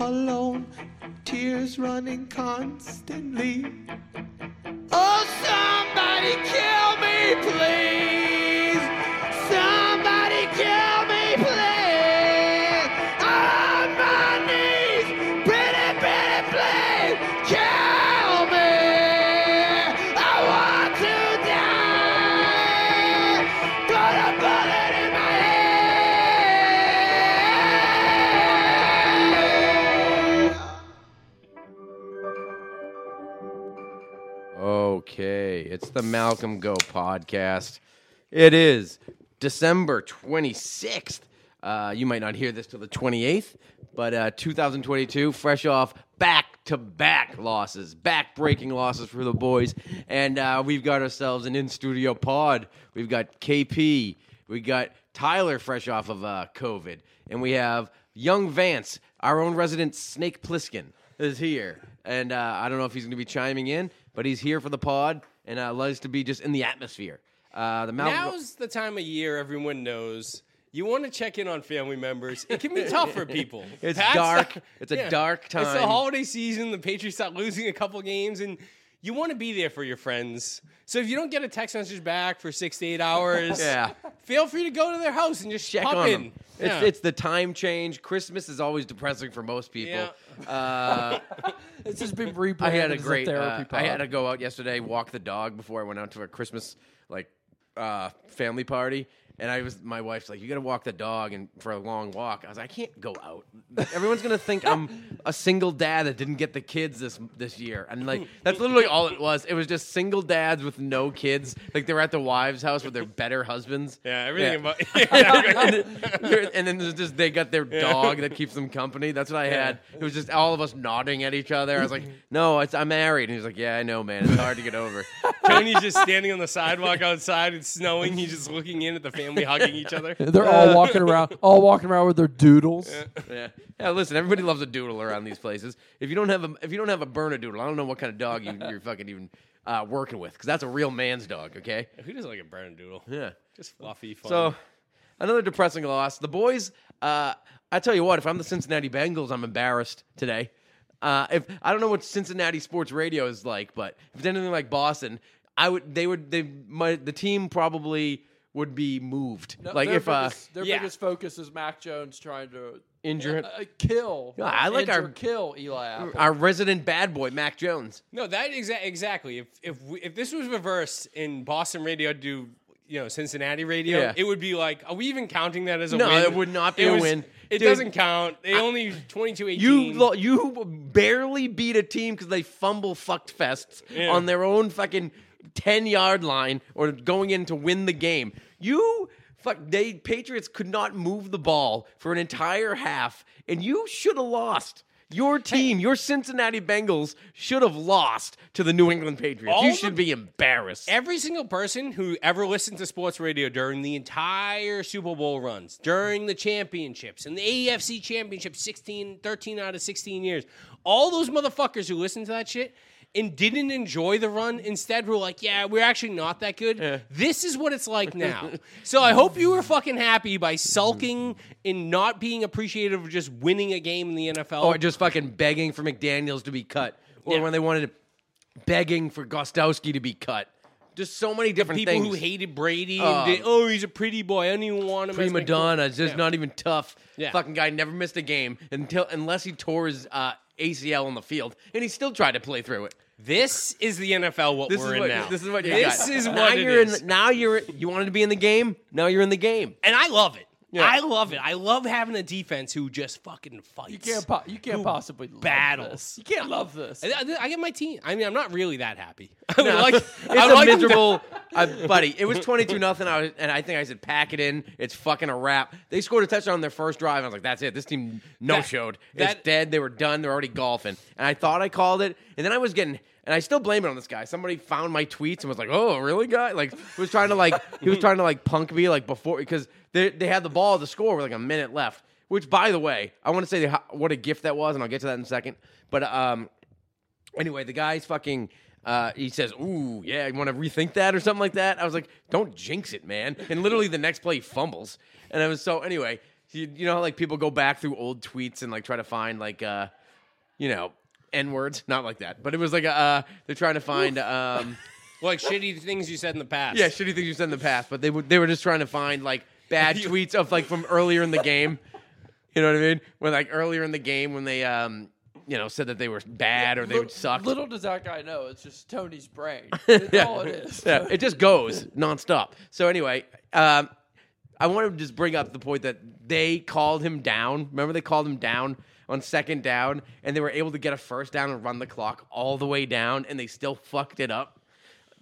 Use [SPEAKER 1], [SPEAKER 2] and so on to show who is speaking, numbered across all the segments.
[SPEAKER 1] alone, tears running constantly. Oh, somebody kill me, please! Somebody kill me, please! On my knees, pretty, pretty, please, kill me! I want to die! Put a bullet in my head!
[SPEAKER 2] Okay, it's the Malcolm Go podcast. It is December 26th. Uh, you might not hear this till the 28th, but uh, 2022, fresh off back to back losses, back breaking losses for the boys. And uh, we've got ourselves an in studio pod. We've got KP, we got Tyler, fresh off of uh, COVID, and we have young Vance, our own resident Snake Pliskin is here, and uh, I don't know if he's going to be chiming in, but he's here for the pod and uh, loves to be just in the atmosphere. Uh, the Malcolm
[SPEAKER 3] Now's the time of year everyone knows you want to check in on family members. It can be tough for people.
[SPEAKER 2] It's
[SPEAKER 3] Pats-
[SPEAKER 2] dark. It's a dark
[SPEAKER 3] It's the
[SPEAKER 2] time.
[SPEAKER 3] holiday season. The Patriots are losing a couple games, and you want to be there for your friends. So if you don't get a text message back for six to eight hours,
[SPEAKER 2] Yeah.
[SPEAKER 3] feel free to go to their house and just
[SPEAKER 2] check
[SPEAKER 3] pop
[SPEAKER 2] on
[SPEAKER 3] in.
[SPEAKER 2] him.
[SPEAKER 3] Yeah.
[SPEAKER 2] It's, it's the time change. Christmas is always depressing for most people. Uh,
[SPEAKER 4] It's just been rebranded
[SPEAKER 2] I had a
[SPEAKER 4] as
[SPEAKER 2] great.
[SPEAKER 4] therapy
[SPEAKER 2] uh, I had
[SPEAKER 4] pod.
[SPEAKER 2] to go out yesterday, walk the dog before I went out to a Christmas like uh, family party, and I was my wife's like, "You got to walk the dog and for a long walk." I was like, "I can't go out. Everyone's gonna think I'm a single dad that didn't get the kids this this year." And like that's literally all it was. It was just single dads with no kids. Like they were at the wives' house with their better husbands.
[SPEAKER 3] yeah, everything
[SPEAKER 2] Yeah.
[SPEAKER 3] about. Yeah.
[SPEAKER 2] You're- and then there's just they got their dog that keeps them company. That's what I had. It was just all of us nodding at each other. I was like, "No, it's, I'm married." And he was like, "Yeah, I know, man. It's hard to get over."
[SPEAKER 3] Tony's just standing on the sidewalk outside. It's snowing. He's just looking in at the family hugging each other.
[SPEAKER 4] They're all walking around, all walking around with their doodles.
[SPEAKER 2] yeah. yeah, listen, everybody loves a doodle around these places. If you don't have a if you don't have a burner doodle, I don't know what kind of dog you, you're fucking even uh, working with because that's a real man's dog. Okay.
[SPEAKER 3] Who doesn't like a burn doodle?
[SPEAKER 2] Yeah.
[SPEAKER 3] Just fluffy, fun.
[SPEAKER 2] So another depressing loss. The boys. Uh, I tell you what, if I'm the Cincinnati Bengals, I'm embarrassed today. Uh, if I don't know what Cincinnati sports radio is like, but if it's anything like Boston, I would. They would. They might. The team probably would be moved. like
[SPEAKER 4] their
[SPEAKER 2] if uh,
[SPEAKER 4] biggest, their
[SPEAKER 3] yeah.
[SPEAKER 4] biggest focus is Mac Jones trying to
[SPEAKER 2] Injure it.
[SPEAKER 4] uh, kill.
[SPEAKER 2] Yeah, I like
[SPEAKER 4] injure,
[SPEAKER 2] our-
[SPEAKER 4] kill Eli Apple.
[SPEAKER 2] our resident bad boy Mac Jones.
[SPEAKER 3] No, that exa- exactly. If if we, if this was reversed in Boston radio to do you know Cincinnati radio,
[SPEAKER 2] Yeah.
[SPEAKER 3] it would be like, are we even counting that as a
[SPEAKER 2] No,
[SPEAKER 3] win?
[SPEAKER 2] it would not be a win.
[SPEAKER 3] It
[SPEAKER 2] Dude,
[SPEAKER 3] doesn't count. They only 22-18.
[SPEAKER 2] You lo- you barely beat a team because they fumble fucked fests
[SPEAKER 3] Yeah.
[SPEAKER 2] on their own fucking ten yard line or going in to win the game. You fuck they Patriots could not move the ball for an entire half, and you should have lost. Your team, your Cincinnati Bengals, should have lost to the New England Patriots.
[SPEAKER 3] All
[SPEAKER 2] you
[SPEAKER 3] the-
[SPEAKER 2] should be embarrassed.
[SPEAKER 3] Every single person who ever listened to sports radio during the entire Super Bowl runs, during the championships, and the AFC championship 16, 13 out of 16 years, all those motherfuckers who listened to that shit and didn't enjoy the run, instead were like, yeah, we're actually not that good. This is what it's like now. so I hope you were fucking happy by sulking and not being appreciative of just winning a game in the NFL.
[SPEAKER 2] or Oh, just fucking begging for McDaniels to be cut, or
[SPEAKER 3] Yeah.
[SPEAKER 2] when they wanted begging for Gostowski to be cut. Just so many different
[SPEAKER 3] People
[SPEAKER 2] things.
[SPEAKER 3] who hated Brady
[SPEAKER 2] Oh.
[SPEAKER 3] and did, oh, he's a pretty boy. I don't even want him. as my
[SPEAKER 2] prima
[SPEAKER 3] coach."
[SPEAKER 2] donna, just
[SPEAKER 3] Yeah.
[SPEAKER 2] not even tough.
[SPEAKER 3] Yeah.
[SPEAKER 2] Fucking guy never missed a game until unless he tore his uh, ACL on the field, and he still tried to play through it.
[SPEAKER 3] This is the NFL what
[SPEAKER 2] This
[SPEAKER 3] we're
[SPEAKER 2] is
[SPEAKER 3] in
[SPEAKER 2] what
[SPEAKER 3] now.
[SPEAKER 2] this is what you
[SPEAKER 3] This
[SPEAKER 2] got.
[SPEAKER 3] is
[SPEAKER 2] now
[SPEAKER 3] what it
[SPEAKER 2] you're
[SPEAKER 3] is.
[SPEAKER 2] in. Now you're you wanted to be in the game. Now you're in the game.
[SPEAKER 3] and I love it.
[SPEAKER 2] Yeah.
[SPEAKER 3] I love it. I love having a defense who just fucking fights.
[SPEAKER 4] You can't, po- you can't possibly love
[SPEAKER 3] battles.
[SPEAKER 4] This. You can't love this.
[SPEAKER 3] I, I- I get my team. I mean, I'm not really that happy. I would
[SPEAKER 2] No.
[SPEAKER 3] like,
[SPEAKER 2] it's
[SPEAKER 3] I
[SPEAKER 2] a
[SPEAKER 3] like them to-
[SPEAKER 2] miserable, uh, buddy. It was twenty two nothing. I was, and I think I said pack it in. It's fucking a wrap. They scored a touchdown on their first drive. I was like, that's it. This team no
[SPEAKER 3] That-
[SPEAKER 2] showed. it's
[SPEAKER 3] that-
[SPEAKER 2] dead. They were done. They're already golfing. And I thought I called it. And then I was getting. And I still blame it on this guy. Somebody found my tweets and was like, "Oh, really, guy?" Like was trying to like he was trying to like punk me like before because they they had the ball to score with like a minute left. Which, by the way, I want to say the, what a gift that was, and I'll get to that in a second. But um, Anyway, the guy's fucking. Uh, he says, "Ooh, yeah, you want to rethink that or something like that." I was like, "Don't jinx it, man!" And literally, the next play, he fumbles, and I was so. Anyway, You, you know how like people go back through old tweets and like try to find like uh you know n words not like that but it was like uh they're trying to find um
[SPEAKER 3] Like shitty things you said in the past.
[SPEAKER 2] yeah shitty things you said in the past but they were they were just trying to find like bad tweets of like from earlier in the game you know what I mean when like earlier in the game when they um you know said that they were bad or they
[SPEAKER 4] Lit-
[SPEAKER 2] would suck
[SPEAKER 4] Little does that guy know, it's just Tony's brain. That's all it is.
[SPEAKER 2] Yeah, it just goes nonstop. So anyway, um, I want to just bring up the point that they called him down. Remember, they called him down on second down, and they were able to get a first down and run the clock all the way down, and they still fucked it up.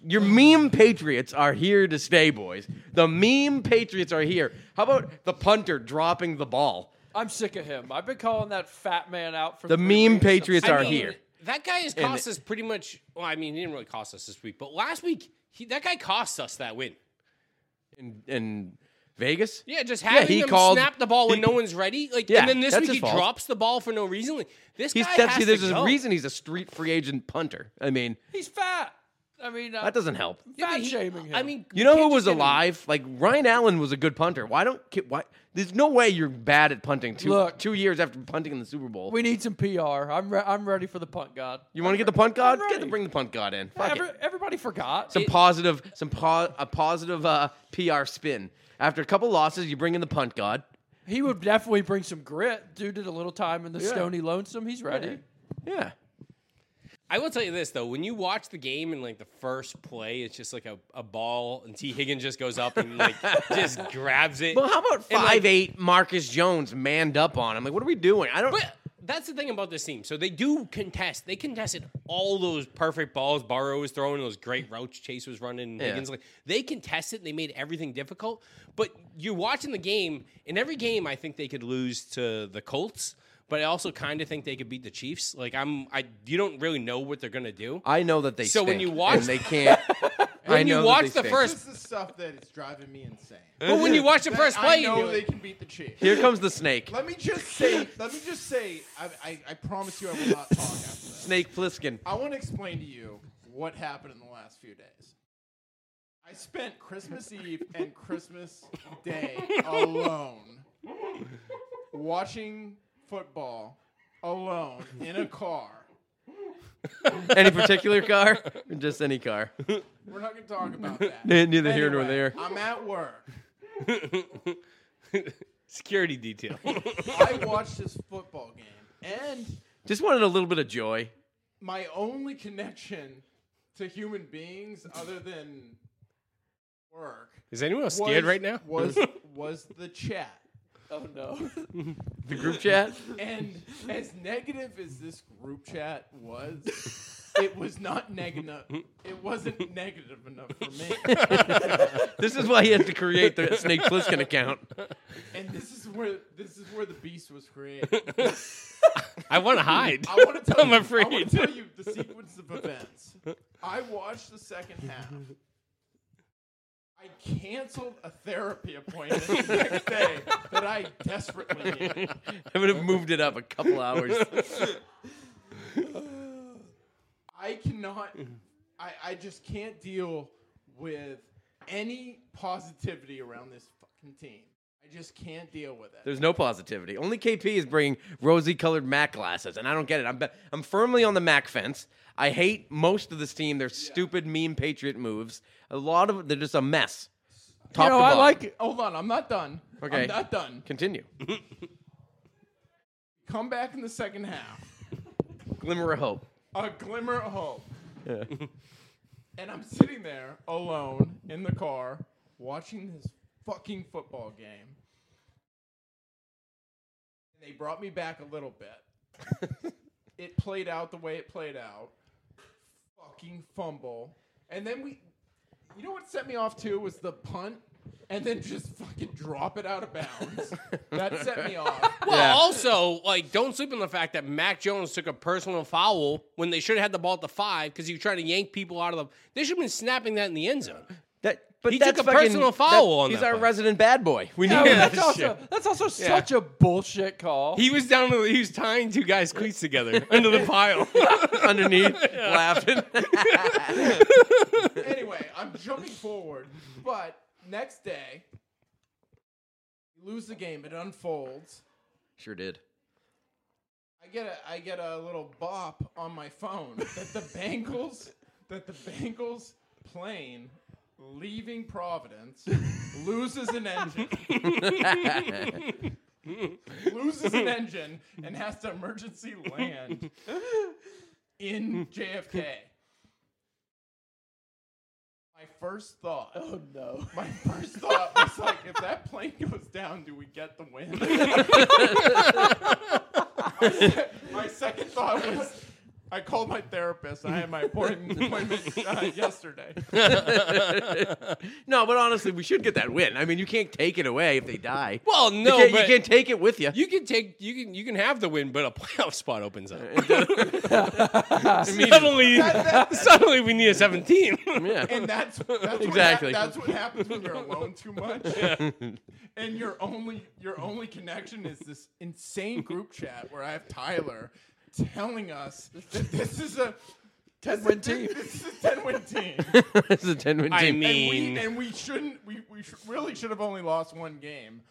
[SPEAKER 2] Your meme patriots are here to stay, boys. The meme patriots are here. How about the punter dropping the ball?
[SPEAKER 4] I'm sick of him. I've been calling that fat man out for
[SPEAKER 2] The
[SPEAKER 4] three
[SPEAKER 2] meme
[SPEAKER 4] weeks.
[SPEAKER 2] patriots
[SPEAKER 3] I
[SPEAKER 2] are
[SPEAKER 3] mean,
[SPEAKER 2] here.
[SPEAKER 3] That guy has cost us pretty much. Well, I mean, he didn't really cost us this week, but last week he, that guy cost us that win.
[SPEAKER 2] In, in Vegas?
[SPEAKER 3] Yeah, just
[SPEAKER 2] Yeah,
[SPEAKER 3] having
[SPEAKER 2] he
[SPEAKER 3] him
[SPEAKER 2] called-
[SPEAKER 3] snap the ball when
[SPEAKER 2] he-
[SPEAKER 3] no one's ready. Like,
[SPEAKER 2] Yeah,
[SPEAKER 3] and then this
[SPEAKER 2] that's
[SPEAKER 3] week
[SPEAKER 2] his
[SPEAKER 3] he
[SPEAKER 2] fault.
[SPEAKER 3] drops the ball for no reason. Like, this
[SPEAKER 2] He's
[SPEAKER 3] guy
[SPEAKER 2] that's,
[SPEAKER 3] has
[SPEAKER 2] there's
[SPEAKER 3] to
[SPEAKER 2] a
[SPEAKER 3] go.
[SPEAKER 2] reason he's a street free agent punter. I mean,
[SPEAKER 4] He's fat. I mean, uh,
[SPEAKER 2] that doesn't help.
[SPEAKER 3] Yeah, but
[SPEAKER 4] fat
[SPEAKER 3] he-
[SPEAKER 4] shaming him.
[SPEAKER 3] I mean,
[SPEAKER 2] You know
[SPEAKER 3] we
[SPEAKER 2] who
[SPEAKER 3] can't
[SPEAKER 2] was
[SPEAKER 3] just get him-
[SPEAKER 2] alive? Like Ryan Allen was a good punter. Why don't ki- why? There's no way you're bad at punting. Two
[SPEAKER 4] Look.
[SPEAKER 2] two years after punting in the Super Bowl,
[SPEAKER 4] we need some PR. I'm re- I'm ready for the punt god.
[SPEAKER 2] you want to get the punt god?
[SPEAKER 4] I'm
[SPEAKER 2] Get the,
[SPEAKER 4] ready.
[SPEAKER 2] bring the punt god in. Fuck
[SPEAKER 4] Every,
[SPEAKER 2] it.
[SPEAKER 4] everybody forgot.
[SPEAKER 2] Some positive, some po- a positive uh, PR spin. After a couple losses, you bring in the punt god.
[SPEAKER 4] he would definitely bring some grit. Dude did a little time in the
[SPEAKER 2] Yeah.
[SPEAKER 4] Stony Lonesome. He's ready.
[SPEAKER 2] Yeah,
[SPEAKER 3] I will tell you this though: when you watch the game and like the first play, it's just like a, a ball, and T. Higgins just goes up and like just grabs it.
[SPEAKER 2] Well, how about
[SPEAKER 3] And, like,
[SPEAKER 2] five eight Marcus Jones manned up on him? Like, what are we doing? I don't.
[SPEAKER 3] But that's the thing about this team. So they do contest. They contested all those perfect balls Burrow was throwing, those great routes Chase was running, and
[SPEAKER 2] Yeah.
[SPEAKER 3] Higgins. Like they contested. They made everything difficult. But you're watching the game. In every game, I think they could lose to the Colts. But I also kind of think they could beat the Chiefs. Like I'm, I you don't really know what they're gonna do.
[SPEAKER 2] I know that they.
[SPEAKER 3] So when
[SPEAKER 2] stink,
[SPEAKER 3] you watch-
[SPEAKER 2] and they can't. I
[SPEAKER 3] When you
[SPEAKER 2] know that
[SPEAKER 3] watch
[SPEAKER 2] they
[SPEAKER 3] the
[SPEAKER 2] stink.
[SPEAKER 3] first-
[SPEAKER 1] This is stuff that is driving me insane.
[SPEAKER 3] But when you watch the first
[SPEAKER 1] That
[SPEAKER 3] play,
[SPEAKER 1] I
[SPEAKER 3] you're
[SPEAKER 1] know
[SPEAKER 3] like-
[SPEAKER 1] they can beat the Chiefs.
[SPEAKER 2] Here comes the snake.
[SPEAKER 1] Let me just say, let me just say, I, I, I promise you I will not talk after this.
[SPEAKER 2] Snake Pliskin.
[SPEAKER 1] I want to explain to you what happened in the last few days. I spent Christmas Eve and Christmas Day alone watching football alone in a car.
[SPEAKER 2] Any particular car? Or Just any car.
[SPEAKER 1] We're not going to talk about that.
[SPEAKER 2] Neither here nor
[SPEAKER 1] Anyway,
[SPEAKER 2] there.
[SPEAKER 1] I'm at work.
[SPEAKER 3] Security detail.
[SPEAKER 1] I watched this football game, and
[SPEAKER 2] Just wanted a little bit of joy.
[SPEAKER 1] my only connection to human beings other than work
[SPEAKER 3] Is anyone else
[SPEAKER 1] was,
[SPEAKER 3] scared right now?
[SPEAKER 1] was was the chat.
[SPEAKER 4] Oh no.
[SPEAKER 2] The group chat.
[SPEAKER 1] And as negative as this group chat was, it was not negative. It wasn't negative enough for me.
[SPEAKER 2] This is why he had to create the Snake Plissken account.
[SPEAKER 1] And this is where this is where the beast was created.
[SPEAKER 3] I want to hide.
[SPEAKER 1] I want to tell
[SPEAKER 3] I'm
[SPEAKER 1] you, I
[SPEAKER 3] afraid.
[SPEAKER 1] want to tell you the sequence of events. I watched the second half. I canceled a therapy appointment the next day that I desperately needed.
[SPEAKER 2] I would have moved it up a couple hours.
[SPEAKER 1] I cannot.
[SPEAKER 2] Mm-hmm.
[SPEAKER 1] I, I just can't deal with any positivity around this fucking team. I just can't deal with it.
[SPEAKER 2] There's no positivity. Only KP is bringing rosy-colored Mac glasses, and I don't get it. I'm be- I'm firmly on the Mac fence. I hate most of this team. Their stupid meme patriot moves. A lot of they're just a mess. Top
[SPEAKER 4] you know,
[SPEAKER 2] to
[SPEAKER 4] I
[SPEAKER 2] bottom.
[SPEAKER 4] like.
[SPEAKER 1] Hold on, I'm not done.
[SPEAKER 2] Okay.
[SPEAKER 1] I'm not done.
[SPEAKER 2] Continue.
[SPEAKER 1] Come back in the second half.
[SPEAKER 2] Glimmer of hope.
[SPEAKER 1] a glimmer of hope. and I'm sitting there alone in the car watching this fucking football game. And they brought me back a little bit. it played out the way it played out. Fucking fumble. And then we you know what set me off too was the punt and then just fucking drop it out of bounds. that set me off.
[SPEAKER 3] Well,
[SPEAKER 2] Yeah.
[SPEAKER 3] also, like, don't sleep on the fact that Mac Jones took a personal foul when they should have had the ball at the five because he was trying to yank people out of the. They should have been snapping that in the end zone.
[SPEAKER 2] That, but
[SPEAKER 3] He took
[SPEAKER 2] that's
[SPEAKER 3] a
[SPEAKER 2] fucking-
[SPEAKER 3] personal
[SPEAKER 2] that-
[SPEAKER 3] foul on
[SPEAKER 2] He's
[SPEAKER 3] that
[SPEAKER 2] our
[SPEAKER 3] play.
[SPEAKER 2] resident bad boy. We
[SPEAKER 4] No,
[SPEAKER 2] need
[SPEAKER 4] that's
[SPEAKER 2] that
[SPEAKER 4] also that's also such a bullshit call.
[SPEAKER 3] He was down to the, he was tying two guys' cleats together under the pile.
[SPEAKER 2] shit underneath, laughing.
[SPEAKER 1] anyway, I'm jumping forward, but next day You lose the game. It unfolds.
[SPEAKER 2] Sure did.
[SPEAKER 1] I get a I get a little bop on my phone that the Bengals that the Bengals plane leaving Providence loses an engine. loses an engine and has to emergency land in JFK. My first thought. Oh no. My first thought was like if that plane goes down, do we get the win? my second thought was I called my therapist. I had my appointment, appointment uh, yesterday.
[SPEAKER 2] No, but honestly, we should get that win. I mean, you can't take it away if they die.
[SPEAKER 3] Well,
[SPEAKER 2] you
[SPEAKER 3] no,
[SPEAKER 2] can't, you
[SPEAKER 3] but
[SPEAKER 2] can't take it with you.
[SPEAKER 3] you can take you can you can have the win, but a playoff spot opens up. suddenly, suddenly we need a seventeen.
[SPEAKER 2] yeah.
[SPEAKER 1] And that's, that's what
[SPEAKER 2] Exactly.
[SPEAKER 1] hap- that's what happens when you're alone too much. And your only your only connection is this insane group chat where I have Tyler telling us that this is a ten
[SPEAKER 4] win team.
[SPEAKER 1] This is a ten win team.
[SPEAKER 2] this is a ten win team.
[SPEAKER 3] I mean-
[SPEAKER 1] And we
[SPEAKER 3] Mean.
[SPEAKER 1] and we shouldn't we, we sh- really should have only lost one game.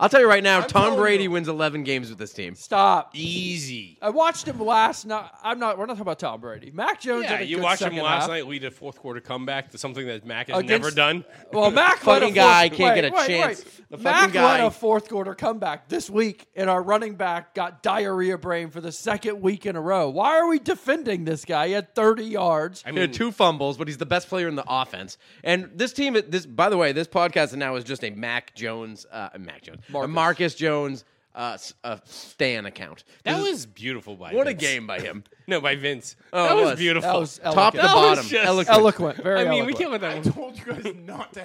[SPEAKER 2] I'll tell you right now,
[SPEAKER 1] I'm
[SPEAKER 2] Tom
[SPEAKER 1] telling
[SPEAKER 2] Brady
[SPEAKER 1] you.
[SPEAKER 2] wins eleven games with this team.
[SPEAKER 4] Stop.
[SPEAKER 3] Easy.
[SPEAKER 4] I watched him last night. I'm not. We're not talking about Tom Brady. Mac Jones.
[SPEAKER 3] Yeah,
[SPEAKER 4] had a
[SPEAKER 3] you
[SPEAKER 4] good
[SPEAKER 3] watched him
[SPEAKER 4] second
[SPEAKER 3] last
[SPEAKER 4] half.
[SPEAKER 3] night lead a fourth quarter comeback to something that Mac has
[SPEAKER 4] Against-
[SPEAKER 3] never done.
[SPEAKER 4] Well, Mac led a fourth,
[SPEAKER 2] Fucking guy can't
[SPEAKER 4] wait,
[SPEAKER 2] get a
[SPEAKER 4] wait,
[SPEAKER 2] chance.
[SPEAKER 4] Wait.
[SPEAKER 2] The
[SPEAKER 4] Mac
[SPEAKER 2] fucking guy.
[SPEAKER 4] led a fourth quarter comeback this week, and our running back got diarrhea brain for the second week in a row. Why are we defending this guy? He had 30 yards.
[SPEAKER 3] I
[SPEAKER 2] He had
[SPEAKER 3] mean,
[SPEAKER 2] two fumbles, but he's the best player in the offense. And this team, this by the way, this podcast now is just a Mac Jones, uh, Mac Jones, Marcus,
[SPEAKER 4] Marcus.
[SPEAKER 2] Marcus Jones, uh, s- uh, Stan account.
[SPEAKER 3] that
[SPEAKER 2] This is-
[SPEAKER 3] was beautiful by
[SPEAKER 2] what a
[SPEAKER 3] Vince.
[SPEAKER 2] game by him,
[SPEAKER 3] No, by Vince.
[SPEAKER 2] Oh,
[SPEAKER 3] that
[SPEAKER 2] it
[SPEAKER 3] was,
[SPEAKER 2] was.
[SPEAKER 3] beautiful.
[SPEAKER 4] That was
[SPEAKER 2] top to
[SPEAKER 4] eloquent.
[SPEAKER 2] bottom.
[SPEAKER 3] just-
[SPEAKER 2] Eloquent.
[SPEAKER 4] eloquent. Very
[SPEAKER 3] I mean, we
[SPEAKER 4] eloquent.
[SPEAKER 3] can't let that
[SPEAKER 1] I
[SPEAKER 3] one.
[SPEAKER 1] told you guys not to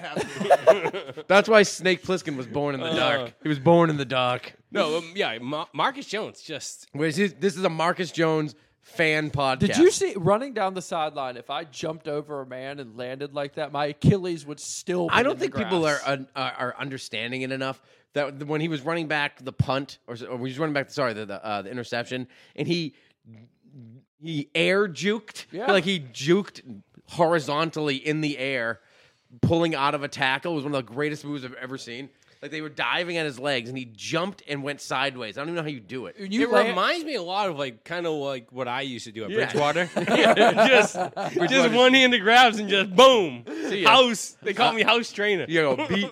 [SPEAKER 1] have this.
[SPEAKER 2] That's why Snake Plissken was born
[SPEAKER 3] Uh.
[SPEAKER 2] in the dark. He was born in the dark.
[SPEAKER 3] No, um, yeah, Ma- Marcus Jones just
[SPEAKER 2] Whereas his- this is a Marcus Jones fan podcast.
[SPEAKER 4] Did you see running down the sideline? If I jumped over a man and landed like that, my Achilles would still. Be
[SPEAKER 2] I
[SPEAKER 4] in
[SPEAKER 2] don't
[SPEAKER 4] the
[SPEAKER 2] think people are, uh,
[SPEAKER 4] grass.
[SPEAKER 2] are are understanding it enough. That when he was running back the punt, or, or he was running back, sorry, the the, uh, the interception, and he he air juked,
[SPEAKER 4] Yeah.
[SPEAKER 2] like he juked horizontally in the air, pulling out of a tackle was one of the greatest moves I've ever seen. Like they were diving at his legs, and he jumped and went sideways. I don't even know how you do it.
[SPEAKER 4] You
[SPEAKER 3] it
[SPEAKER 4] land-
[SPEAKER 3] reminds me a lot of like kind of like what I used to do at
[SPEAKER 2] Yeah.
[SPEAKER 3] Bridgewater. just just one handed grabs and just boom.
[SPEAKER 2] ya. Uh,
[SPEAKER 3] House. They call me house trainer.
[SPEAKER 2] You go beat,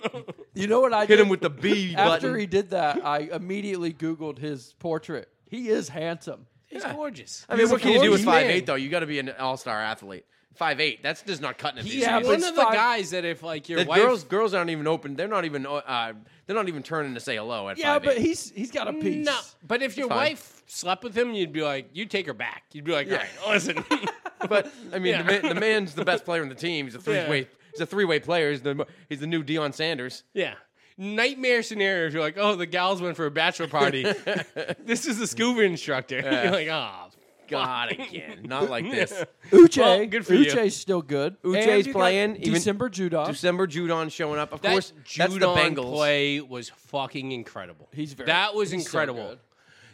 [SPEAKER 4] You know what I
[SPEAKER 2] hit
[SPEAKER 4] did?
[SPEAKER 2] him with the B
[SPEAKER 4] After
[SPEAKER 2] button.
[SPEAKER 4] he did that, I immediately Googled his portrait. He is handsome.
[SPEAKER 3] He's gorgeous.
[SPEAKER 2] I mean, what can you do with
[SPEAKER 4] He's
[SPEAKER 2] five
[SPEAKER 4] big.
[SPEAKER 2] eight though? You got to be an all star athlete. Five eight, that's just not cutting it. these
[SPEAKER 3] He's
[SPEAKER 2] days.
[SPEAKER 4] Yeah, but
[SPEAKER 3] one
[SPEAKER 4] it's
[SPEAKER 3] of the
[SPEAKER 4] five-
[SPEAKER 3] guys that if like your
[SPEAKER 2] The
[SPEAKER 3] wife
[SPEAKER 2] girls, girls aren't even open. They're not even. Uh, they're not even turning to say hello at
[SPEAKER 4] Yeah,
[SPEAKER 2] five.
[SPEAKER 4] but he's he's got a piece.
[SPEAKER 3] No, but if your
[SPEAKER 2] fine.
[SPEAKER 3] wife slept with him, you'd be like, you take her back. You'd be like, all right, listen.
[SPEAKER 2] but I mean,
[SPEAKER 3] Yeah.
[SPEAKER 2] the, man, the man's the best player on the team. He's a three way. He's a three way player. He's the mo- he's the new Deion Sanders.
[SPEAKER 3] yeah. Nightmare scenarios. You're like, oh, the gals went for a bachelor party. this is the scuba instructor. You're like, oh,
[SPEAKER 2] God again, not like this.
[SPEAKER 4] Uche,
[SPEAKER 3] Well, good for you.
[SPEAKER 4] Uche's still good.
[SPEAKER 2] Uche's
[SPEAKER 4] And you got
[SPEAKER 2] playing, even-
[SPEAKER 4] December Judon.
[SPEAKER 2] December Judon showing up. Of
[SPEAKER 3] That
[SPEAKER 2] course, that's the
[SPEAKER 3] Judon
[SPEAKER 2] Bengals.
[SPEAKER 3] play was fucking incredible.
[SPEAKER 4] He's very-
[SPEAKER 3] that was
[SPEAKER 4] he's so
[SPEAKER 3] incredible.
[SPEAKER 4] good.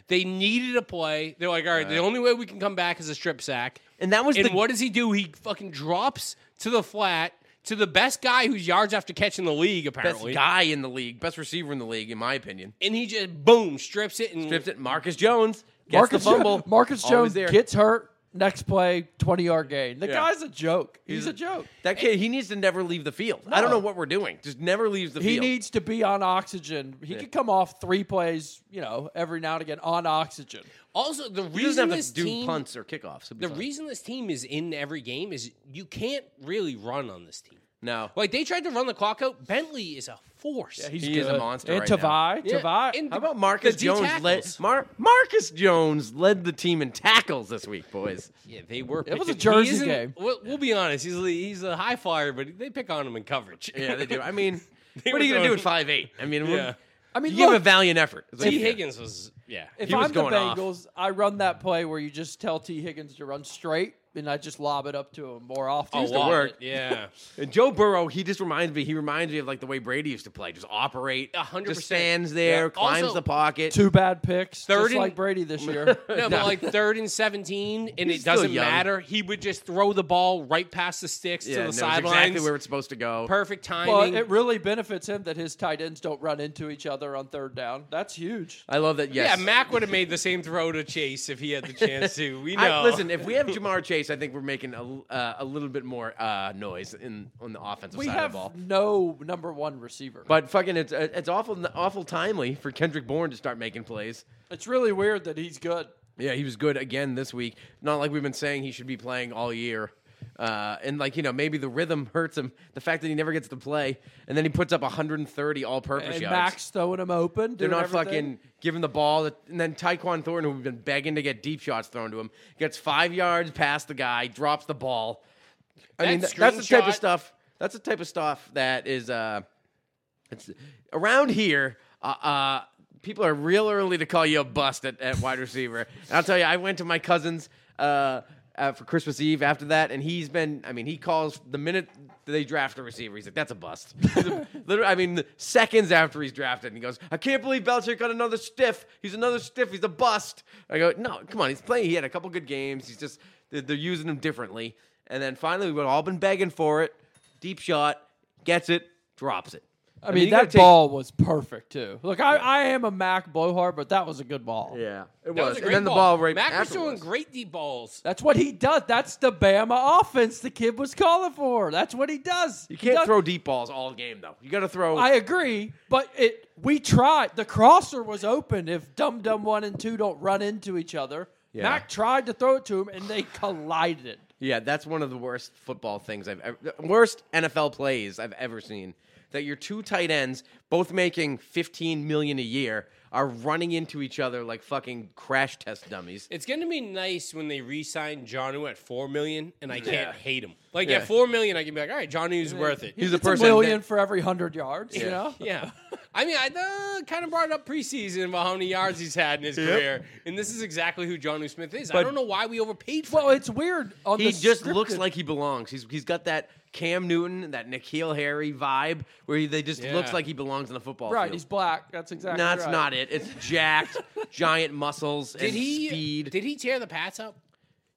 [SPEAKER 3] they needed a play. They're like, all right, the only way we can come back is a strip sack.
[SPEAKER 2] And that was
[SPEAKER 3] and
[SPEAKER 2] the
[SPEAKER 3] what does he do? He fucking drops to the flat to the best guy who's yards after catch in the league,
[SPEAKER 2] best
[SPEAKER 3] apparently.
[SPEAKER 2] guy in the league, best receiver in the league, in my opinion.
[SPEAKER 3] And he just boom strips it and
[SPEAKER 2] Strips it. Marcus Jones gets
[SPEAKER 4] Marcus
[SPEAKER 2] the fumble.
[SPEAKER 4] Jones, Marcus
[SPEAKER 2] Always
[SPEAKER 4] Jones
[SPEAKER 2] there.
[SPEAKER 4] gets hurt. Next play, twenty yard gain. The guy's a joke. He's,
[SPEAKER 2] He's
[SPEAKER 4] a,
[SPEAKER 2] a-
[SPEAKER 4] joke.
[SPEAKER 2] That kid, he needs to never leave the field. I don't know what we're doing. Just never leaves the
[SPEAKER 4] He
[SPEAKER 2] field.
[SPEAKER 4] needs to be on oxygen. He could come off three plays, you know, every now and again on oxygen.
[SPEAKER 3] Also, the
[SPEAKER 2] he
[SPEAKER 3] reason
[SPEAKER 2] doesn't have
[SPEAKER 3] this
[SPEAKER 2] to do
[SPEAKER 3] team,
[SPEAKER 2] punts or kickoffs. He'll be
[SPEAKER 3] the
[SPEAKER 2] fine.
[SPEAKER 3] reason this team is in every game is you can't really run on this team.
[SPEAKER 2] no.
[SPEAKER 3] Like they tried to run the clock out. Bentley is a force.
[SPEAKER 4] He's
[SPEAKER 2] He is a
[SPEAKER 4] good.
[SPEAKER 2] monster
[SPEAKER 4] And
[SPEAKER 2] right
[SPEAKER 4] Tavai,
[SPEAKER 3] Yeah,
[SPEAKER 4] Tavai.
[SPEAKER 3] and
[SPEAKER 2] How about Marcus
[SPEAKER 3] The D
[SPEAKER 2] Jones led
[SPEAKER 3] tackles.
[SPEAKER 2] Mar- Marcus Jones led the team in tackles this week, boys.
[SPEAKER 3] Yeah, they were.
[SPEAKER 4] It was a
[SPEAKER 3] picking- he
[SPEAKER 4] Jersey
[SPEAKER 3] isn't-
[SPEAKER 4] game.
[SPEAKER 3] We'll, we'll be honest. He's a, he's a high flyer, but they pick on him in coverage.
[SPEAKER 2] Yeah, they do. I mean,
[SPEAKER 3] They
[SPEAKER 2] what are you
[SPEAKER 3] were
[SPEAKER 2] going to do at
[SPEAKER 3] going-
[SPEAKER 2] five eight? I mean,
[SPEAKER 3] Yeah.
[SPEAKER 4] I mean,
[SPEAKER 2] you give him a
[SPEAKER 4] look,
[SPEAKER 2] valiant effort. It's like,
[SPEAKER 3] T.
[SPEAKER 2] yeah.
[SPEAKER 3] Higgins was yeah.
[SPEAKER 4] if
[SPEAKER 2] he was
[SPEAKER 4] I'm the
[SPEAKER 2] going off.
[SPEAKER 4] Bengals, I run that play where you just tell T Higgins to run straight and I just lob it up to him more often.
[SPEAKER 3] A
[SPEAKER 2] Used to
[SPEAKER 3] lot.
[SPEAKER 2] work.
[SPEAKER 3] Yeah.
[SPEAKER 2] And Joe Burrow, he just reminds me. He reminds me of like the way Brady used to play, just operate,
[SPEAKER 3] A hundred
[SPEAKER 2] just
[SPEAKER 3] percent.
[SPEAKER 2] stands there,
[SPEAKER 3] Yeah.
[SPEAKER 2] climbs
[SPEAKER 3] Also-
[SPEAKER 2] the pocket.
[SPEAKER 4] Two bad picks,
[SPEAKER 3] Third
[SPEAKER 4] just
[SPEAKER 3] and-
[SPEAKER 4] like Brady this year.
[SPEAKER 3] No, but like third and 17, and
[SPEAKER 2] He's
[SPEAKER 3] it
[SPEAKER 2] still
[SPEAKER 3] doesn't
[SPEAKER 2] young.
[SPEAKER 3] matter. He would just throw the ball right past the sticks
[SPEAKER 2] yeah,
[SPEAKER 3] to the
[SPEAKER 2] knows
[SPEAKER 3] sidelines.
[SPEAKER 2] exactly where it's supposed to go.
[SPEAKER 3] Perfect
[SPEAKER 4] but
[SPEAKER 3] timing.
[SPEAKER 4] it really benefits him that his tight ends don't run into each other on third down. That's huge.
[SPEAKER 2] I love that. Yes.
[SPEAKER 3] Yeah, Mac would have made the same throw to Chase if he had the chance to. We know.
[SPEAKER 2] I, listen, if we have Jamar Chase, I think we're making a, uh, a little bit more uh, noise in on the offensive
[SPEAKER 4] We
[SPEAKER 2] side
[SPEAKER 4] have
[SPEAKER 2] of the ball.
[SPEAKER 4] no number one receiver.
[SPEAKER 2] But fucking, it's uh, it's awful awful timely for Kendrick Bourne to start making plays.
[SPEAKER 4] it's really weird that he's good.
[SPEAKER 2] Yeah, he was good again this week. Not like we've been saying he should be playing all year. Uh, and like you know, maybe the rhythm hurts him. The fact that he never gets to play, and then he puts up 130 all-purpose
[SPEAKER 4] And
[SPEAKER 2] yards.
[SPEAKER 4] Max throwing him open.
[SPEAKER 2] They're
[SPEAKER 4] doing
[SPEAKER 2] not
[SPEAKER 4] everything.
[SPEAKER 2] fucking giving the ball. And then Tyquan Thornton, who we've been begging to get deep shots thrown to him, gets five yards past the guy, drops the ball. I
[SPEAKER 3] That
[SPEAKER 2] mean, th- that's the type of
[SPEAKER 3] screenshot-
[SPEAKER 2] stuff. That's the type of stuff that is. Uh, it's around here. Uh, uh, people are real early to call you a bust at, at wide receiver. And I'll tell you, I went to my cousin's uh, uh, for Christmas Eve after that, and he's been. I mean, he calls the minute they draft a receiver. He's like, "That's a bust." He's a- Literally, I mean, seconds after he's drafted, and he goes, "I can't believe Belichick got another stiff. He's another stiff. He's a bust." I go, "No, come on. He's playing. He had a couple good games. He's just they're, they're using him differently." And then finally, we've all been begging for it. Deep shot, gets it, drops it.
[SPEAKER 4] I mean,
[SPEAKER 2] you gotta
[SPEAKER 4] that
[SPEAKER 2] take-
[SPEAKER 4] ball was perfect too. Look, I, I am a Mac blowhard, but that was a good ball.
[SPEAKER 2] Yeah, it
[SPEAKER 3] That
[SPEAKER 2] was.
[SPEAKER 3] was a
[SPEAKER 2] and
[SPEAKER 3] great
[SPEAKER 2] then the ball right
[SPEAKER 3] Mac was doing
[SPEAKER 2] afterwards.
[SPEAKER 3] great deep balls.
[SPEAKER 4] That's what he does. That's the Bama offense the kid was calling for. That's what he does.
[SPEAKER 2] You can't throw deep balls all game though. You got to throw.
[SPEAKER 4] I agree, but it we tried. The crosser was open. If Dum Dum one and two don't run into each other,
[SPEAKER 2] Yeah.
[SPEAKER 4] Mac tried to throw it to him, and they collided.
[SPEAKER 2] yeah, that's one of the worst football things I've ever, worst NFL plays I've ever seen. That your two tight ends, both making fifteen million a year, are running into each other like fucking crash test dummies.
[SPEAKER 3] It's going to be nice when they re-sign Jonu at four million, and I can't
[SPEAKER 2] Yeah.
[SPEAKER 3] hate him. Like
[SPEAKER 2] Yeah.
[SPEAKER 3] at four million, I can be like, all right, Jonu's worth it.
[SPEAKER 2] He's a
[SPEAKER 4] It's a
[SPEAKER 2] person.
[SPEAKER 4] million
[SPEAKER 2] that-
[SPEAKER 4] for every hundred yards. You know,
[SPEAKER 3] Yeah. I mean, I uh, kind of brought it up preseason about how many yards he's had in his career, and this is exactly who Jonu Smith is. I don't know why we overpaid for
[SPEAKER 4] well,
[SPEAKER 3] him.
[SPEAKER 4] it's weird. On
[SPEAKER 2] he
[SPEAKER 4] the
[SPEAKER 2] just looks
[SPEAKER 4] scripted-
[SPEAKER 2] like he belongs. He's he's got that Cam Newton, that Nikhil Harry vibe, where he, they just
[SPEAKER 3] Yeah.
[SPEAKER 2] looks like he belongs in the football
[SPEAKER 4] right.
[SPEAKER 2] field.
[SPEAKER 4] He's black. That's exactly.
[SPEAKER 2] no, that's
[SPEAKER 4] right.
[SPEAKER 2] not it. It's jacked, giant muscles,
[SPEAKER 3] Did
[SPEAKER 2] and
[SPEAKER 3] he?
[SPEAKER 2] speed.
[SPEAKER 3] Did he tear the Pats up?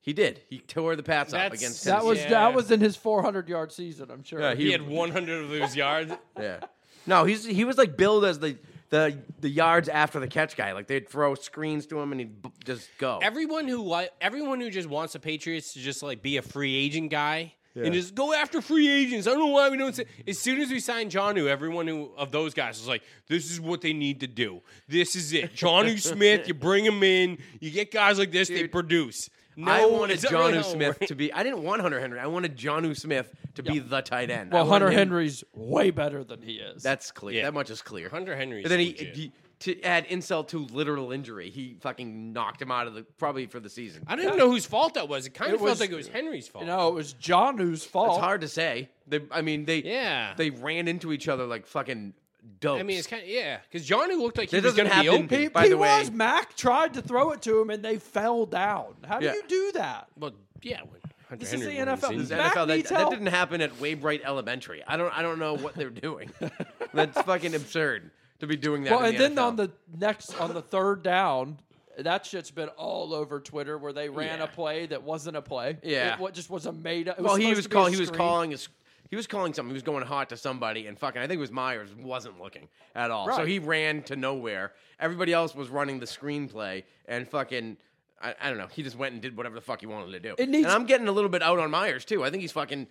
[SPEAKER 2] He did. He tore the Pats up
[SPEAKER 3] That's-
[SPEAKER 2] against
[SPEAKER 4] That
[SPEAKER 2] Tennessee.
[SPEAKER 4] was
[SPEAKER 3] Yeah.
[SPEAKER 4] that was in his 400 yard season. I'm sure.
[SPEAKER 2] Yeah,
[SPEAKER 3] He, had 100 of those yards.
[SPEAKER 2] yeah. No, he's he was like billed as the the the yards after the catch guy. Like they'd throw screens to him and he'd b- just go.
[SPEAKER 3] Everyone who li- everyone who just wants the Patriots to just like be a free agent guy and just go after free agents. I don't know why we don't. Say- as soon as we signed Johnu, everyone who of those guys was like, "This is what they need to do. This is it." Johnu Smith, you bring him in, you get guys like this, they
[SPEAKER 2] Dude,
[SPEAKER 3] produce. No,
[SPEAKER 2] I wanted
[SPEAKER 3] it's not really
[SPEAKER 2] John U.
[SPEAKER 3] how it
[SPEAKER 2] Smith
[SPEAKER 3] works.
[SPEAKER 2] to be. I didn't want Hunter Henry. I wanted John U. Smith to be the tight end. I
[SPEAKER 4] Well,
[SPEAKER 2] wanted
[SPEAKER 4] Hunter
[SPEAKER 2] him-
[SPEAKER 4] Henry's way better than he is.
[SPEAKER 2] That's clear.
[SPEAKER 3] Yeah.
[SPEAKER 2] That much is clear.
[SPEAKER 3] Hunter Henry's
[SPEAKER 2] And then he,
[SPEAKER 3] legit.
[SPEAKER 2] he to add insult to literal injury, he fucking knocked him out of the probably for the season.
[SPEAKER 3] I don't even know whose fault that was. It kind of felt
[SPEAKER 4] was-
[SPEAKER 3] like it was Henry's fault.
[SPEAKER 4] no, it was John's fault.
[SPEAKER 2] It's hard to say. They, I mean, they
[SPEAKER 3] Yeah.
[SPEAKER 2] they ran into each other like fucking dope.
[SPEAKER 3] I mean, it's kind of yeah, because Johnu looked like he
[SPEAKER 2] That
[SPEAKER 3] was going
[SPEAKER 2] doesn't
[SPEAKER 3] to be
[SPEAKER 2] happen.
[SPEAKER 3] open.
[SPEAKER 4] He,
[SPEAKER 2] By
[SPEAKER 4] he
[SPEAKER 2] the way-
[SPEAKER 4] was. Mac tried to throw it to him, and they fell down. How do
[SPEAKER 2] Yeah.
[SPEAKER 4] you do that?
[SPEAKER 3] Well, yeah, when Hunter
[SPEAKER 4] This is
[SPEAKER 3] Henry
[SPEAKER 4] the
[SPEAKER 3] runs
[SPEAKER 4] NFL.
[SPEAKER 3] in-
[SPEAKER 4] This is Mac
[SPEAKER 2] NFL, that,
[SPEAKER 4] needs
[SPEAKER 2] that
[SPEAKER 4] help.
[SPEAKER 2] didn't happen at Waybright Elementary. I don't I don't know what they're doing. That's fucking absurd to be doing that.
[SPEAKER 4] Well,
[SPEAKER 2] in
[SPEAKER 4] and
[SPEAKER 2] the
[SPEAKER 4] then
[SPEAKER 2] NFL.
[SPEAKER 4] on the next on the third down, that shit's been all over Twitter where they ran
[SPEAKER 2] Yeah.
[SPEAKER 4] a play that wasn't a play.
[SPEAKER 2] Yeah.
[SPEAKER 4] it, what just was a made up.
[SPEAKER 2] well, he was
[SPEAKER 4] calling.
[SPEAKER 2] calling he was calling his he was calling something. He was going hot to somebody, and fucking I think it was Myers wasn't looking at all. So
[SPEAKER 4] Right.
[SPEAKER 2] he ran to nowhere. Everybody else was running the screenplay, and fucking. I, I don't know. He just went and did whatever the fuck he wanted to do.
[SPEAKER 4] It needs-
[SPEAKER 2] and I'm getting a little bit out on Myers too. I think he's fucking.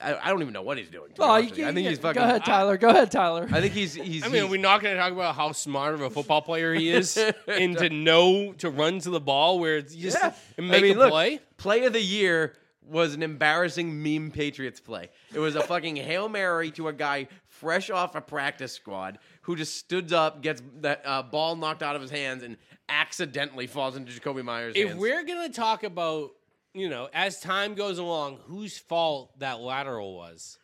[SPEAKER 2] I, I don't even know what he's doing. to be
[SPEAKER 4] Oh,
[SPEAKER 2] honest
[SPEAKER 4] you,
[SPEAKER 2] with you. I think he's fucking.
[SPEAKER 4] Go ahead, Tyler. go ahead, Tyler.
[SPEAKER 2] I think he's. he's
[SPEAKER 3] I mean, are
[SPEAKER 2] he's-
[SPEAKER 3] we not going to talk about how smart of a football player he is and to know to run to the ball where it's just and make
[SPEAKER 2] I mean,
[SPEAKER 3] a
[SPEAKER 2] look,
[SPEAKER 3] play?
[SPEAKER 2] Play of the year was an embarrassing meme Patriots play. It was a fucking hail mary to a guy fresh off a practice squad who just stood up, gets that uh, ball knocked out of his hands, and accidentally falls into Jacoby Myers'
[SPEAKER 3] If
[SPEAKER 2] hands.
[SPEAKER 3] we're going to talk about, you know, as time goes along, whose fault that lateral was,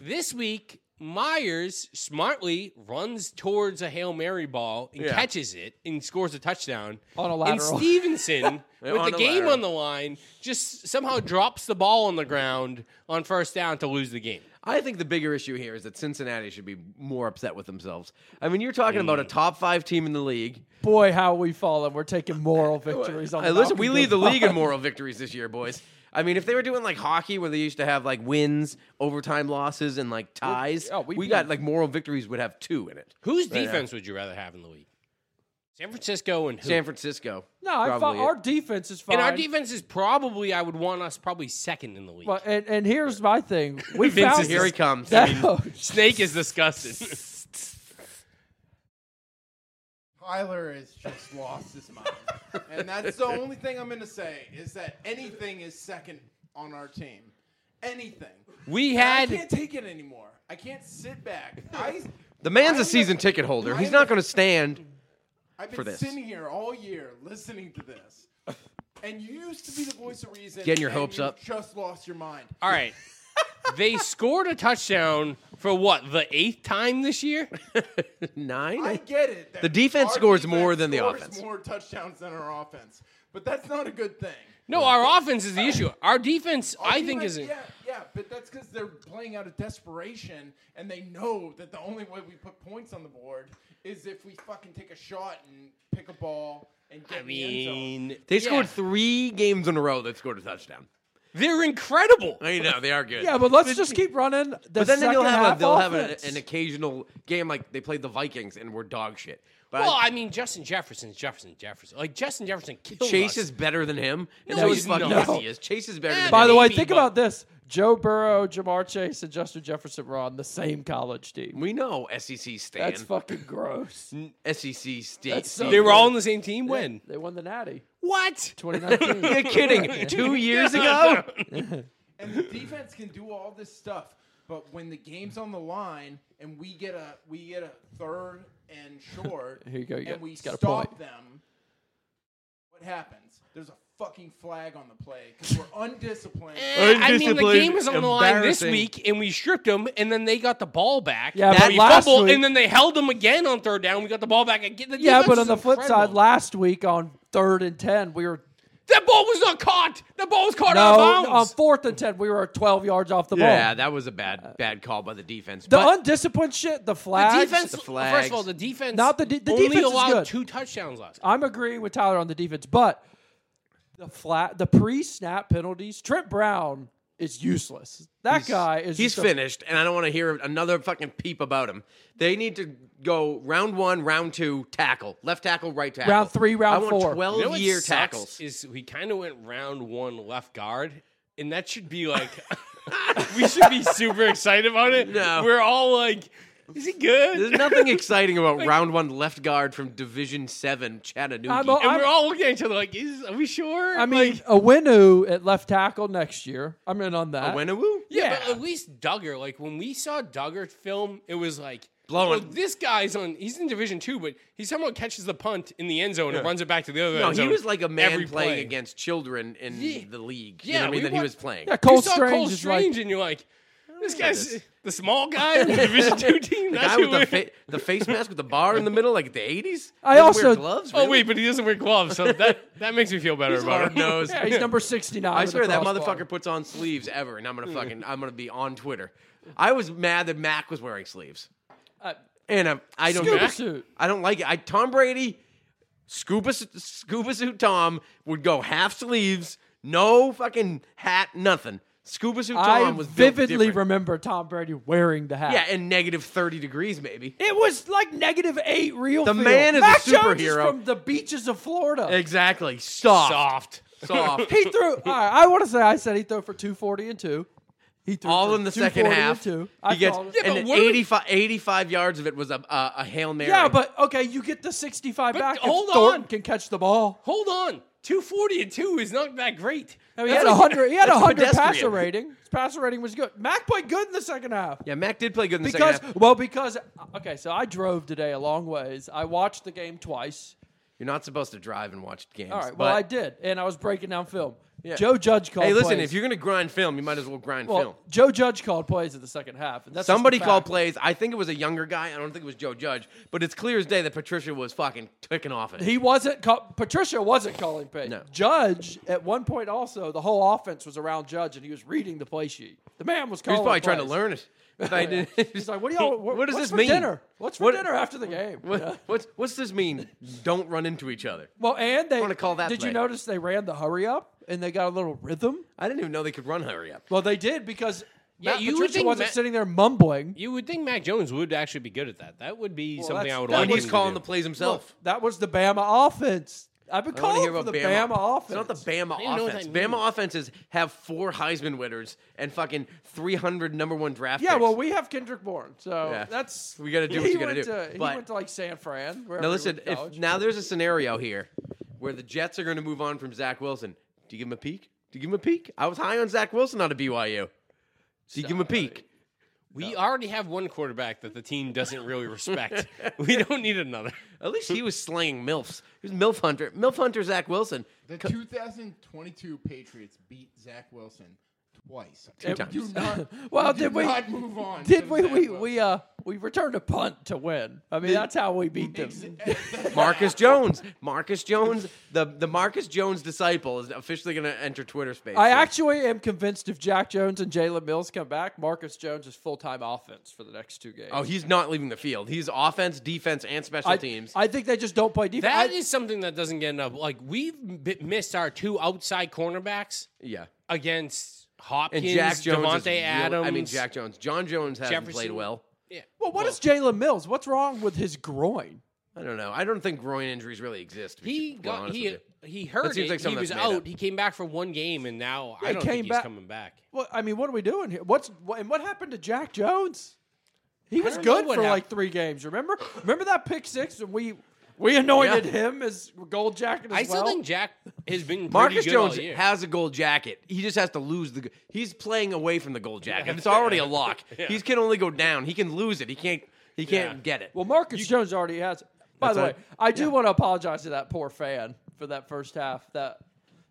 [SPEAKER 3] this week Myers smartly runs towards a Hail Mary ball and
[SPEAKER 2] Yeah.
[SPEAKER 3] catches it and scores a touchdown.
[SPEAKER 4] On a
[SPEAKER 3] And
[SPEAKER 4] lateral.
[SPEAKER 3] Stevenson, with
[SPEAKER 2] On
[SPEAKER 3] the
[SPEAKER 2] a
[SPEAKER 3] game
[SPEAKER 2] lateral.
[SPEAKER 3] on the line, just somehow drops the ball on the ground on first down to lose the game.
[SPEAKER 2] I think the bigger issue here is that Cincinnati should be more upset with themselves. I mean, you're talking about
[SPEAKER 3] Mm.
[SPEAKER 2] a top five team in the league.
[SPEAKER 4] Boy, how we fallen. We're taking moral victories on
[SPEAKER 2] Hey, listen,
[SPEAKER 4] Malcolm
[SPEAKER 2] we lead the league in
[SPEAKER 4] Goodbye.
[SPEAKER 2] moral victories this year, boys. I mean, if they were doing like hockey where they used to have like wins, overtime losses, and like ties,
[SPEAKER 4] yeah,
[SPEAKER 2] we,
[SPEAKER 4] we
[SPEAKER 2] got
[SPEAKER 4] beat-
[SPEAKER 2] like moral victories would have two in it.
[SPEAKER 3] Whose
[SPEAKER 2] Right now.
[SPEAKER 3] defense would you rather have in the league? San Francisco and who?
[SPEAKER 2] San Francisco.
[SPEAKER 4] No, I
[SPEAKER 2] probably
[SPEAKER 4] thought
[SPEAKER 2] it.
[SPEAKER 4] our defense is fine.
[SPEAKER 3] and our defense is probably I would want us probably second in the league.
[SPEAKER 4] Well, and, and here's my thing. We
[SPEAKER 3] Vince
[SPEAKER 4] found
[SPEAKER 3] is-
[SPEAKER 2] Here he comes.
[SPEAKER 4] that-
[SPEAKER 3] Snake is disgusted.
[SPEAKER 1] Tyler has just lost his mind. And that's the only thing I'm going to say is that anything is second on our team. Anything.
[SPEAKER 3] We
[SPEAKER 1] I
[SPEAKER 3] had
[SPEAKER 1] can't take it anymore. I can't sit back. I,
[SPEAKER 2] the man's
[SPEAKER 1] I'm
[SPEAKER 2] a
[SPEAKER 1] the-
[SPEAKER 2] season ticket holder.
[SPEAKER 1] I'm
[SPEAKER 2] He's not
[SPEAKER 1] the-
[SPEAKER 2] going to stand.
[SPEAKER 1] I've been
[SPEAKER 2] for this.
[SPEAKER 1] sitting here all year listening to this. And you used to be the voice of reason.
[SPEAKER 2] Getting your
[SPEAKER 1] and
[SPEAKER 2] hopes
[SPEAKER 1] you've
[SPEAKER 2] up.
[SPEAKER 1] Just lost your mind.
[SPEAKER 3] All right. they scored a touchdown for what, the eighth time this year?
[SPEAKER 2] Nine.
[SPEAKER 1] I get it. that
[SPEAKER 2] The defense
[SPEAKER 1] our
[SPEAKER 2] scores
[SPEAKER 1] defense
[SPEAKER 2] more than the
[SPEAKER 1] scores
[SPEAKER 2] offense.
[SPEAKER 1] More touchdowns than our offense, but that's not a good thing.
[SPEAKER 3] No, our offense is the issue. Our defense,
[SPEAKER 1] Our
[SPEAKER 3] I think,
[SPEAKER 1] defense-
[SPEAKER 3] is
[SPEAKER 1] yeah, yeah, but that's because they're playing out of desperation, and they know that the only way we put points on the board is if we fucking take a shot and pick a ball and get
[SPEAKER 3] I
[SPEAKER 1] in the end zone.
[SPEAKER 3] mean,
[SPEAKER 2] they
[SPEAKER 3] yeah.
[SPEAKER 2] scored three games in a row that scored a touchdown.
[SPEAKER 3] They're incredible.
[SPEAKER 2] I know they are good.
[SPEAKER 4] yeah, but let's just keep running. The
[SPEAKER 2] But then, then you'll
[SPEAKER 4] second
[SPEAKER 2] have
[SPEAKER 4] half
[SPEAKER 2] a, they'll have an,
[SPEAKER 4] offense.
[SPEAKER 2] an occasional game like they played the Vikings and were dog shit. But
[SPEAKER 3] Well, I mean, Justin Jefferson, Justin Jefferson, like Justin Jefferson killed
[SPEAKER 2] Chase
[SPEAKER 3] us.
[SPEAKER 2] is better than him. And
[SPEAKER 3] No,
[SPEAKER 2] so
[SPEAKER 3] he's
[SPEAKER 2] is fucking
[SPEAKER 3] not.
[SPEAKER 2] yes, he is. Chase is better
[SPEAKER 3] Eh,
[SPEAKER 2] than
[SPEAKER 3] but-
[SPEAKER 4] By
[SPEAKER 2] him.
[SPEAKER 4] the way,
[SPEAKER 3] Maybe,
[SPEAKER 4] think
[SPEAKER 3] but-
[SPEAKER 4] about this: Joe Burrow, Jamar Chase, and Justin Jefferson were on the same college team.
[SPEAKER 2] We know SEC stand. E
[SPEAKER 4] That's fucking gross.
[SPEAKER 2] SEC state.
[SPEAKER 4] That's so
[SPEAKER 3] They were all on the same team. When?
[SPEAKER 4] They won the Natty
[SPEAKER 3] What?
[SPEAKER 4] 2019.
[SPEAKER 2] You're kidding. Two years ago?
[SPEAKER 1] And the defense can do all this stuff, but when the game's on the line and we get a we get a third and short,
[SPEAKER 4] Here you go, you
[SPEAKER 1] and
[SPEAKER 4] got-
[SPEAKER 1] we
[SPEAKER 4] it's got a
[SPEAKER 1] stop
[SPEAKER 4] point.
[SPEAKER 1] them. What happens? There's a fucking flag on the play because we're undisciplined.
[SPEAKER 3] Eh, I mean, the
[SPEAKER 2] Undisciplined,
[SPEAKER 3] game was on the line this
[SPEAKER 2] embarrassing.
[SPEAKER 3] week, and we stripped them, and then they got the ball back.
[SPEAKER 4] Yeah,
[SPEAKER 3] and
[SPEAKER 4] but
[SPEAKER 3] we
[SPEAKER 4] last
[SPEAKER 3] fumbled,
[SPEAKER 4] week-
[SPEAKER 3] and then they held them again on third down. We got the ball back again. The
[SPEAKER 4] yeah,
[SPEAKER 3] defense
[SPEAKER 4] but on
[SPEAKER 3] is
[SPEAKER 4] the flip side,
[SPEAKER 3] incredible.
[SPEAKER 4] last week on third and ten, we were
[SPEAKER 3] that ball was not caught. That ball was caught out
[SPEAKER 4] no
[SPEAKER 3] of
[SPEAKER 4] on
[SPEAKER 3] bounds.
[SPEAKER 4] fourth and ten, we were 12 yards off the ball.
[SPEAKER 2] Yeah, that was a bad bad call by the defense.
[SPEAKER 4] The
[SPEAKER 2] but
[SPEAKER 4] undisciplined shit, the
[SPEAKER 3] The
[SPEAKER 4] flags.
[SPEAKER 3] defense,
[SPEAKER 2] the
[SPEAKER 3] first
[SPEAKER 2] flags.
[SPEAKER 3] of all, the defense.
[SPEAKER 4] Not the de- the
[SPEAKER 3] only
[SPEAKER 4] defense is
[SPEAKER 3] allowed
[SPEAKER 4] good.
[SPEAKER 3] two touchdowns last.
[SPEAKER 4] I'm agreeing with Tyler on the defense, but the flat, the pre-snap penalties. Trent Brown is useless. That guy is.
[SPEAKER 2] he's
[SPEAKER 4] just a-
[SPEAKER 2] finished, and I don't want to hear another fucking peep about him. They need to go round one, round two, tackle. Left tackle, right tackle.
[SPEAKER 4] Round three, round
[SPEAKER 2] I want
[SPEAKER 4] four.
[SPEAKER 2] 12
[SPEAKER 3] You know what
[SPEAKER 2] year
[SPEAKER 3] sucks
[SPEAKER 2] tackles.
[SPEAKER 3] Is we kind of went round one left guard, and that should be like we should be super excited about it.
[SPEAKER 2] No.
[SPEAKER 3] we're all like, is he
[SPEAKER 2] There's
[SPEAKER 3] good?
[SPEAKER 2] nothing exciting about round one left guard from Division Seven, Chattanooga.
[SPEAKER 4] I'm a-
[SPEAKER 3] and we're all looking at each other like, is are we sure?
[SPEAKER 4] I mean, a Winu at left tackle next year. I'm in on that.
[SPEAKER 2] Wenawoo?
[SPEAKER 3] yeah,
[SPEAKER 4] yeah.
[SPEAKER 3] but at least Duggar. Like when we saw Duggar film, it was like.
[SPEAKER 2] Blowing.
[SPEAKER 3] Well, this guy's on. He's in Division Two, but he somehow catches the punt in the end zone and runs it back to the other.
[SPEAKER 2] No,
[SPEAKER 3] end
[SPEAKER 2] he
[SPEAKER 3] zone
[SPEAKER 2] was like a man
[SPEAKER 3] every
[SPEAKER 2] playing
[SPEAKER 3] play.
[SPEAKER 2] against children in
[SPEAKER 3] Yeah.
[SPEAKER 2] the league.
[SPEAKER 3] Yeah,
[SPEAKER 2] you know what I
[SPEAKER 3] we
[SPEAKER 2] mean? That he
[SPEAKER 3] want-
[SPEAKER 2] was playing.
[SPEAKER 4] Yeah, Cole
[SPEAKER 3] you saw
[SPEAKER 4] Strange
[SPEAKER 3] Cole
[SPEAKER 4] is
[SPEAKER 3] Strange,
[SPEAKER 4] like.
[SPEAKER 3] and you're like, this guy's the small guy in the Division Two team.
[SPEAKER 2] The
[SPEAKER 3] That's
[SPEAKER 2] guy
[SPEAKER 3] who
[SPEAKER 2] with the,
[SPEAKER 3] we're-
[SPEAKER 2] fa- the face mask with the bar in the middle, like the 80s?
[SPEAKER 4] I
[SPEAKER 2] Doesn't Wear
[SPEAKER 4] also-
[SPEAKER 2] gloves,
[SPEAKER 3] Oh wait, but he doesn't wear gloves, so that that makes me feel better about
[SPEAKER 2] Hard
[SPEAKER 3] him.
[SPEAKER 2] nose.
[SPEAKER 4] Yeah, he's number 69.
[SPEAKER 2] I
[SPEAKER 4] with
[SPEAKER 2] swear
[SPEAKER 4] the
[SPEAKER 2] that
[SPEAKER 4] crossbar. Mm.
[SPEAKER 2] motherfucker puts on sleeves ever, and I'm gonna fucking I'm gonna be on Twitter. I was mad that Mac was wearing sleeves,
[SPEAKER 4] Uh,
[SPEAKER 2] and I, I don't
[SPEAKER 4] Scuba
[SPEAKER 2] Mac-
[SPEAKER 4] suit.
[SPEAKER 2] I don't like it. I Tom Brady, scuba su- scuba suit Tom would go half sleeves, no fucking hat, nothing. Scuba suit Tom
[SPEAKER 4] I
[SPEAKER 2] was built
[SPEAKER 4] vividly
[SPEAKER 2] different.
[SPEAKER 4] remember Tom Brady wearing the hat.
[SPEAKER 2] Yeah, and negative thirty degrees maybe.
[SPEAKER 4] It was like negative eight real.
[SPEAKER 2] The
[SPEAKER 4] field.
[SPEAKER 2] man is a
[SPEAKER 4] Mac Jones is
[SPEAKER 2] superhero.
[SPEAKER 4] from the beaches of Florida.
[SPEAKER 2] Exactly. Soft.
[SPEAKER 3] Soft.
[SPEAKER 2] Soft.
[SPEAKER 4] He threw. All right, I want to say I said he threw for two forty and two. He threw
[SPEAKER 2] All
[SPEAKER 4] for
[SPEAKER 2] in the second
[SPEAKER 4] 240 and
[SPEAKER 2] half.
[SPEAKER 4] Two.
[SPEAKER 2] He gets
[SPEAKER 4] called it.
[SPEAKER 3] Yeah,
[SPEAKER 2] and
[SPEAKER 3] but
[SPEAKER 2] then
[SPEAKER 3] what do we-
[SPEAKER 2] 85, 85 yards of it was a a, a hail mary.
[SPEAKER 4] yeah, but okay, you get the sixty-five
[SPEAKER 3] But
[SPEAKER 4] back. if
[SPEAKER 3] hold
[SPEAKER 4] Thornton
[SPEAKER 3] on.
[SPEAKER 4] can catch the ball.
[SPEAKER 3] Hold on, two forty and two is not that great.
[SPEAKER 4] I mean, he
[SPEAKER 2] That's
[SPEAKER 4] had a
[SPEAKER 2] like-
[SPEAKER 4] hundred. He had a
[SPEAKER 2] that's
[SPEAKER 4] hundred passer
[SPEAKER 2] pedestrian.
[SPEAKER 4] rating. His passer rating was good. Mac played good in the second half.
[SPEAKER 2] yeah, Mac did play good in the
[SPEAKER 4] Because
[SPEAKER 2] second half.
[SPEAKER 4] well, because okay, so I drove today a long ways. I watched the game twice.
[SPEAKER 2] You're not supposed to drive and watch games.
[SPEAKER 4] All right, well
[SPEAKER 2] but
[SPEAKER 4] I did, and I was breaking down film.
[SPEAKER 2] Yeah.
[SPEAKER 4] Joe Judge called.
[SPEAKER 2] Hey, listen,
[SPEAKER 4] plays.
[SPEAKER 2] if you're gonna grind film, you might as well grind
[SPEAKER 4] well,
[SPEAKER 2] film.
[SPEAKER 4] Joe Judge called plays in the second half. And that's just a
[SPEAKER 2] Somebody called
[SPEAKER 4] fact.
[SPEAKER 2] plays. I think it was a younger guy. I don't think it was Joe Judge, but it's clear as day that Patricia was fucking ticking off at him.
[SPEAKER 4] He wasn't. Call- Patricia wasn't calling plays.
[SPEAKER 2] No.
[SPEAKER 4] Judge at one point also the whole offense was around Judge and he was reading the play sheet. The man was
[SPEAKER 2] He
[SPEAKER 4] calling.
[SPEAKER 2] was probably trying to
[SPEAKER 4] plays.
[SPEAKER 2] learn it. If I did-
[SPEAKER 4] He's like, "What do y'all? What,
[SPEAKER 2] What does
[SPEAKER 4] what's
[SPEAKER 2] this
[SPEAKER 4] for
[SPEAKER 2] mean?
[SPEAKER 4] Dinner? What's for
[SPEAKER 2] What-
[SPEAKER 4] dinner after the game?"
[SPEAKER 2] What,
[SPEAKER 4] Yeah.
[SPEAKER 2] what's what's this mean? Don't run into each other.
[SPEAKER 4] Well, and they
[SPEAKER 2] wanna call that
[SPEAKER 4] Did
[SPEAKER 2] play.
[SPEAKER 4] you notice they ran the hurry up and they got a little rhythm?
[SPEAKER 2] I didn't even know they could run hurry up.
[SPEAKER 4] Well, they did because
[SPEAKER 3] Yeah,
[SPEAKER 4] Matt
[SPEAKER 3] you would
[SPEAKER 4] Patricia
[SPEAKER 3] think
[SPEAKER 4] wasn't
[SPEAKER 3] Matt-
[SPEAKER 4] sitting there mumbling.
[SPEAKER 3] You would think Mac Jones would actually be good at that. That would be something
[SPEAKER 4] that's-
[SPEAKER 3] I would
[SPEAKER 4] that
[SPEAKER 2] And
[SPEAKER 4] was-
[SPEAKER 3] like.
[SPEAKER 2] he's
[SPEAKER 3] him to
[SPEAKER 2] calling
[SPEAKER 3] do.
[SPEAKER 2] the plays himself.
[SPEAKER 4] That was the Bama offense. I've been
[SPEAKER 2] I want to
[SPEAKER 4] calling
[SPEAKER 2] hear
[SPEAKER 4] for
[SPEAKER 2] about
[SPEAKER 4] the Bama, offense.
[SPEAKER 2] It's not the
[SPEAKER 3] didn't
[SPEAKER 2] Bama
[SPEAKER 3] know what
[SPEAKER 2] offense.
[SPEAKER 3] that means.
[SPEAKER 2] Bama offenses have four Heisman winners and fucking 300 number one draft
[SPEAKER 4] yeah,
[SPEAKER 2] picks.
[SPEAKER 4] well, we have Kendrick Bourne, so
[SPEAKER 2] Yeah.
[SPEAKER 4] that's
[SPEAKER 2] We gotta do
[SPEAKER 4] he
[SPEAKER 2] what you gotta
[SPEAKER 4] went
[SPEAKER 2] do.
[SPEAKER 4] To, he
[SPEAKER 2] But-
[SPEAKER 4] went to like San Fran.
[SPEAKER 2] now listen, if, now there's a scenario here where the Jets are going to move on from Zach Wilson. Do you give him a peek? Do you give him a peek? I was high on Zach Wilson out of BYU. So you give him a peek.
[SPEAKER 3] We already have one quarterback that the team doesn't really respect. we don't need another.
[SPEAKER 2] At least he was slaying milfs. He was milf hunter. Milf hunter Zach Wilson.
[SPEAKER 1] The 2022 Patriots beat Zach Wilson twice.
[SPEAKER 2] Two times.
[SPEAKER 1] Do not.
[SPEAKER 4] well,
[SPEAKER 1] do
[SPEAKER 4] Oh, did we?
[SPEAKER 1] not move on?
[SPEAKER 4] Did
[SPEAKER 1] from
[SPEAKER 4] we?
[SPEAKER 1] Zach
[SPEAKER 4] We
[SPEAKER 1] Wilson.
[SPEAKER 4] we uh we returned a punt to win. I mean, that's how we beat them.
[SPEAKER 2] Marcus Jones. Marcus Jones. The the Marcus Jones disciple is officially going to enter Twitter space.
[SPEAKER 4] I
[SPEAKER 2] soon.
[SPEAKER 4] actually am convinced if Jack Jones and Jalen Mills come back, Marcus Jones is full time offense for the next two games.
[SPEAKER 2] Oh, he's not leaving the field. He's offense, defense, and special
[SPEAKER 4] I,
[SPEAKER 2] teams.
[SPEAKER 4] I think they just don't play defense.
[SPEAKER 3] That is
[SPEAKER 4] I-
[SPEAKER 3] something that doesn't get enough. Like we've m- missed our two outside cornerbacks
[SPEAKER 2] yeah.
[SPEAKER 3] against Hopkins,
[SPEAKER 2] And Jack Jones. is
[SPEAKER 3] Devontae
[SPEAKER 2] real-
[SPEAKER 3] Adams.
[SPEAKER 2] I mean, Jack Jones. John Jones hasn't played
[SPEAKER 3] Jefferson.
[SPEAKER 2] well.
[SPEAKER 3] Yeah.
[SPEAKER 4] well, what is Jalen Mills? What's wrong with his groin?
[SPEAKER 2] I don't know. I don't think groin injuries really exist. to be
[SPEAKER 3] He
[SPEAKER 2] ch- well,
[SPEAKER 3] got
[SPEAKER 2] honest
[SPEAKER 3] he
[SPEAKER 2] with you.
[SPEAKER 3] he heard
[SPEAKER 2] seems like
[SPEAKER 3] it. he
[SPEAKER 2] something
[SPEAKER 3] was
[SPEAKER 2] that's made
[SPEAKER 3] out.
[SPEAKER 2] up.
[SPEAKER 3] He came back for one game, and now
[SPEAKER 4] Yeah,
[SPEAKER 3] I
[SPEAKER 4] he
[SPEAKER 3] don't
[SPEAKER 4] came
[SPEAKER 3] think he's
[SPEAKER 4] back-
[SPEAKER 3] coming back.
[SPEAKER 4] Well, I mean, what are we doing here? What's wh- and what happened to Jack Jones? He was
[SPEAKER 3] don't know
[SPEAKER 4] good for
[SPEAKER 3] what
[SPEAKER 4] like three games. Remember, remember that pick six, and we we anointed
[SPEAKER 2] Yeah.
[SPEAKER 4] him as gold jacket. As
[SPEAKER 3] I still
[SPEAKER 4] well?
[SPEAKER 3] think Jack has been pretty
[SPEAKER 2] Marcus
[SPEAKER 3] good
[SPEAKER 2] Jones
[SPEAKER 3] all year.
[SPEAKER 2] has a gold jacket. He just has to lose the. g- He's playing away from the gold jacket. It's already a lock.
[SPEAKER 3] Yeah.
[SPEAKER 2] He can only go down. He can lose it. He can't. He can't
[SPEAKER 3] Yeah.
[SPEAKER 2] get it.
[SPEAKER 4] Well, Marcus Jones already has. it. By
[SPEAKER 2] That's
[SPEAKER 4] the way,
[SPEAKER 2] right.
[SPEAKER 4] I do want to apologize to that poor fan for that first half. That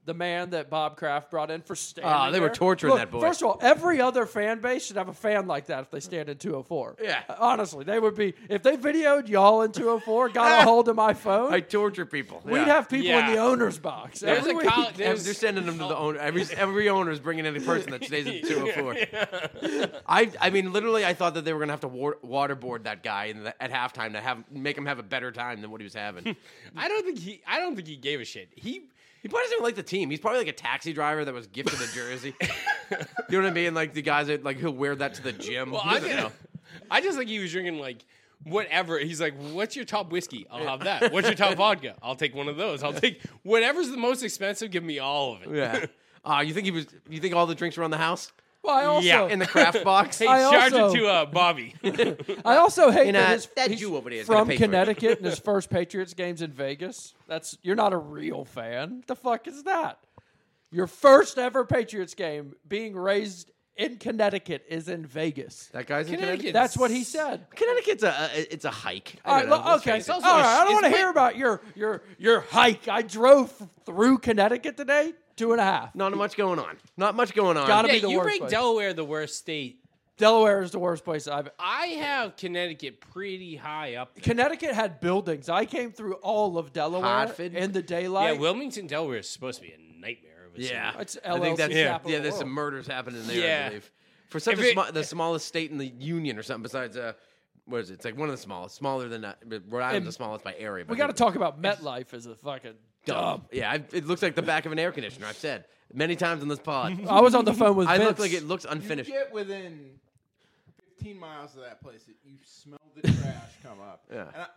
[SPEAKER 4] the man that Bob Kraft brought in for standing.
[SPEAKER 2] Ah, they were
[SPEAKER 4] there.
[SPEAKER 2] torturing
[SPEAKER 4] Look,
[SPEAKER 2] that boy.
[SPEAKER 4] First of all, every other fan base should have a fan like that if they stand in 204.
[SPEAKER 2] Yeah.
[SPEAKER 4] honestly, they would be if they videoed y'all in 204, got a hold of my phone.
[SPEAKER 2] I torture people.
[SPEAKER 4] we'd
[SPEAKER 2] Yeah.
[SPEAKER 4] have people in
[SPEAKER 3] Yeah.
[SPEAKER 4] the owner's box.
[SPEAKER 3] There's
[SPEAKER 4] every
[SPEAKER 3] a
[SPEAKER 4] week.
[SPEAKER 3] coll-
[SPEAKER 2] Ev-
[SPEAKER 3] there's,
[SPEAKER 2] They're sending them to the owner. Every every owner is bringing in a person that stays in two hundred four. I I mean, literally, I thought that they were gonna have to war- waterboard that guy in the, at halftime to have make him have a better time than what he was having.
[SPEAKER 3] I don't think he. I don't think he gave a shit. He
[SPEAKER 2] he probably doesn't even like the team. He's probably like a taxi driver that was gifted a jersey. you know what I mean? Like the guys that like he'll wear that to the gym.
[SPEAKER 3] Well,
[SPEAKER 2] He
[SPEAKER 3] I,
[SPEAKER 2] doesn't
[SPEAKER 3] ju-
[SPEAKER 2] know.
[SPEAKER 3] I just think he was drinking like whatever. He's like, "What's your top whiskey? I'll have that. What's your top vodka? I'll take one of those. I'll take whatever's the most expensive. Give me all of it."
[SPEAKER 2] Yeah. Ah, you think he was? You think all the drinks were on the house
[SPEAKER 4] Well, I also,
[SPEAKER 3] Yeah,
[SPEAKER 2] in the craft box?
[SPEAKER 3] Hey,
[SPEAKER 4] I
[SPEAKER 3] charge
[SPEAKER 4] also-
[SPEAKER 3] it to uh, Bobby.
[SPEAKER 4] I also hate
[SPEAKER 2] And,
[SPEAKER 4] that,
[SPEAKER 2] uh,
[SPEAKER 4] his,
[SPEAKER 2] that
[SPEAKER 4] he's
[SPEAKER 2] Jew over there is gonna
[SPEAKER 4] from
[SPEAKER 2] pay for it.
[SPEAKER 4] Connecticut and his first Patriots game's in Vegas. That's you're not a real fan. The fuck is that? Your first ever Patriots game being raised in Connecticut is in Vegas.
[SPEAKER 2] that guy's in Connecticut.
[SPEAKER 3] Connecticut.
[SPEAKER 4] That's what he said.
[SPEAKER 2] Connecticut's a, a it's a hike. I
[SPEAKER 4] All right,
[SPEAKER 2] don't know.
[SPEAKER 4] well,
[SPEAKER 2] Let's
[SPEAKER 4] okay.
[SPEAKER 2] face it.
[SPEAKER 4] All
[SPEAKER 3] also a
[SPEAKER 4] right, I
[SPEAKER 3] sh-
[SPEAKER 4] don't want to
[SPEAKER 3] it's
[SPEAKER 4] hear
[SPEAKER 3] wet-
[SPEAKER 4] about your your your hike. I drove through Connecticut today, two and a half.
[SPEAKER 2] Not much going on. Not much going on.
[SPEAKER 4] Gotta
[SPEAKER 3] yeah,
[SPEAKER 4] be the
[SPEAKER 3] you
[SPEAKER 4] worst
[SPEAKER 3] make
[SPEAKER 4] place.
[SPEAKER 3] Delaware the worst state.
[SPEAKER 4] Delaware is the worst place I've.
[SPEAKER 3] I have Connecticut pretty high up. There.
[SPEAKER 4] Connecticut had buildings. I came through all of Delaware
[SPEAKER 2] Hartford.
[SPEAKER 4] in the
[SPEAKER 3] Yeah,
[SPEAKER 4] daylight.
[SPEAKER 3] Wilmington, Delaware is supposed to be a nightmare. Of a city.
[SPEAKER 2] Yeah,
[SPEAKER 4] It's
[SPEAKER 2] I think
[SPEAKER 4] LLC capital
[SPEAKER 2] that's, Yeah,
[SPEAKER 4] of the
[SPEAKER 2] there's
[SPEAKER 4] world.
[SPEAKER 2] some murders happening there. I
[SPEAKER 3] Yeah.
[SPEAKER 2] believe for such
[SPEAKER 3] If
[SPEAKER 2] a
[SPEAKER 3] it-
[SPEAKER 2] sma- the smallest state in the union or something besides uh, what is it? It's like one of the smallest, smaller than uh, but Rhode Island's
[SPEAKER 4] And
[SPEAKER 2] the smallest by area.
[SPEAKER 4] we got to talk about MetLife as a fucking dumb.
[SPEAKER 2] Yeah, I, it looks like the back of an air conditioner. I've said many times on this pod.
[SPEAKER 4] I was on the phone with
[SPEAKER 2] I
[SPEAKER 4] Vince.
[SPEAKER 2] look like it looks
[SPEAKER 1] You
[SPEAKER 2] unfinished.
[SPEAKER 1] get within 15 miles of that place, it- you smell the trash come up.
[SPEAKER 2] Yeah.
[SPEAKER 1] And I,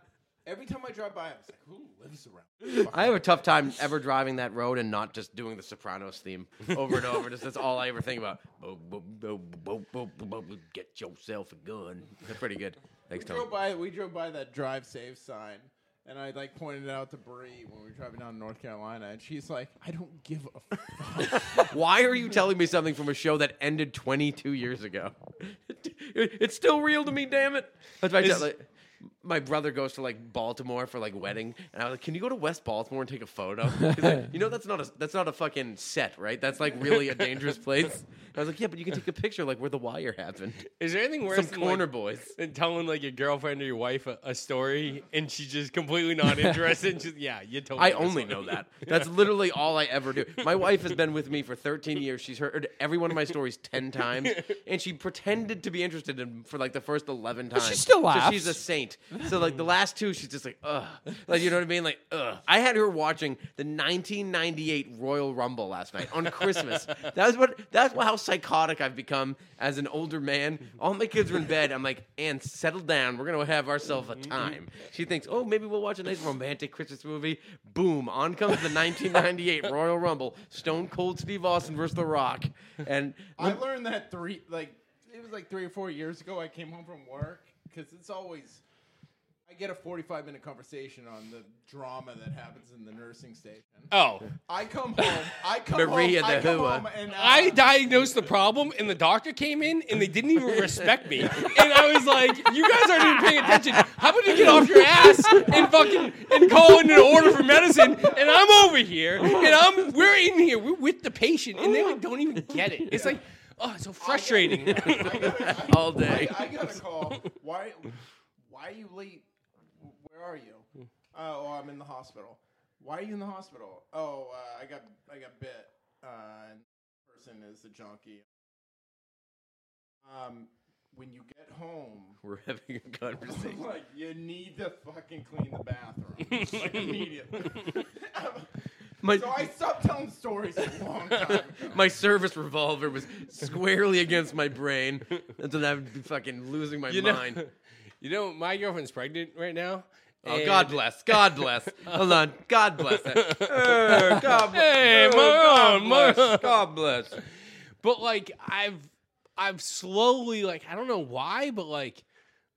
[SPEAKER 1] every time I drive by, I was like, who lives around?
[SPEAKER 2] I have a tough time ever driving that road and not just doing the Sopranos theme over and over. Just that's all I ever think about. Bo- bo- bo- bo- bo- bo- bo- Get yourself a gun. They're pretty good. Thanks,
[SPEAKER 1] we
[SPEAKER 2] Tom.
[SPEAKER 1] drove by we drove by that drive safe sign and I like pointed it out to Bree when we were driving down to North Carolina and she's like, I don't give a fuck.
[SPEAKER 2] Why are you telling me something from a show that ended 22 years ago? It- It's still real to me, damn it. That's my
[SPEAKER 3] Is-
[SPEAKER 2] like, my brother goes to like Baltimore for like wedding, and I was like, "Can you go to West Baltimore and take a photo?" He's like, "You know that's not a that's not a fucking set, right? That's like really a dangerous place." I was like, "Yeah, but you can take a picture like where the wire happened."
[SPEAKER 3] Is there anything worse
[SPEAKER 2] Some
[SPEAKER 3] than,
[SPEAKER 2] corner
[SPEAKER 3] like,
[SPEAKER 2] boys.
[SPEAKER 3] than telling like your girlfriend or your wife a, a story and she's just completely not interested? and just, yeah, you told.
[SPEAKER 2] I
[SPEAKER 3] me this
[SPEAKER 2] only
[SPEAKER 3] one."
[SPEAKER 2] know that. That's literally all I ever do. My wife has been with me for 13 years. She's heard every one of my stories 10 times, and she pretended to be interested in for like the first 11 times.
[SPEAKER 4] she still
[SPEAKER 2] So
[SPEAKER 4] laughs.
[SPEAKER 2] she's a saint. So like the last two, she's just like, ugh, like you know what I mean? Like, ugh. I had her watching the 1998 Royal Rumble last night on Christmas. that's what. That's how psychotic I've become as an older man. All my kids are in bed. I'm like, Anne, settle down. We're gonna have ourselves a time. She thinks, oh, maybe we'll watch a nice romantic Christmas movie. Boom! On comes the 1998 Royal Rumble. Stone Cold Steve Austin versus The Rock, and
[SPEAKER 1] I learned that three, like, it was like three or four years ago. I came home from work because it's always, I get a 45 minute conversation on the drama that happens in the nursing station.
[SPEAKER 3] Oh,
[SPEAKER 1] I come home, I come
[SPEAKER 2] Maria
[SPEAKER 1] home, I
[SPEAKER 2] the
[SPEAKER 1] come
[SPEAKER 2] Hua.
[SPEAKER 1] home, and uh,
[SPEAKER 3] I diagnosed the problem, and the doctor came in, and they didn't even respect me. And I was like, "You guys aren't even paying attention. How about you get off your ass and fucking and call in an order for medicine?" And I'm over here, and I'm we're in here, we're with the patient, and they like don't even get it. It's like, oh, it's so frustrating.
[SPEAKER 1] I got a- I-
[SPEAKER 2] all day.
[SPEAKER 1] I, I got a call. Why? Why are you late? Where are you? Oh, well, I'm in the hospital. Why are you in the hospital? Oh, uh, I got I got bit. Uh, and the person is the junkie. Um, when you get home,
[SPEAKER 2] we're having a conversation.
[SPEAKER 1] like you need to fucking clean the bathroom like immediately.
[SPEAKER 2] My-
[SPEAKER 1] so I stopped telling stories a long time ago.
[SPEAKER 2] My service revolver was squarely against my brain. That's when I'd be fucking losing my
[SPEAKER 3] You know,
[SPEAKER 2] mind.
[SPEAKER 3] you know, my girlfriend's pregnant right now.
[SPEAKER 2] Oh,
[SPEAKER 3] and-
[SPEAKER 2] God bless. God bless. Hold on. God bless. That. Eh, God bless. Oh,
[SPEAKER 3] Hey, moron,
[SPEAKER 2] God
[SPEAKER 3] moron.
[SPEAKER 2] bless. God bless.
[SPEAKER 3] But like I've I've slowly like I don't know why, but like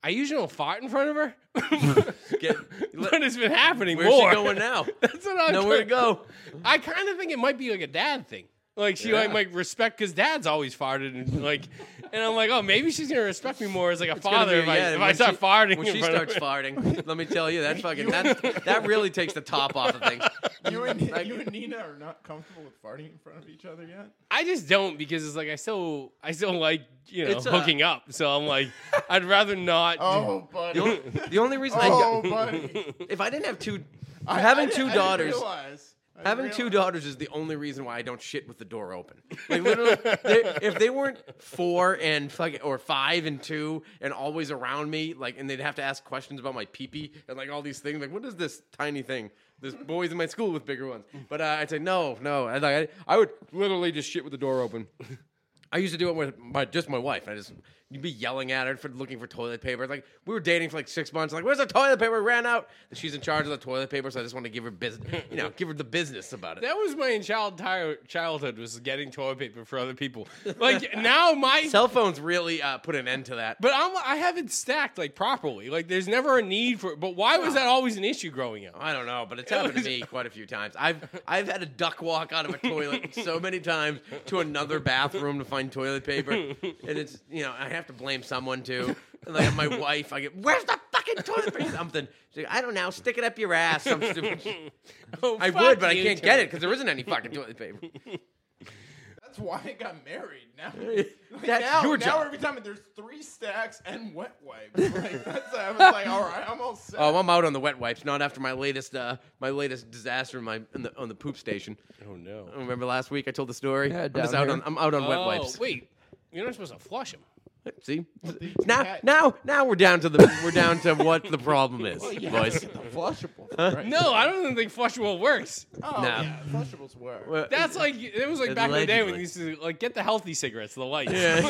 [SPEAKER 3] I usually don't fart in front of her.
[SPEAKER 2] Get-
[SPEAKER 3] but it's been happening
[SPEAKER 2] Where's
[SPEAKER 3] more.
[SPEAKER 2] she going now?
[SPEAKER 3] That's what I'm
[SPEAKER 2] Nowhere to go.
[SPEAKER 3] I kind of think it might be like a dad thing. Like she like
[SPEAKER 2] Yeah.
[SPEAKER 3] might respect because dad's always farted and like, and I'm like, oh, maybe she's gonna respect me more as like a
[SPEAKER 2] It's gonna
[SPEAKER 3] father
[SPEAKER 2] be-
[SPEAKER 3] if I,
[SPEAKER 2] yeah,
[SPEAKER 3] if
[SPEAKER 2] when
[SPEAKER 3] I start
[SPEAKER 2] she-
[SPEAKER 3] farting.
[SPEAKER 2] When
[SPEAKER 3] in
[SPEAKER 2] she
[SPEAKER 3] front of
[SPEAKER 2] starts
[SPEAKER 3] her.
[SPEAKER 2] farting, let me tell you, that fucking that that really takes the top off of things.
[SPEAKER 1] You and you and Nina are not comfortable with farting in front of each other yet.
[SPEAKER 3] I just don't because it's like I still I still like you know
[SPEAKER 2] It's, uh,
[SPEAKER 3] hooking up. So I'm like, I'd rather not.
[SPEAKER 1] Oh, buddy.
[SPEAKER 2] The only, the only reason
[SPEAKER 1] Oh,
[SPEAKER 2] I got,
[SPEAKER 1] buddy.
[SPEAKER 2] if I didn't have two, having
[SPEAKER 1] I- I
[SPEAKER 2] two
[SPEAKER 1] didn't
[SPEAKER 2] daughters.
[SPEAKER 1] realize. I
[SPEAKER 2] Having
[SPEAKER 1] real-
[SPEAKER 2] two daughters is the only reason why I don't shit with the door open. Like literally, they, if they weren't four and fucking or five and two and always around me, like, and they'd have to ask questions about my pee pee and like all these things, like, what is this tiny thing? There's boys in my school with bigger ones, but uh, I'd say no, no. I, like, I, I would literally just shit with the door open. I used to do it with my just my wife. I just you'd be yelling at her for looking for toilet paper. Like we were dating for like six months. Like where's the toilet paper? Ran out. She's in charge of the toilet paper, so I just want to give her business. You know, give her the business about it.
[SPEAKER 3] That was my entire entire childhood was getting toilet paper for other people. Like now my
[SPEAKER 2] Cell phones really uh, put an end to that.
[SPEAKER 3] but I'm I haven't stacked like properly. Like there's never a need for but why was that always an issue growing up?
[SPEAKER 2] I don't know, but it's happened to me quite a few times. I've I've had a duck walk out of a toilet so many times to another bathroom to find toilet paper, and it's you know I have to blame someone too. And like my wife, I get where's the fucking toilet paper? Something She's like, I don't know. Stick it up your ass. Some stupid. shit.
[SPEAKER 3] Oh,
[SPEAKER 2] I
[SPEAKER 3] fuck
[SPEAKER 2] would, but I
[SPEAKER 3] you,
[SPEAKER 2] can't
[SPEAKER 3] Tim.
[SPEAKER 2] get it because there isn't any fucking toilet paper.
[SPEAKER 1] That's why I got married. Now, like,
[SPEAKER 2] That's
[SPEAKER 1] now,
[SPEAKER 2] your
[SPEAKER 1] now
[SPEAKER 2] job.
[SPEAKER 1] every time there's three stacks and wet wipes. Like, that's, I was like, all right, I'm all set.
[SPEAKER 2] Oh, I'm out on the wet wipes. Not after my latest, uh, my latest disaster in my in the, on the poop station.
[SPEAKER 3] Oh no.
[SPEAKER 2] Remember last week I told the story?
[SPEAKER 4] Yeah,
[SPEAKER 2] I'm just
[SPEAKER 4] down
[SPEAKER 2] out
[SPEAKER 4] here.
[SPEAKER 2] on I'm out on wet
[SPEAKER 3] Oh,
[SPEAKER 2] wipes.
[SPEAKER 3] Wait. You're not supposed to flush them.
[SPEAKER 2] See,
[SPEAKER 1] the-
[SPEAKER 2] now,
[SPEAKER 1] you had-
[SPEAKER 2] now, now we're down to the we're down to what the problem is,
[SPEAKER 1] you have
[SPEAKER 2] boys.
[SPEAKER 1] to get the flushable. Right?
[SPEAKER 3] No, I don't even think flushable works.
[SPEAKER 1] oh,
[SPEAKER 2] no.
[SPEAKER 1] yeah, flushables work.
[SPEAKER 2] Well,
[SPEAKER 3] That's like it was like back in the day when
[SPEAKER 2] Allegedly.
[SPEAKER 3] they used to like get the healthy cigarettes, the lights.
[SPEAKER 2] yeah.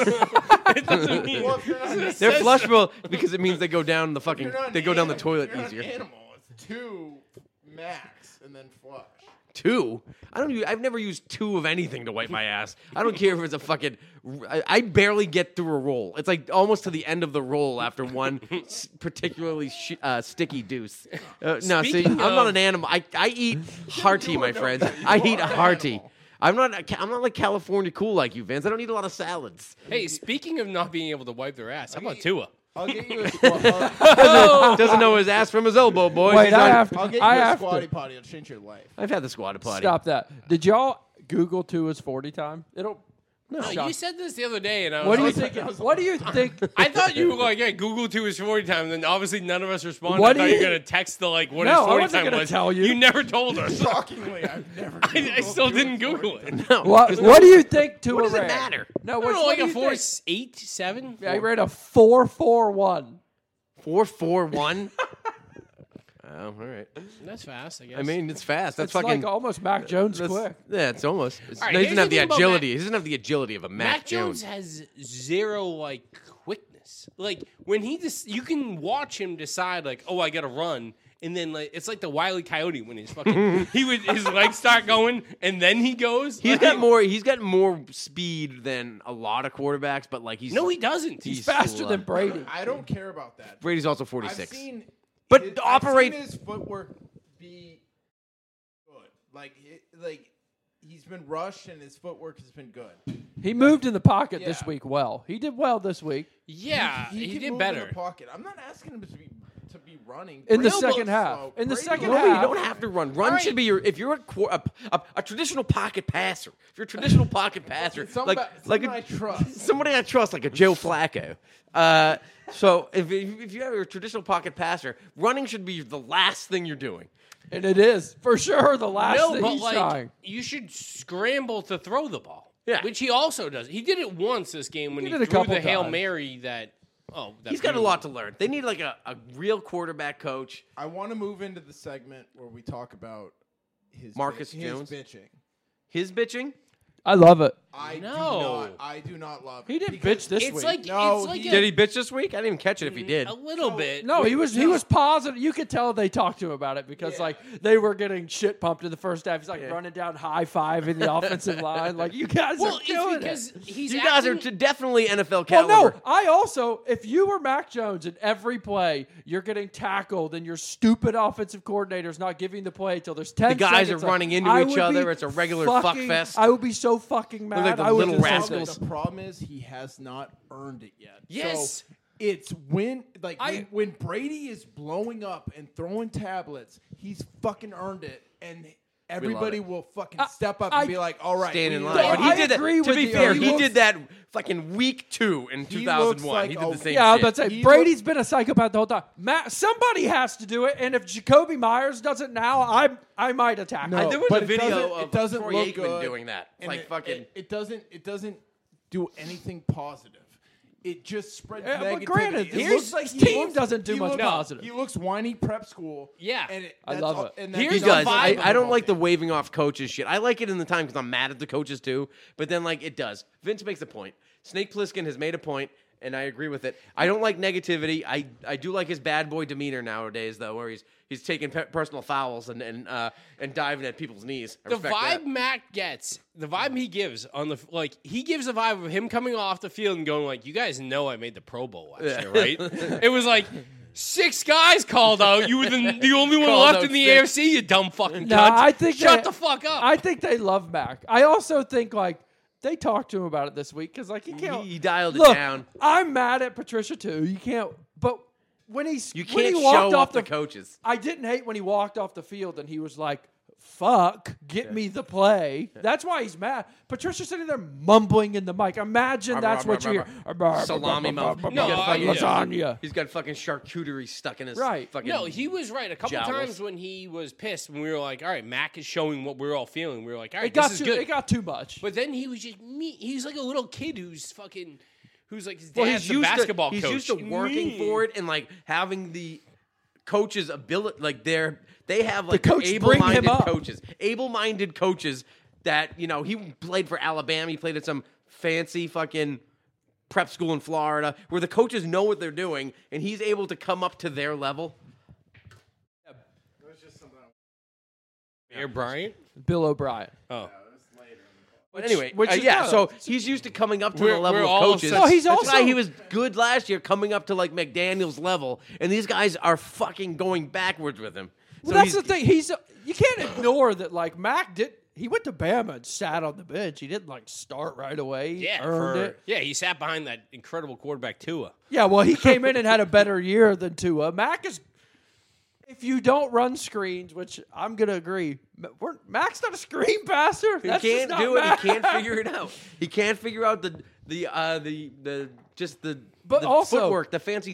[SPEAKER 3] It doesn't mean-
[SPEAKER 1] well, if you're not, if
[SPEAKER 2] they're flushable because it means they go down the fucking
[SPEAKER 1] you're not an
[SPEAKER 2] they go down the
[SPEAKER 1] animal-
[SPEAKER 2] toilet
[SPEAKER 1] you're not
[SPEAKER 2] easier.
[SPEAKER 1] An animal, it's two max and then flush.
[SPEAKER 2] Two. I don't. u- I've never used two of anything to wipe my ass. I don't care if it's a fucking. I, I barely get through a roll. It's like almost to the end of the roll after one s- particularly sh- uh, sticky deuce. Uh, no, see,
[SPEAKER 3] Speaking
[SPEAKER 2] I'm not
[SPEAKER 3] of-
[SPEAKER 2] an animal. I, I eat hearty,
[SPEAKER 1] You
[SPEAKER 2] my
[SPEAKER 1] are no-
[SPEAKER 2] friends.
[SPEAKER 1] you
[SPEAKER 2] I
[SPEAKER 1] are
[SPEAKER 2] eat
[SPEAKER 1] an
[SPEAKER 2] hearty.
[SPEAKER 1] animal.
[SPEAKER 2] I'm not. a ca- I'm not like California cool like you, Vance. I don't eat a lot of salads.
[SPEAKER 3] Hey, speaking of not being able to wipe their ass, how about Tua?
[SPEAKER 1] I'll get you a squat. I'll,
[SPEAKER 2] Doesn't know his ass from his elbow, boys.
[SPEAKER 4] Wait,
[SPEAKER 2] He's
[SPEAKER 4] I
[SPEAKER 2] on-
[SPEAKER 4] have to.
[SPEAKER 1] I'll get you
[SPEAKER 4] I
[SPEAKER 1] a
[SPEAKER 4] have
[SPEAKER 1] squatty
[SPEAKER 4] to
[SPEAKER 1] potty. It'll change your life.
[SPEAKER 2] I've had the squatty potty.
[SPEAKER 4] stop that. Did y'all Google two is forty time? It'll.
[SPEAKER 3] No,
[SPEAKER 4] Sean.
[SPEAKER 3] you said this the other day, and I
[SPEAKER 4] What
[SPEAKER 3] was
[SPEAKER 4] do you
[SPEAKER 3] like,
[SPEAKER 4] think? What do you think?
[SPEAKER 3] I thought you were like, yeah, Google two is forty time. And then obviously none of us responded.
[SPEAKER 4] What
[SPEAKER 3] I thought
[SPEAKER 4] do
[SPEAKER 3] you were
[SPEAKER 4] you-
[SPEAKER 3] gonna text the like what
[SPEAKER 4] No,
[SPEAKER 3] his
[SPEAKER 4] I
[SPEAKER 3] forty
[SPEAKER 4] wasn't
[SPEAKER 3] time
[SPEAKER 4] gonna
[SPEAKER 3] was.
[SPEAKER 4] tell you.
[SPEAKER 3] You never told us.
[SPEAKER 1] Shockingly, I've never.
[SPEAKER 3] I, I still didn't Google it.
[SPEAKER 2] No,
[SPEAKER 4] What,
[SPEAKER 2] 'cause
[SPEAKER 4] what do you think to a
[SPEAKER 2] What does it
[SPEAKER 4] ran?
[SPEAKER 2] matter?
[SPEAKER 4] No,
[SPEAKER 3] I don't
[SPEAKER 4] what,
[SPEAKER 3] know,
[SPEAKER 4] what
[SPEAKER 3] like
[SPEAKER 4] do
[SPEAKER 3] a
[SPEAKER 4] you
[SPEAKER 3] four,
[SPEAKER 4] think?
[SPEAKER 3] eight, seven.
[SPEAKER 4] I ran a four four one.
[SPEAKER 2] Four four one. Oh, all right.
[SPEAKER 3] That's fast, I guess.
[SPEAKER 2] I mean, it's fast.
[SPEAKER 4] It's
[SPEAKER 2] That's fucking.
[SPEAKER 4] like almost Mac Jones
[SPEAKER 2] that's-
[SPEAKER 4] quick.
[SPEAKER 2] Yeah, it's almost. It's,
[SPEAKER 3] All right,
[SPEAKER 2] no, he
[SPEAKER 3] here's
[SPEAKER 2] doesn't have
[SPEAKER 3] the
[SPEAKER 2] the
[SPEAKER 3] thing about
[SPEAKER 2] agility.
[SPEAKER 3] Mac-
[SPEAKER 2] he doesn't have the agility of a Mac,
[SPEAKER 3] Mac, Jones has zero like quickness. Like when he just, you can watch him decide like, oh, I gotta run, and then like it's like the wily coyote when he's fucking, he would his legs start going, and then he goes.
[SPEAKER 2] He's
[SPEAKER 3] like,
[SPEAKER 2] got more. He's got more speed than a lot of quarterbacks, but like he's
[SPEAKER 3] No, he doesn't. He's,
[SPEAKER 2] He's-
[SPEAKER 4] Faster
[SPEAKER 2] slow.
[SPEAKER 4] than Brady.
[SPEAKER 1] I don't care about that.
[SPEAKER 2] Brady's also forty
[SPEAKER 1] I've
[SPEAKER 2] six.
[SPEAKER 1] seen,
[SPEAKER 2] But
[SPEAKER 1] his,
[SPEAKER 2] to
[SPEAKER 1] I've
[SPEAKER 2] operate-
[SPEAKER 1] seen his footwork be good. Like, it, like he's been rushed, and his footwork has been good.
[SPEAKER 4] He moved in the pocket this
[SPEAKER 1] Yeah.
[SPEAKER 4] week well. He did well this week. Uh,
[SPEAKER 3] yeah, he,
[SPEAKER 1] can
[SPEAKER 3] did
[SPEAKER 1] move in
[SPEAKER 3] better.
[SPEAKER 1] the pocket. I'm not asking him to be to be running
[SPEAKER 4] In the
[SPEAKER 1] Brady
[SPEAKER 4] second
[SPEAKER 1] moves
[SPEAKER 4] half.
[SPEAKER 1] slow.
[SPEAKER 4] In the
[SPEAKER 1] Brady
[SPEAKER 4] second
[SPEAKER 1] moves
[SPEAKER 2] No,
[SPEAKER 4] half.
[SPEAKER 2] you don't have to run. Run
[SPEAKER 1] right.
[SPEAKER 2] should be your. If you're a, quar- a, a, a traditional pocket passer, if you're a traditional pocket passer,
[SPEAKER 1] Some
[SPEAKER 2] like
[SPEAKER 1] ba-
[SPEAKER 2] like
[SPEAKER 1] some
[SPEAKER 2] a-
[SPEAKER 1] I trust.
[SPEAKER 2] somebody I trust, like a Joe Flacco. Uh, so if if if you're a traditional pocket passer, running should be the last thing you're doing.
[SPEAKER 4] And it is for sure the last
[SPEAKER 3] No,
[SPEAKER 4] thing
[SPEAKER 3] but
[SPEAKER 4] he's
[SPEAKER 3] like
[SPEAKER 4] trying.
[SPEAKER 3] you should scramble to throw the ball.
[SPEAKER 2] Yeah.
[SPEAKER 3] which he also does. He did it once this game when he,
[SPEAKER 4] He did a
[SPEAKER 3] threw
[SPEAKER 4] couple
[SPEAKER 3] the hail
[SPEAKER 4] times.
[SPEAKER 3] mary that. Oh, that
[SPEAKER 2] He's got a
[SPEAKER 3] beautiful-
[SPEAKER 2] lot to learn. They need like a, a real quarterback coach.
[SPEAKER 1] I want to move into the segment where we talk about his
[SPEAKER 2] Marcus
[SPEAKER 1] his
[SPEAKER 2] Jones?
[SPEAKER 1] bitching.
[SPEAKER 2] His bitching.
[SPEAKER 4] I love it.
[SPEAKER 1] I do
[SPEAKER 3] No.
[SPEAKER 1] not. I do not love.
[SPEAKER 4] He
[SPEAKER 1] it.
[SPEAKER 4] didn't
[SPEAKER 1] Because
[SPEAKER 4] bitch this
[SPEAKER 3] It's
[SPEAKER 4] week.
[SPEAKER 3] like
[SPEAKER 1] No,
[SPEAKER 3] it's like
[SPEAKER 1] he-
[SPEAKER 3] a,
[SPEAKER 2] Did he bitch this week? I didn't even catch it. If he did,
[SPEAKER 3] a little bit.
[SPEAKER 4] no, he was he was positive. You could tell they talked to him about it because
[SPEAKER 1] Yeah.
[SPEAKER 4] like they were getting shit pumped in the first half. He's like running down high five in the offensive line. Like you guys
[SPEAKER 3] Well,
[SPEAKER 4] are doing
[SPEAKER 3] it's because
[SPEAKER 4] it.
[SPEAKER 3] he's
[SPEAKER 2] you guys are
[SPEAKER 3] acting-
[SPEAKER 2] t- definitely NFL
[SPEAKER 4] Well,
[SPEAKER 2] caliber.
[SPEAKER 4] no, I also, if you were Mac Jones in every play, you're getting tackled and your stupid offensive coordinator's not giving the play till there's 10
[SPEAKER 2] The guys
[SPEAKER 4] seconds
[SPEAKER 2] are
[SPEAKER 4] left.
[SPEAKER 2] running into
[SPEAKER 4] I
[SPEAKER 2] each
[SPEAKER 4] would
[SPEAKER 2] other.
[SPEAKER 4] be
[SPEAKER 2] It's a regular
[SPEAKER 4] fucking-
[SPEAKER 2] fuckfest.
[SPEAKER 4] I would be so fucking mad.
[SPEAKER 2] like the
[SPEAKER 4] I would
[SPEAKER 2] little
[SPEAKER 4] do
[SPEAKER 1] the
[SPEAKER 4] something.
[SPEAKER 1] problem-
[SPEAKER 2] rascals.
[SPEAKER 1] The problem is he has not earned it yet.
[SPEAKER 3] Yes.
[SPEAKER 1] So it's when like
[SPEAKER 4] I-
[SPEAKER 1] when, when Brady is blowing up and throwing tablets, he's fucking earned it, and everybody
[SPEAKER 2] it.
[SPEAKER 1] will fucking step up
[SPEAKER 4] I-
[SPEAKER 1] and be like, "All right,
[SPEAKER 2] stand
[SPEAKER 1] we
[SPEAKER 2] in
[SPEAKER 1] need
[SPEAKER 2] line.
[SPEAKER 1] to-
[SPEAKER 4] No,
[SPEAKER 2] But he
[SPEAKER 4] I
[SPEAKER 2] did that.
[SPEAKER 4] agree
[SPEAKER 2] To
[SPEAKER 4] with
[SPEAKER 2] be
[SPEAKER 4] you.
[SPEAKER 2] fair,
[SPEAKER 4] He
[SPEAKER 2] he,
[SPEAKER 4] looks-
[SPEAKER 2] did that fucking week two in 2001. He,
[SPEAKER 1] like
[SPEAKER 2] did
[SPEAKER 1] a-
[SPEAKER 2] the same
[SPEAKER 4] Yeah, I was
[SPEAKER 2] shit.
[SPEAKER 4] about to say
[SPEAKER 1] He
[SPEAKER 4] Brady's
[SPEAKER 1] looked-
[SPEAKER 4] been a psychopath the whole time. Matt, somebody has to do it, and if Jacoby Myers does it now, I I might attack.
[SPEAKER 1] No,
[SPEAKER 4] him.
[SPEAKER 2] there was
[SPEAKER 1] but
[SPEAKER 2] a
[SPEAKER 1] it
[SPEAKER 2] video
[SPEAKER 1] doesn't-
[SPEAKER 2] of
[SPEAKER 1] it doesn't
[SPEAKER 2] Troy
[SPEAKER 1] look
[SPEAKER 2] Aikman
[SPEAKER 1] good,
[SPEAKER 2] doing that. It's
[SPEAKER 1] and
[SPEAKER 2] like
[SPEAKER 1] it,
[SPEAKER 2] fucking-
[SPEAKER 1] It, it doesn't. It doesn't do anything positive. It just spreads
[SPEAKER 4] Yeah, but
[SPEAKER 1] negativity.
[SPEAKER 4] granted,
[SPEAKER 1] It
[SPEAKER 4] his
[SPEAKER 1] looks like he
[SPEAKER 4] team
[SPEAKER 1] looks-
[SPEAKER 4] doesn't do
[SPEAKER 1] he
[SPEAKER 4] much
[SPEAKER 1] looks-
[SPEAKER 4] positive.
[SPEAKER 1] He looks whiny prep school.
[SPEAKER 3] Yeah.
[SPEAKER 1] and it,
[SPEAKER 4] I
[SPEAKER 1] that's
[SPEAKER 4] love
[SPEAKER 1] all-
[SPEAKER 4] it.
[SPEAKER 1] and
[SPEAKER 3] Here's
[SPEAKER 1] that's
[SPEAKER 2] He
[SPEAKER 3] the
[SPEAKER 1] all
[SPEAKER 2] does.
[SPEAKER 3] vibe
[SPEAKER 2] I,
[SPEAKER 3] of
[SPEAKER 2] I
[SPEAKER 3] the
[SPEAKER 2] don't like the waving off coaches shit. I like it in the time because I'm mad at the coaches too. But then like it does. Vince makes a point. Snake Plissken has made a point, and I agree with it. I don't like negativity. I, I do like his bad boy demeanor nowadays though, where he's he's taking pe- personal fouls and and uh, and diving at people's knees. I
[SPEAKER 3] the
[SPEAKER 2] respect
[SPEAKER 3] vibe
[SPEAKER 2] that.
[SPEAKER 3] Mac gets, the vibe he gives on the f- like he gives a vibe of him coming off the field and going like, "You guys know I made the Pro Bowl last year, right?" it was like six guys called out. You were the, the only one
[SPEAKER 2] Called
[SPEAKER 3] left
[SPEAKER 2] out
[SPEAKER 3] in the
[SPEAKER 2] six.
[SPEAKER 3] AFC. You dumb fucking
[SPEAKER 4] No,
[SPEAKER 3] cunt.
[SPEAKER 4] I think
[SPEAKER 3] shut
[SPEAKER 4] they-
[SPEAKER 3] the fuck up.
[SPEAKER 4] I think they love Mac. I also think like they talked to him about it this week because like he can't.
[SPEAKER 2] He- he dialed it
[SPEAKER 4] Look,
[SPEAKER 2] down.
[SPEAKER 4] I'm mad at Patricia too. You can't. But when he's
[SPEAKER 2] You
[SPEAKER 4] when
[SPEAKER 2] can't
[SPEAKER 4] he walked
[SPEAKER 2] show
[SPEAKER 4] off
[SPEAKER 2] off the coaches.
[SPEAKER 4] I didn't hate when he walked off the field and he was like, "Fuck, get me the play." That's why he's mad. Patricia's sitting there mumbling in the mic. Imagine that's what you hear.
[SPEAKER 2] Salami mouth.
[SPEAKER 3] No,
[SPEAKER 2] He's got
[SPEAKER 3] I-
[SPEAKER 2] fucking-
[SPEAKER 4] lasagna.
[SPEAKER 2] He's got fucking charcuterie stuck in his
[SPEAKER 4] Right.
[SPEAKER 2] fucking.
[SPEAKER 3] no, he was right. A couple
[SPEAKER 2] Jowls.
[SPEAKER 3] times when he was pissed, when we were like, "All right, Mac is showing what we're all feeling." We were like, "All right,
[SPEAKER 4] It got
[SPEAKER 3] this
[SPEAKER 4] too.
[SPEAKER 3] is good."
[SPEAKER 4] It got too much.
[SPEAKER 3] but then he was just me. He's like a little kid who's fucking, who's like his dad's
[SPEAKER 2] well, he's
[SPEAKER 3] the
[SPEAKER 2] used
[SPEAKER 3] basketball
[SPEAKER 2] to, he's
[SPEAKER 3] coach.
[SPEAKER 2] used to working for it and like having the coaches' ability, like they're they have like
[SPEAKER 4] coach bring him
[SPEAKER 2] able-minded
[SPEAKER 4] up.
[SPEAKER 2] coaches, able-minded coaches that you know he played for Alabama, he played at some fancy fucking prep school in Florida where the coaches know what they're doing and he's able to come up to their level.
[SPEAKER 3] Air Bryant.
[SPEAKER 4] Bill O'Brien.
[SPEAKER 3] Oh,
[SPEAKER 2] But anyway,
[SPEAKER 4] which
[SPEAKER 2] uh,
[SPEAKER 4] is
[SPEAKER 2] yeah,
[SPEAKER 4] good.
[SPEAKER 2] so he's used to coming up to
[SPEAKER 3] We're-
[SPEAKER 2] the level
[SPEAKER 3] we're
[SPEAKER 2] of
[SPEAKER 3] all
[SPEAKER 2] coaches.
[SPEAKER 3] obsessed- No,
[SPEAKER 4] he's
[SPEAKER 2] That's
[SPEAKER 4] also-
[SPEAKER 2] why he was good last year, coming up to like McDaniel's level, and these guys are fucking going backwards with him.
[SPEAKER 4] Well,
[SPEAKER 2] So
[SPEAKER 4] that's
[SPEAKER 2] he's-
[SPEAKER 4] the thing. He's you can't ignore that. Like Mac did. He went to Bama and sat on the bench. He didn't like start right away. He
[SPEAKER 3] Yeah,
[SPEAKER 4] earned
[SPEAKER 3] for-
[SPEAKER 4] it.
[SPEAKER 3] yeah, he sat behind that incredible quarterback Tua.
[SPEAKER 4] Yeah, well, he came in and had a better year than Tua. Mac is. If you don't run screens, which I'm gonna agree, Ma- we're, Mac's not a screen passer.
[SPEAKER 2] He can't do it. He can't figure it out. He can't figure out the the uh, the the just the
[SPEAKER 4] But
[SPEAKER 2] the
[SPEAKER 4] also-
[SPEAKER 2] footwork, the fancy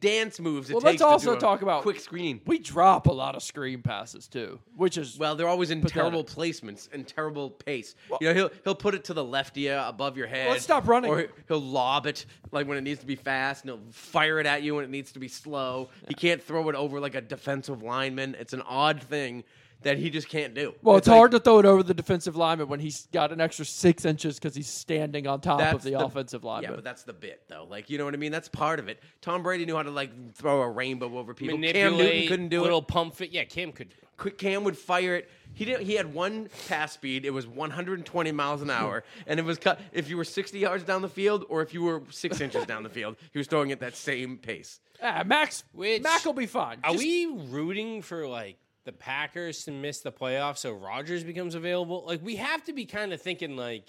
[SPEAKER 2] dance moves. It
[SPEAKER 4] Well,
[SPEAKER 2] takes
[SPEAKER 4] let's
[SPEAKER 2] to
[SPEAKER 4] also
[SPEAKER 2] do a
[SPEAKER 4] talk about
[SPEAKER 2] quick screen.
[SPEAKER 4] We drop a lot of screen passes too, which is
[SPEAKER 2] Well, they're always in
[SPEAKER 4] Pathetic.
[SPEAKER 2] terrible placements and terrible pace. you know, he'll he'll put it to the left of you, above your head.
[SPEAKER 4] Let's stop running.
[SPEAKER 2] Or he- he'll lob it like when it needs to be fast, and he'll fire it at you when it needs to be slow. He can't throw it over like a defensive lineman. It's an odd thing that he just can't do.
[SPEAKER 4] Well, it's,
[SPEAKER 2] like-
[SPEAKER 4] hard to throw it over the defensive lineman when he's got an extra six inches because he's standing on top of
[SPEAKER 2] That's
[SPEAKER 4] the, offensive lineman.
[SPEAKER 2] Yeah, but that's the bit though. Like you know what I mean? That's part of it. Tom Brady knew how to like throw a rainbow over people. Cam Newton
[SPEAKER 3] Manipulate,
[SPEAKER 2] couldn't do
[SPEAKER 3] little
[SPEAKER 2] it.
[SPEAKER 3] pump fit. Yeah, Cam could.
[SPEAKER 2] Quick Cam would fire it. He didn't. He had one pass speed. It was 120 miles an hour, and it was cut. If you were 60 yards down the field, or if you were six inches down the field, he was throwing at that same pace.
[SPEAKER 4] Ah, Max,
[SPEAKER 3] Which-
[SPEAKER 4] Mac will be fine.
[SPEAKER 3] Are
[SPEAKER 4] Just-
[SPEAKER 3] we rooting for like the Packers to miss the playoffs so Rodgers becomes available? Like we have to be kind of thinking like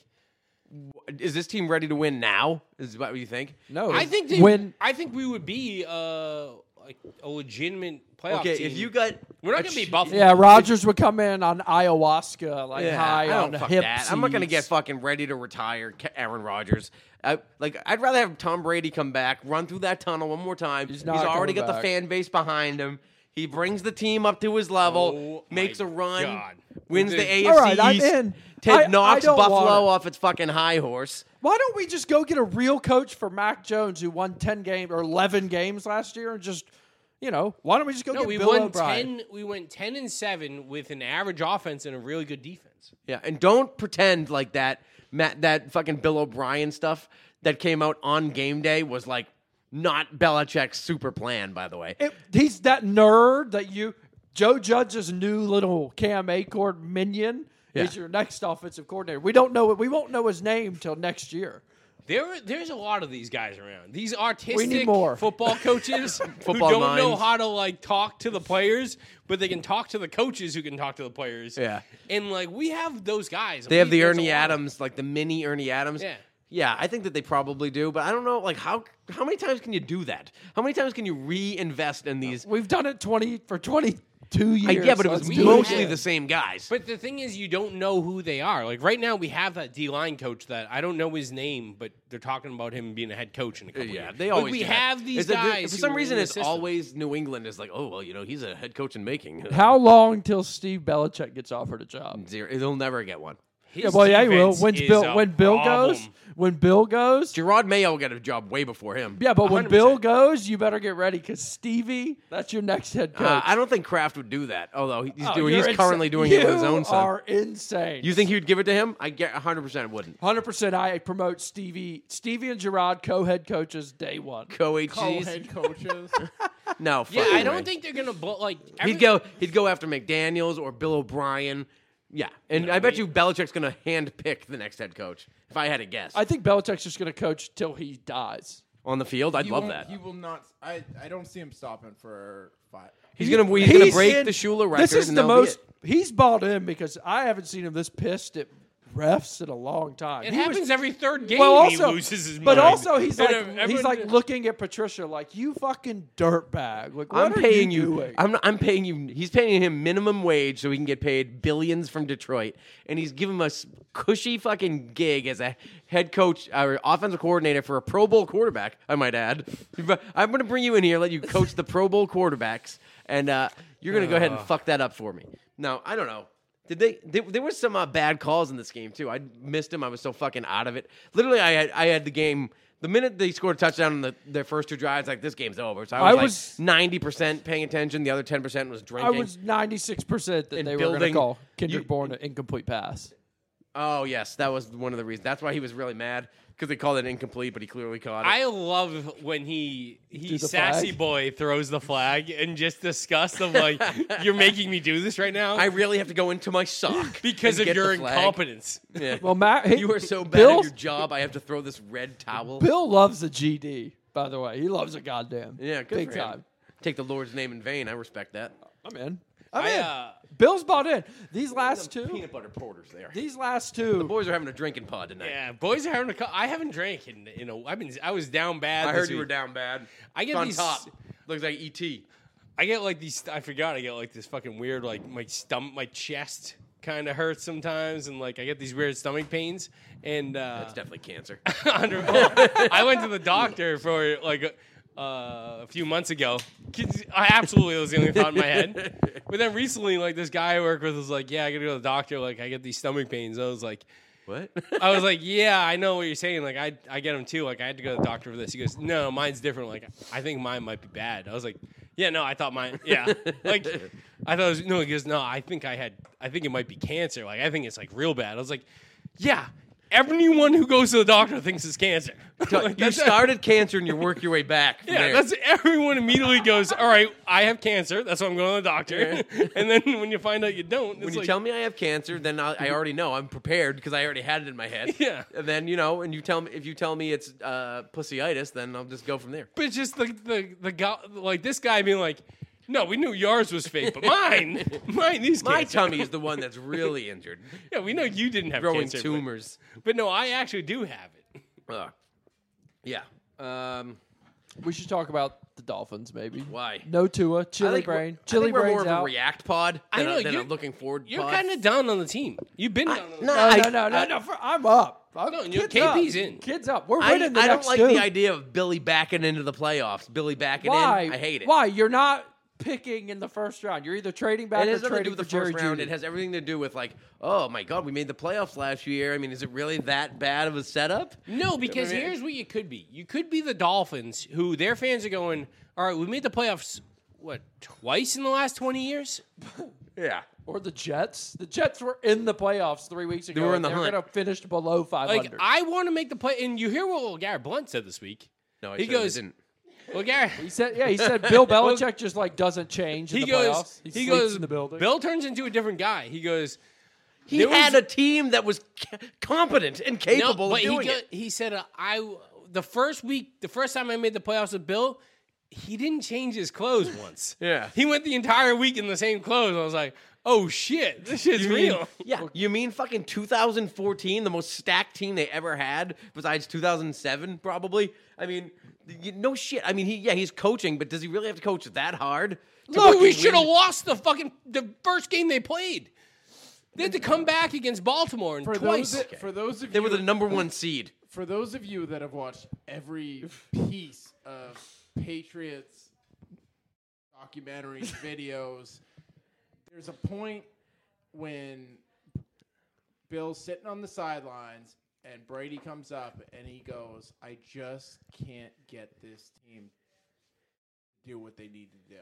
[SPEAKER 2] Is this team ready to win now? Is what you think?
[SPEAKER 4] no?
[SPEAKER 3] I think they,
[SPEAKER 4] when
[SPEAKER 3] I think we would be uh like a legitimate playoff
[SPEAKER 2] Okay,
[SPEAKER 3] team.
[SPEAKER 2] if you got,
[SPEAKER 3] we're not
[SPEAKER 2] a
[SPEAKER 3] gonna be
[SPEAKER 2] ch-
[SPEAKER 3] Buffalo.
[SPEAKER 4] yeah, Rogers would come in on ayahuasca, like
[SPEAKER 2] Yeah,
[SPEAKER 4] high
[SPEAKER 2] I don't
[SPEAKER 4] on
[SPEAKER 2] fuck
[SPEAKER 4] hip.
[SPEAKER 2] that. I'm not gonna get
[SPEAKER 4] seeds.
[SPEAKER 2] fucking ready to retire Ca- Aaron Rodgers. I, like I'd rather have Tom Brady come back, run through that tunnel one more time. He's,
[SPEAKER 4] not
[SPEAKER 2] already
[SPEAKER 4] coming
[SPEAKER 2] got
[SPEAKER 4] back.
[SPEAKER 2] the fan base behind him. He brings the team up to his level,
[SPEAKER 3] Oh
[SPEAKER 2] makes
[SPEAKER 3] my
[SPEAKER 2] a run,
[SPEAKER 3] God.
[SPEAKER 2] wins the AFC
[SPEAKER 4] All right, I'm
[SPEAKER 2] East.
[SPEAKER 4] in.
[SPEAKER 2] Ted
[SPEAKER 4] I- I
[SPEAKER 2] knocks
[SPEAKER 4] don't want
[SPEAKER 2] Buffalo
[SPEAKER 4] it.
[SPEAKER 2] off its fucking high horse.
[SPEAKER 4] Why don't we just go get a real coach for Mac Jones, who won ten games or eleven games last year, and just you know, why don't we just go
[SPEAKER 3] No,
[SPEAKER 4] get
[SPEAKER 3] we
[SPEAKER 4] Bill
[SPEAKER 3] won
[SPEAKER 4] O'Brien?
[SPEAKER 3] ten. We went ten and seven with an average offense and a really good defense.
[SPEAKER 2] Yeah, and don't pretend like that Matt, that fucking Bill O'Brien stuff that came out on game day was like not Belichick's super plan. By the way,
[SPEAKER 4] It- he's that nerd that you Joe Judge's new little Cam Acord minion is
[SPEAKER 2] Yeah.
[SPEAKER 4] your next offensive coordinator. We don't know it. We won't know his name till next year.
[SPEAKER 3] There, there's a lot of these guys around. These artistic
[SPEAKER 4] more.
[SPEAKER 3] football coaches
[SPEAKER 2] Football
[SPEAKER 3] who don't know
[SPEAKER 2] minds.
[SPEAKER 3] how to like talk to the players, but they can talk to the coaches who can talk to the players.
[SPEAKER 2] Yeah.
[SPEAKER 3] and like we have those guys.
[SPEAKER 2] They have
[SPEAKER 3] We-
[SPEAKER 2] the
[SPEAKER 3] there's a
[SPEAKER 2] Ernie
[SPEAKER 3] lot of-
[SPEAKER 2] Adams, like the mini Ernie Adams.
[SPEAKER 3] Yeah.
[SPEAKER 2] Yeah, I think that they probably do, but I don't know, like how how many times can you do that? How many times can you reinvest in these?
[SPEAKER 4] We've done it twenty for twenty two
[SPEAKER 2] I-
[SPEAKER 4] years.
[SPEAKER 2] yeah, but it
[SPEAKER 4] Let's
[SPEAKER 2] was
[SPEAKER 4] do it
[SPEAKER 2] mostly
[SPEAKER 4] again.
[SPEAKER 2] the same guys.
[SPEAKER 3] But the thing is, you don't know who they are. Like right now, we have that D line coach that I don't know his name, but they're talking about him being a head coach in a couple
[SPEAKER 2] yeah,
[SPEAKER 3] years.
[SPEAKER 2] they
[SPEAKER 3] Like,
[SPEAKER 2] always
[SPEAKER 3] we
[SPEAKER 2] do that.
[SPEAKER 3] have these
[SPEAKER 2] It's a-
[SPEAKER 3] guys.
[SPEAKER 2] for
[SPEAKER 3] who
[SPEAKER 2] some
[SPEAKER 3] are
[SPEAKER 2] reason,
[SPEAKER 3] in the
[SPEAKER 2] it's
[SPEAKER 3] system.
[SPEAKER 2] always New England is like, oh well, you know, he's a head coach in making.
[SPEAKER 4] How long till Steve Belichick gets offered a job?
[SPEAKER 2] Zero. He'll never get one.
[SPEAKER 4] Yeah,
[SPEAKER 3] His
[SPEAKER 4] well, yeah, he will.
[SPEAKER 3] defense
[SPEAKER 4] When
[SPEAKER 3] is
[SPEAKER 4] Bill
[SPEAKER 3] a
[SPEAKER 4] when Bill goes,
[SPEAKER 3] problem.
[SPEAKER 4] when Bill goes,
[SPEAKER 2] Gerard Mayo will get a job way before him.
[SPEAKER 4] yeah, but when Bill goes, you better get ready because Stevie, that's your next head coach.
[SPEAKER 2] Uh, I don't think Kraft would do that. Although he- he's
[SPEAKER 4] Oh,
[SPEAKER 2] doing,
[SPEAKER 4] you're
[SPEAKER 2] he's
[SPEAKER 4] insa-
[SPEAKER 2] currently doing it with his own
[SPEAKER 4] You
[SPEAKER 2] son.
[SPEAKER 4] are insane.
[SPEAKER 2] you think he would give it to him? I get 100 percent wouldn't.
[SPEAKER 4] Hundred percent. I promote Stevie, Stevie and Gerard co-head coaches day one.
[SPEAKER 2] Co
[SPEAKER 1] head coaches.
[SPEAKER 2] No.
[SPEAKER 3] Yeah,
[SPEAKER 2] fucking
[SPEAKER 3] I
[SPEAKER 2] way.
[SPEAKER 3] don't think they're gonna blow like.
[SPEAKER 2] He'd go. He'd go after McDaniel's or Bill O'Brien. Yeah, and I bet you Belichick's going to hand pick the next head coach. If I had a guess,
[SPEAKER 4] I think Belichick's just going to coach till he dies.
[SPEAKER 2] on the field, I'd
[SPEAKER 1] He
[SPEAKER 2] love
[SPEAKER 1] won't-
[SPEAKER 2] that.
[SPEAKER 1] He will not. I, I don't see him stopping for five.
[SPEAKER 2] he's going to. He's going to break
[SPEAKER 4] in-
[SPEAKER 2] the Schuler record.
[SPEAKER 4] This is
[SPEAKER 2] and
[SPEAKER 4] the
[SPEAKER 2] that'll be
[SPEAKER 4] most.
[SPEAKER 2] it.
[SPEAKER 4] He's bought in because I haven't seen him this pissed at refs in a long time.
[SPEAKER 3] It
[SPEAKER 4] He was-
[SPEAKER 3] happens every third game.
[SPEAKER 4] Well, also,
[SPEAKER 3] he loses his
[SPEAKER 4] but
[SPEAKER 3] mind.
[SPEAKER 4] also he's
[SPEAKER 3] And,
[SPEAKER 4] like
[SPEAKER 3] uh,
[SPEAKER 4] he's
[SPEAKER 3] everyone-
[SPEAKER 4] like looking at Patricia like you fucking dirtbag. Like what
[SPEAKER 2] I'm
[SPEAKER 4] are
[SPEAKER 2] paying
[SPEAKER 4] you,
[SPEAKER 2] you.
[SPEAKER 4] doing?
[SPEAKER 2] I'm, not- I'm paying you. He's paying him minimum wage so he can get paid billions from Detroit, and he's giving us cushy fucking gig as a head coach or offensive coordinator for a Pro Bowl quarterback. I might add. I'm going to bring you in here, let you coach the Pro Bowl quarterbacks, and uh, you're going to go ahead and fuck that up for me. Now I don't know. Did they? There, there was some uh, bad calls in this game too. I missed him. I was so fucking out of it. Literally, I had I had the game. The minute they scored a touchdown in the, their first two drives, like this game's over. So I was,
[SPEAKER 4] I
[SPEAKER 2] like,
[SPEAKER 4] was-
[SPEAKER 2] ninety percent paying attention. The other ten percent was
[SPEAKER 4] I
[SPEAKER 2] drinking.
[SPEAKER 4] was 96% that
[SPEAKER 2] And
[SPEAKER 4] they were going
[SPEAKER 2] building-
[SPEAKER 4] to call Kendrick
[SPEAKER 2] you-
[SPEAKER 4] Bourne an incomplete pass.
[SPEAKER 2] Oh yes, that was one of the reasons. That's why he was really mad because they called it incomplete, but he clearly caught it.
[SPEAKER 3] I love when he he
[SPEAKER 4] Do the
[SPEAKER 3] sassy
[SPEAKER 4] flag.
[SPEAKER 3] boy throws the flag and just disgust of like you're making me do this right now
[SPEAKER 2] I really have to go into my sock
[SPEAKER 3] because
[SPEAKER 2] and
[SPEAKER 3] of
[SPEAKER 2] get
[SPEAKER 3] your
[SPEAKER 2] the flag.
[SPEAKER 3] incompetence.
[SPEAKER 2] Yeah.
[SPEAKER 4] Well, Matt, he-
[SPEAKER 2] you are so bad
[SPEAKER 4] Bill,
[SPEAKER 2] at your job. I have to throw this red towel.
[SPEAKER 4] Bill loves a GD, by the way. He loves a goddamn.
[SPEAKER 2] yeah, good
[SPEAKER 4] big
[SPEAKER 2] for him.
[SPEAKER 4] time.
[SPEAKER 2] Take the Lord's name in vain. I respect that.
[SPEAKER 4] I'm in. I'm
[SPEAKER 3] I,
[SPEAKER 4] in.
[SPEAKER 3] uh,
[SPEAKER 4] Bill's bought in. These last two.
[SPEAKER 2] Peanut butter porters there.
[SPEAKER 4] These last two.
[SPEAKER 2] Boys are having a drinking pod tonight.
[SPEAKER 3] Yeah, boys are having a. co- I haven't drank in in a. I've been. I was down bad.
[SPEAKER 2] I
[SPEAKER 3] this
[SPEAKER 2] heard you
[SPEAKER 3] week.
[SPEAKER 2] were down bad.
[SPEAKER 3] I get
[SPEAKER 2] It's on
[SPEAKER 3] these-
[SPEAKER 2] top. Looks like E ET.
[SPEAKER 3] I get like these. I forgot. I get like this fucking weird. Like my stomach, my chest kind of hurts sometimes, and like I get these weird stomach pains. And uh,
[SPEAKER 2] That's definitely cancer.
[SPEAKER 3] under, well, I went to the doctor for like uh, a few months ago. 'Cause I absolutely was the only thought in my head. But then recently, like this guy I work with was like, "Yeah, I gotta go to the doctor. Like I get these stomach pains." I was like.
[SPEAKER 2] what?
[SPEAKER 3] I was like, yeah, I know what you're saying. Like, I, I get them too. Like, I had to go to the doctor for this. He goes, no, mine's different. Like, I think mine might be bad. I was like, yeah, no, I thought mine, yeah. Like, I thought it was, no, he goes, no, I think I had, I think it might be cancer. Like, I think it's like real bad. I was like, yeah, everyone who goes to the doctor thinks it's cancer. Like,
[SPEAKER 2] you
[SPEAKER 3] that's-
[SPEAKER 2] started cancer and you work your way back. from
[SPEAKER 3] yeah,
[SPEAKER 2] there.
[SPEAKER 3] that's everyone immediately goes, all right, I have cancer. That's why I'm going to the doctor. and then when you find out you don't, it's
[SPEAKER 2] when you
[SPEAKER 3] like,
[SPEAKER 2] tell me I have cancer, then I, I already know I'm prepared because I already had it in my head.
[SPEAKER 3] Yeah.
[SPEAKER 2] And then you know, and you tell me if you tell me it's uh, pussyitis, then I'll just go from there.
[SPEAKER 3] But just the the the guy, like this guy being like, "No, we knew yours was fake, but mine, mine, these
[SPEAKER 2] My
[SPEAKER 3] cancer.
[SPEAKER 2] tummy is the one that's really injured,
[SPEAKER 3] Yeah, we know you didn't have
[SPEAKER 2] growing
[SPEAKER 3] cancer, but-
[SPEAKER 2] tumors.
[SPEAKER 3] But, no, I actually do have it.
[SPEAKER 2] Ugh. Yeah. Um,
[SPEAKER 4] We should talk about the Dolphins, maybe.
[SPEAKER 2] Why?
[SPEAKER 4] No Tua.
[SPEAKER 2] I
[SPEAKER 4] Chili
[SPEAKER 2] think we're-
[SPEAKER 4] brain.
[SPEAKER 2] I
[SPEAKER 4] Chili
[SPEAKER 2] think we're more
[SPEAKER 4] brain's
[SPEAKER 2] of
[SPEAKER 4] out.
[SPEAKER 2] a react pod.
[SPEAKER 3] I
[SPEAKER 2] Than
[SPEAKER 3] know,
[SPEAKER 2] a, than a
[SPEAKER 3] you're-
[SPEAKER 2] looking forward.
[SPEAKER 3] You're
[SPEAKER 2] pod.
[SPEAKER 3] kind of down on the team. You've been down. On the
[SPEAKER 2] no,
[SPEAKER 3] team.
[SPEAKER 2] I,
[SPEAKER 4] no, no, no, no, for- I'm up. I'm,
[SPEAKER 3] No, you-
[SPEAKER 4] kids
[SPEAKER 3] KP's
[SPEAKER 4] up.
[SPEAKER 3] in.
[SPEAKER 4] Kids up. We're
[SPEAKER 2] I,
[SPEAKER 4] winning the
[SPEAKER 2] I don't
[SPEAKER 4] next
[SPEAKER 2] like
[SPEAKER 4] two.
[SPEAKER 2] the idea of Billy backing into the playoffs. Billy backing
[SPEAKER 4] Why?
[SPEAKER 2] in. I hate it.
[SPEAKER 4] Why? You're not picking in the first round. You're either trading back
[SPEAKER 2] It
[SPEAKER 4] or
[SPEAKER 2] has nothing to do
[SPEAKER 4] trading
[SPEAKER 2] with the
[SPEAKER 4] for Jerry
[SPEAKER 2] first round.
[SPEAKER 4] Jeudy.
[SPEAKER 2] It has everything to do with like, oh my god, we made the playoffs last year. I mean, is it really that bad of a setup?
[SPEAKER 3] No, because here's what you could be. You could be the Dolphins, who their fans are going, "All right, we made the playoffs." What twice in the last twenty years?
[SPEAKER 2] Yeah.
[SPEAKER 4] Or the Jets. The Jets were in the playoffs three weeks ago.
[SPEAKER 2] were in
[SPEAKER 4] and
[SPEAKER 2] the
[SPEAKER 4] They're
[SPEAKER 2] hunt.
[SPEAKER 4] going to finish below 500.
[SPEAKER 3] Like I want to make the play, and you hear what Will Garrett Blunt said this week.
[SPEAKER 2] No, I
[SPEAKER 3] He
[SPEAKER 2] certainly
[SPEAKER 3] goes-
[SPEAKER 2] Didn't.
[SPEAKER 3] Will Garrett,
[SPEAKER 4] he said, yeah, he said Bill Belichick just like doesn't change in
[SPEAKER 3] he
[SPEAKER 4] the
[SPEAKER 3] goes,
[SPEAKER 4] playoffs. He,
[SPEAKER 3] he
[SPEAKER 4] sleeps
[SPEAKER 3] goes,
[SPEAKER 4] in the building.
[SPEAKER 3] Bill turns into a different guy. He goes,
[SPEAKER 2] He
[SPEAKER 3] There was-
[SPEAKER 2] had a team that was c- competent and
[SPEAKER 3] no,
[SPEAKER 2] capable
[SPEAKER 3] but
[SPEAKER 2] of
[SPEAKER 3] he,
[SPEAKER 2] doing
[SPEAKER 3] go-
[SPEAKER 2] it.
[SPEAKER 3] he said, uh, I, the first week, the first time I made the playoffs with Bill, he didn't change his clothes once.
[SPEAKER 2] Yeah.
[SPEAKER 3] He went the entire week in the same clothes. I was like, oh shit, this shit's real.
[SPEAKER 2] Yeah, you mean fucking 2014, the most stacked team they ever had, besides 2007, probably. I mean, you, no shit. I mean, he yeah, he's coaching, but does he really have to coach that hard? to
[SPEAKER 3] Look,
[SPEAKER 2] fucking
[SPEAKER 3] we should have
[SPEAKER 2] win?
[SPEAKER 3] lost the fucking, the first game they played. They had to come back against Baltimore and
[SPEAKER 1] For
[SPEAKER 3] twice.
[SPEAKER 1] those, that, for those of
[SPEAKER 2] They
[SPEAKER 1] you,
[SPEAKER 2] were the number one seed.
[SPEAKER 1] for those of you that have watched every piece of Patriots documentaries, videos, there's a point when Bill's sitting on the sidelines and Brady comes up and he goes, I just can't get this team to do what they need to do.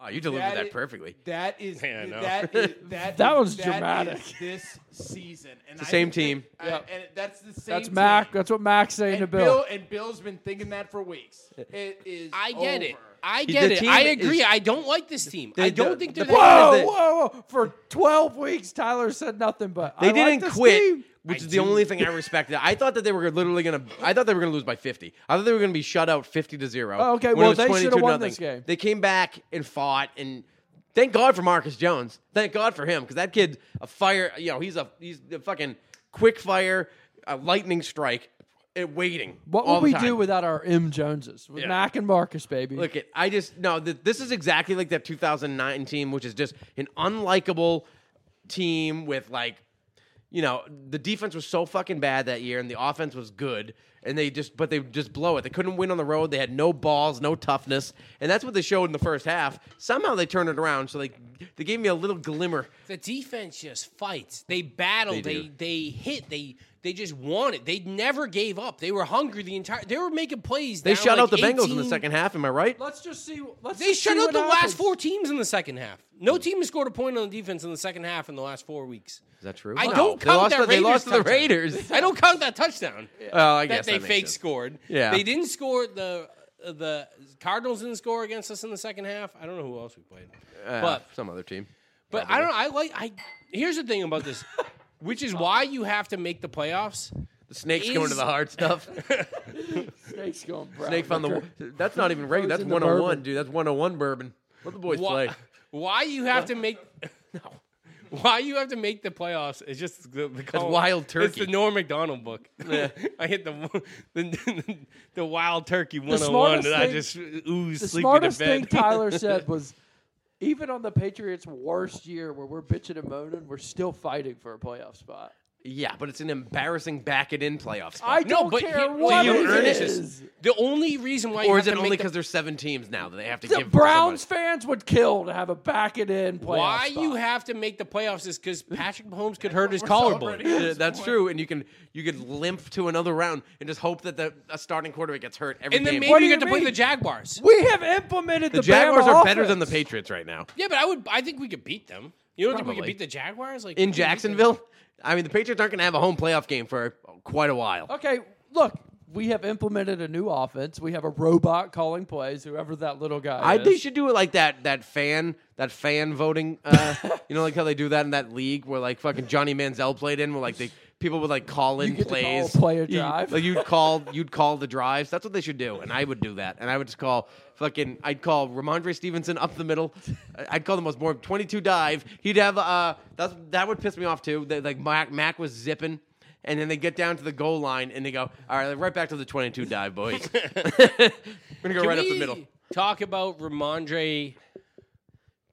[SPEAKER 2] Wow, you delivered
[SPEAKER 1] That
[SPEAKER 2] that,
[SPEAKER 1] i-
[SPEAKER 2] perfectly.
[SPEAKER 1] That is
[SPEAKER 3] Yeah, I know.
[SPEAKER 1] that is that,
[SPEAKER 4] That
[SPEAKER 1] is-
[SPEAKER 4] was
[SPEAKER 1] that
[SPEAKER 4] dramatic.
[SPEAKER 1] is this season, and
[SPEAKER 2] the
[SPEAKER 1] I
[SPEAKER 2] same team.
[SPEAKER 1] think- I-
[SPEAKER 4] Yep.
[SPEAKER 1] and that's the same.
[SPEAKER 4] That's
[SPEAKER 1] team.
[SPEAKER 4] Mac. That's what Mac's saying to
[SPEAKER 1] and
[SPEAKER 4] Bill.
[SPEAKER 1] Bill and Bill's been thinking that for weeks. It is.
[SPEAKER 3] I get it.
[SPEAKER 1] over.
[SPEAKER 3] I
[SPEAKER 2] The
[SPEAKER 3] get it.
[SPEAKER 2] team
[SPEAKER 3] I agree.
[SPEAKER 2] is-
[SPEAKER 3] I don't like this team.
[SPEAKER 2] They
[SPEAKER 3] I don't
[SPEAKER 2] do-
[SPEAKER 3] think
[SPEAKER 2] the
[SPEAKER 3] they're
[SPEAKER 2] problem
[SPEAKER 3] that
[SPEAKER 2] is
[SPEAKER 4] whoa,
[SPEAKER 2] that-
[SPEAKER 4] whoa, whoa. For 12 weeks, Tyler said nothing but
[SPEAKER 2] They
[SPEAKER 4] I like
[SPEAKER 2] didn't
[SPEAKER 4] this
[SPEAKER 2] quit,
[SPEAKER 4] team.
[SPEAKER 2] which is the only thing I respected. I thought that they were literally gonna. I thought they were gonna lose by fifty. I thought they were gonna be shut out fifty to zero.
[SPEAKER 4] Oh, okay.
[SPEAKER 2] when it
[SPEAKER 4] Well,
[SPEAKER 2] was
[SPEAKER 4] they should've
[SPEAKER 2] 22
[SPEAKER 4] won
[SPEAKER 2] nothing.
[SPEAKER 4] this game.
[SPEAKER 2] They came back and fought, and thank God for Marcus Jones. Thank God for him because that kid, a fire. You know, he's a he's a fucking quick fire, a lightning strike, and waiting.
[SPEAKER 4] What
[SPEAKER 2] all
[SPEAKER 4] would we
[SPEAKER 2] the time.
[SPEAKER 4] do without our M Joneses? With
[SPEAKER 2] Yeah.
[SPEAKER 4] Mac and Marcus, baby.
[SPEAKER 2] Look, it. I just no. Th- this is exactly like that 2009 team, which is just an unlikable team with like, you know, the defense was so fucking bad that year, and the offense was good, and they just but they just blow it. They couldn't win on the road. They had no balls, no toughness, and that's what they showed in the first half. Somehow they turned it around. So they they gave me a little glimmer.
[SPEAKER 3] The defense just fights. They battle. They they,
[SPEAKER 2] do.
[SPEAKER 3] hit. They they just want it. They never gave up. They were hungry the entire. They were making plays.
[SPEAKER 2] They
[SPEAKER 3] down
[SPEAKER 2] shut out the
[SPEAKER 3] like
[SPEAKER 2] Bengals in the
[SPEAKER 3] 18
[SPEAKER 2] second half. Am I right?
[SPEAKER 4] let's just see. Let's
[SPEAKER 3] They shut out the last four teams in the second half. No team has scored a point on defense in the second half in the last four weeks.
[SPEAKER 2] Is that true?
[SPEAKER 3] I
[SPEAKER 2] No.
[SPEAKER 3] don't
[SPEAKER 2] They
[SPEAKER 3] count
[SPEAKER 2] lost
[SPEAKER 3] that
[SPEAKER 2] to- they
[SPEAKER 3] Raiders
[SPEAKER 2] lost to the
[SPEAKER 3] touchdown.
[SPEAKER 2] Raiders.
[SPEAKER 3] I don't count that touchdown.
[SPEAKER 2] Well, Oh, I
[SPEAKER 3] that
[SPEAKER 2] guess
[SPEAKER 3] they
[SPEAKER 2] that makes
[SPEAKER 3] fake
[SPEAKER 2] sense.
[SPEAKER 3] scored.
[SPEAKER 2] Yeah.
[SPEAKER 3] they didn't score the the Cardinals didn't score against us in the second half. I don't know who else we played, but
[SPEAKER 2] Uh, Some other team.
[SPEAKER 3] but I don't. know. I like. I here's the thing about this, which is why you have to make the playoffs.
[SPEAKER 2] The snakes going to
[SPEAKER 3] Is-
[SPEAKER 2] the hard stuff.
[SPEAKER 4] Snake's going brown.
[SPEAKER 2] Snake found the. That's not even regular. That's
[SPEAKER 4] Frozen to
[SPEAKER 2] 101,
[SPEAKER 4] bourbon.
[SPEAKER 2] dude. That's 101 bourbon. Let the boys
[SPEAKER 3] Why,
[SPEAKER 2] play.
[SPEAKER 3] why you have to make no. Why you have to make the playoffs? It's just the, the call-
[SPEAKER 2] wild
[SPEAKER 3] It's the
[SPEAKER 2] turkey.
[SPEAKER 3] Norm Macdonald book. I hit the the, the wild turkey one hundred and one,
[SPEAKER 4] smartest
[SPEAKER 3] and I
[SPEAKER 4] thing-
[SPEAKER 3] just ooze
[SPEAKER 4] the
[SPEAKER 3] sleepy to
[SPEAKER 4] smartest thing
[SPEAKER 3] bed.
[SPEAKER 4] Tyler said was even on the Patriots' worst year where we're bitching and moaning, we're still fighting for a playoff spot.
[SPEAKER 2] Yeah, but it's an embarrassing back it in playoff spot.
[SPEAKER 4] I
[SPEAKER 3] no,
[SPEAKER 4] don't
[SPEAKER 3] but
[SPEAKER 4] care
[SPEAKER 3] here-
[SPEAKER 4] what
[SPEAKER 3] do you
[SPEAKER 4] it
[SPEAKER 2] earn it?
[SPEAKER 4] is.
[SPEAKER 3] the only reason why you
[SPEAKER 2] or
[SPEAKER 3] have
[SPEAKER 2] is it
[SPEAKER 3] to
[SPEAKER 2] only
[SPEAKER 3] make the-
[SPEAKER 2] because there's seven teams now that they have to
[SPEAKER 4] The
[SPEAKER 2] give?
[SPEAKER 4] Browns
[SPEAKER 2] somebody-
[SPEAKER 4] fans would kill to have a back it in playoff
[SPEAKER 3] why
[SPEAKER 4] spot.
[SPEAKER 3] you have to make the playoffs is because Patrick Mahomes could hurt his
[SPEAKER 1] We're
[SPEAKER 3] collarbone.
[SPEAKER 1] celebrating.
[SPEAKER 2] Yeah, That's true, and you can you could limp to another round and just hope that the a starting quarterback gets hurt every
[SPEAKER 3] And then
[SPEAKER 2] game.
[SPEAKER 3] maybe
[SPEAKER 4] do
[SPEAKER 3] you
[SPEAKER 4] you
[SPEAKER 3] get to play
[SPEAKER 4] mean?
[SPEAKER 3] the Jaguars.
[SPEAKER 4] We have implemented the,
[SPEAKER 2] the Jaguars
[SPEAKER 4] Bama
[SPEAKER 2] are better
[SPEAKER 4] offense.
[SPEAKER 2] than the Patriots right now
[SPEAKER 3] Yeah, but I would. I think we could beat them. You don't think we could
[SPEAKER 2] Probably.
[SPEAKER 3] beat the Jaguars? Like
[SPEAKER 2] in Jacksonville. I mean, the Patriots aren't going to have a home playoff game for quite a while.
[SPEAKER 4] Okay, look, we have implemented a new offense. We have a robot calling plays, whoever that little guy
[SPEAKER 2] I
[SPEAKER 4] is.
[SPEAKER 2] they should do it like that that fan that fan voting. Uh, you know, like how they do that in that league where like fucking Johnny Manziel played in, where like they people would like call in
[SPEAKER 4] You get to call
[SPEAKER 2] plays,
[SPEAKER 4] a player
[SPEAKER 2] You-
[SPEAKER 4] drive.
[SPEAKER 2] like you'd call you'd call the drives. That's what they should do, and I would do that, and I would just call fucking. I'd call Ramondre Stevenson up the middle. I- I'd call the most boring twenty two dive. He'd have uh that's that would piss me off too. That like Mac Mac was zipping. And then they get down to the goal line and they go, all right, right back to the 22 dive, boys. We're going to go
[SPEAKER 3] Can
[SPEAKER 2] right up
[SPEAKER 3] we
[SPEAKER 2] the middle.
[SPEAKER 3] Talk about Ramondre.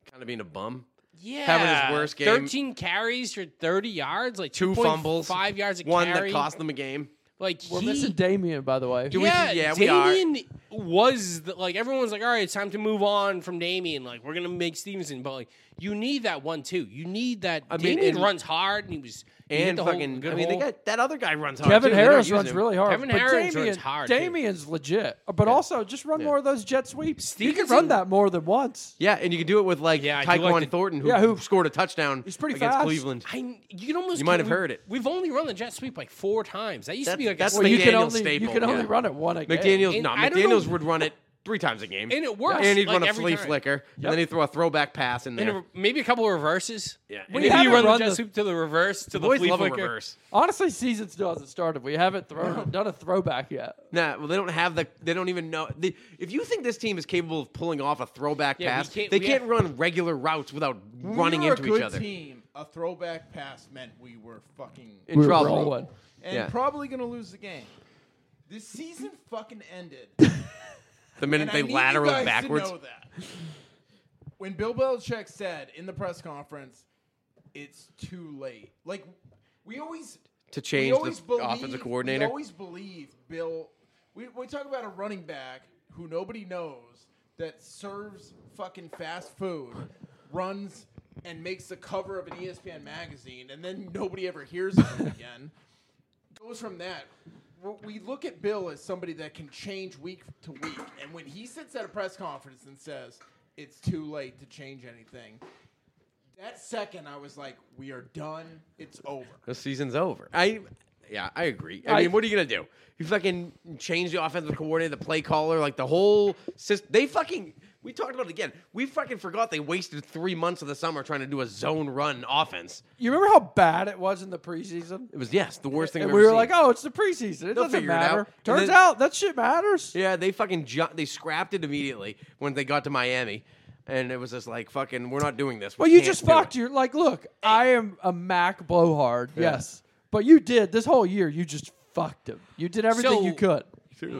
[SPEAKER 2] Kind of being a bum.
[SPEAKER 3] Yeah,
[SPEAKER 2] worst game.
[SPEAKER 3] Thirteen carries for thirty yards, like
[SPEAKER 2] two fumbles,
[SPEAKER 3] five yards a
[SPEAKER 2] one
[SPEAKER 3] carry.
[SPEAKER 2] that cost them a game.
[SPEAKER 3] Like
[SPEAKER 4] We're
[SPEAKER 3] he,
[SPEAKER 4] missing Damien, by the way.
[SPEAKER 2] we-
[SPEAKER 3] yeah,
[SPEAKER 2] yeah, we are.
[SPEAKER 3] Damien was the, like everyone was like, all right, it's time to move on from Damien. Like we're gonna make Stevenson, but like you need that one too. You need that.
[SPEAKER 2] I
[SPEAKER 3] I
[SPEAKER 2] mean,
[SPEAKER 3] mean,
[SPEAKER 2] and-
[SPEAKER 3] runs hard, and he was he hit
[SPEAKER 2] And
[SPEAKER 3] the
[SPEAKER 2] fucking,
[SPEAKER 3] Whole,
[SPEAKER 2] I mean, they
[SPEAKER 3] hole.
[SPEAKER 2] got that other guy runs hard.
[SPEAKER 4] Kevin
[SPEAKER 2] too. They don't
[SPEAKER 4] Harris
[SPEAKER 2] use
[SPEAKER 4] runs
[SPEAKER 2] him.
[SPEAKER 4] really hard.
[SPEAKER 3] Kevin
[SPEAKER 4] but
[SPEAKER 3] Harris runs
[SPEAKER 4] Damien,
[SPEAKER 3] hard, too.
[SPEAKER 4] Damien's legit. But also, just run more of those jet sweeps. you
[SPEAKER 3] Stevenson-
[SPEAKER 4] can run that more than once.
[SPEAKER 2] Yeah, and you can do it with like
[SPEAKER 3] Yeah, I do
[SPEAKER 2] Tyquan
[SPEAKER 3] like the-
[SPEAKER 2] Thornton, who,
[SPEAKER 4] Yeah, who-
[SPEAKER 2] scored a touchdown
[SPEAKER 4] He's pretty
[SPEAKER 2] against
[SPEAKER 4] fast.
[SPEAKER 2] Cleveland.
[SPEAKER 3] I, you can almost
[SPEAKER 2] You might
[SPEAKER 3] count-
[SPEAKER 2] have
[SPEAKER 3] we-
[SPEAKER 2] heard it.
[SPEAKER 3] We've only run the jet sweep like four times. That used to
[SPEAKER 2] That's-
[SPEAKER 3] be like
[SPEAKER 2] that's
[SPEAKER 3] a
[SPEAKER 4] Well, you can
[SPEAKER 2] McDaniel
[SPEAKER 4] only
[SPEAKER 2] staple,
[SPEAKER 4] you can only
[SPEAKER 2] yeah.
[SPEAKER 4] run it one a game.
[SPEAKER 2] McDaniels,
[SPEAKER 3] And
[SPEAKER 2] no,
[SPEAKER 3] I don't
[SPEAKER 2] McDaniels
[SPEAKER 3] know-
[SPEAKER 2] would run it three times a game,
[SPEAKER 3] And it works,
[SPEAKER 2] And he'd
[SPEAKER 3] like,
[SPEAKER 2] run a
[SPEAKER 3] every
[SPEAKER 2] flea
[SPEAKER 3] time.
[SPEAKER 2] flicker, and then he'd throw a throwback pass in
[SPEAKER 3] And
[SPEAKER 2] there.
[SPEAKER 3] a- maybe a couple of reverses.
[SPEAKER 2] Yeah.
[SPEAKER 3] Maybe
[SPEAKER 2] We
[SPEAKER 3] you
[SPEAKER 4] haven't
[SPEAKER 3] run the
[SPEAKER 4] run
[SPEAKER 3] jet
[SPEAKER 4] the-
[SPEAKER 3] sweep to the reverse to the
[SPEAKER 2] Boys
[SPEAKER 3] flea
[SPEAKER 2] love a
[SPEAKER 3] flicker.
[SPEAKER 2] reverse.
[SPEAKER 4] Honestly, season still hasn't started. We haven't thrown done a throwback yet.
[SPEAKER 2] Nah, well, they don't have the. They don't even know. They, if you think this team is capable of pulling off a throwback
[SPEAKER 3] Yeah, we
[SPEAKER 2] pass,
[SPEAKER 3] can't-
[SPEAKER 2] they
[SPEAKER 3] we
[SPEAKER 2] can't
[SPEAKER 3] have-
[SPEAKER 2] run regular routes without
[SPEAKER 1] When
[SPEAKER 2] running
[SPEAKER 1] we were
[SPEAKER 2] into
[SPEAKER 1] a good
[SPEAKER 2] each other.
[SPEAKER 1] Team, a throwback pass meant we were fucking
[SPEAKER 2] In
[SPEAKER 4] We're
[SPEAKER 2] trouble.
[SPEAKER 4] rolling.
[SPEAKER 1] and
[SPEAKER 2] yeah.
[SPEAKER 1] probably gonna lose the game. This season fucking ended.
[SPEAKER 2] The minute
[SPEAKER 1] and I
[SPEAKER 2] they
[SPEAKER 1] need
[SPEAKER 2] lateral
[SPEAKER 1] you guys
[SPEAKER 2] backwards.
[SPEAKER 1] To know that. When Bill Belichick said in the press conference, "It's too late," like we always
[SPEAKER 2] to
[SPEAKER 1] we
[SPEAKER 2] change
[SPEAKER 1] always
[SPEAKER 2] the
[SPEAKER 1] believe,
[SPEAKER 2] offensive coordinator.
[SPEAKER 1] We always believe Bill. We, we talk about a running back who nobody knows that serves fucking fast food, runs and makes the cover of an E ESPN magazine, and then nobody ever hears of him again. Goes from that. W- We look at Bill as somebody that can change week to week, and when he sits at a press conference and says it's too late to change anything, that second I was like, "We are done. It's over."
[SPEAKER 2] the season's over. I yeah, I agree. I, mean,
[SPEAKER 4] I-
[SPEAKER 2] what are you gonna do? You fucking change the offensive coordinator, the play caller, like the whole system. They fucking we talked about it again. We fucking forgot they wasted three months of the summer trying to do a zone run offense.
[SPEAKER 4] You remember how bad it was in the preseason?
[SPEAKER 2] It was yes, the worst thing.
[SPEAKER 4] And
[SPEAKER 2] I've
[SPEAKER 4] we were
[SPEAKER 2] ever
[SPEAKER 4] like,
[SPEAKER 2] seen.
[SPEAKER 4] "Oh, it's the preseason. It
[SPEAKER 2] They'll
[SPEAKER 4] doesn't
[SPEAKER 2] figure it out.
[SPEAKER 4] matter."
[SPEAKER 2] And
[SPEAKER 4] Turns
[SPEAKER 2] then-
[SPEAKER 4] out that shit matters.
[SPEAKER 2] Yeah, they fucking ju- they scrapped it immediately when they got to Miami, and it was just like fucking, we're not doing this. We
[SPEAKER 4] Well, you
[SPEAKER 2] can't
[SPEAKER 4] just
[SPEAKER 2] do it.
[SPEAKER 4] fucked your like. Look, I am a Mac blowhard. Yes, But you did this whole year. You just fucked him. You did everything
[SPEAKER 3] So-
[SPEAKER 4] you could.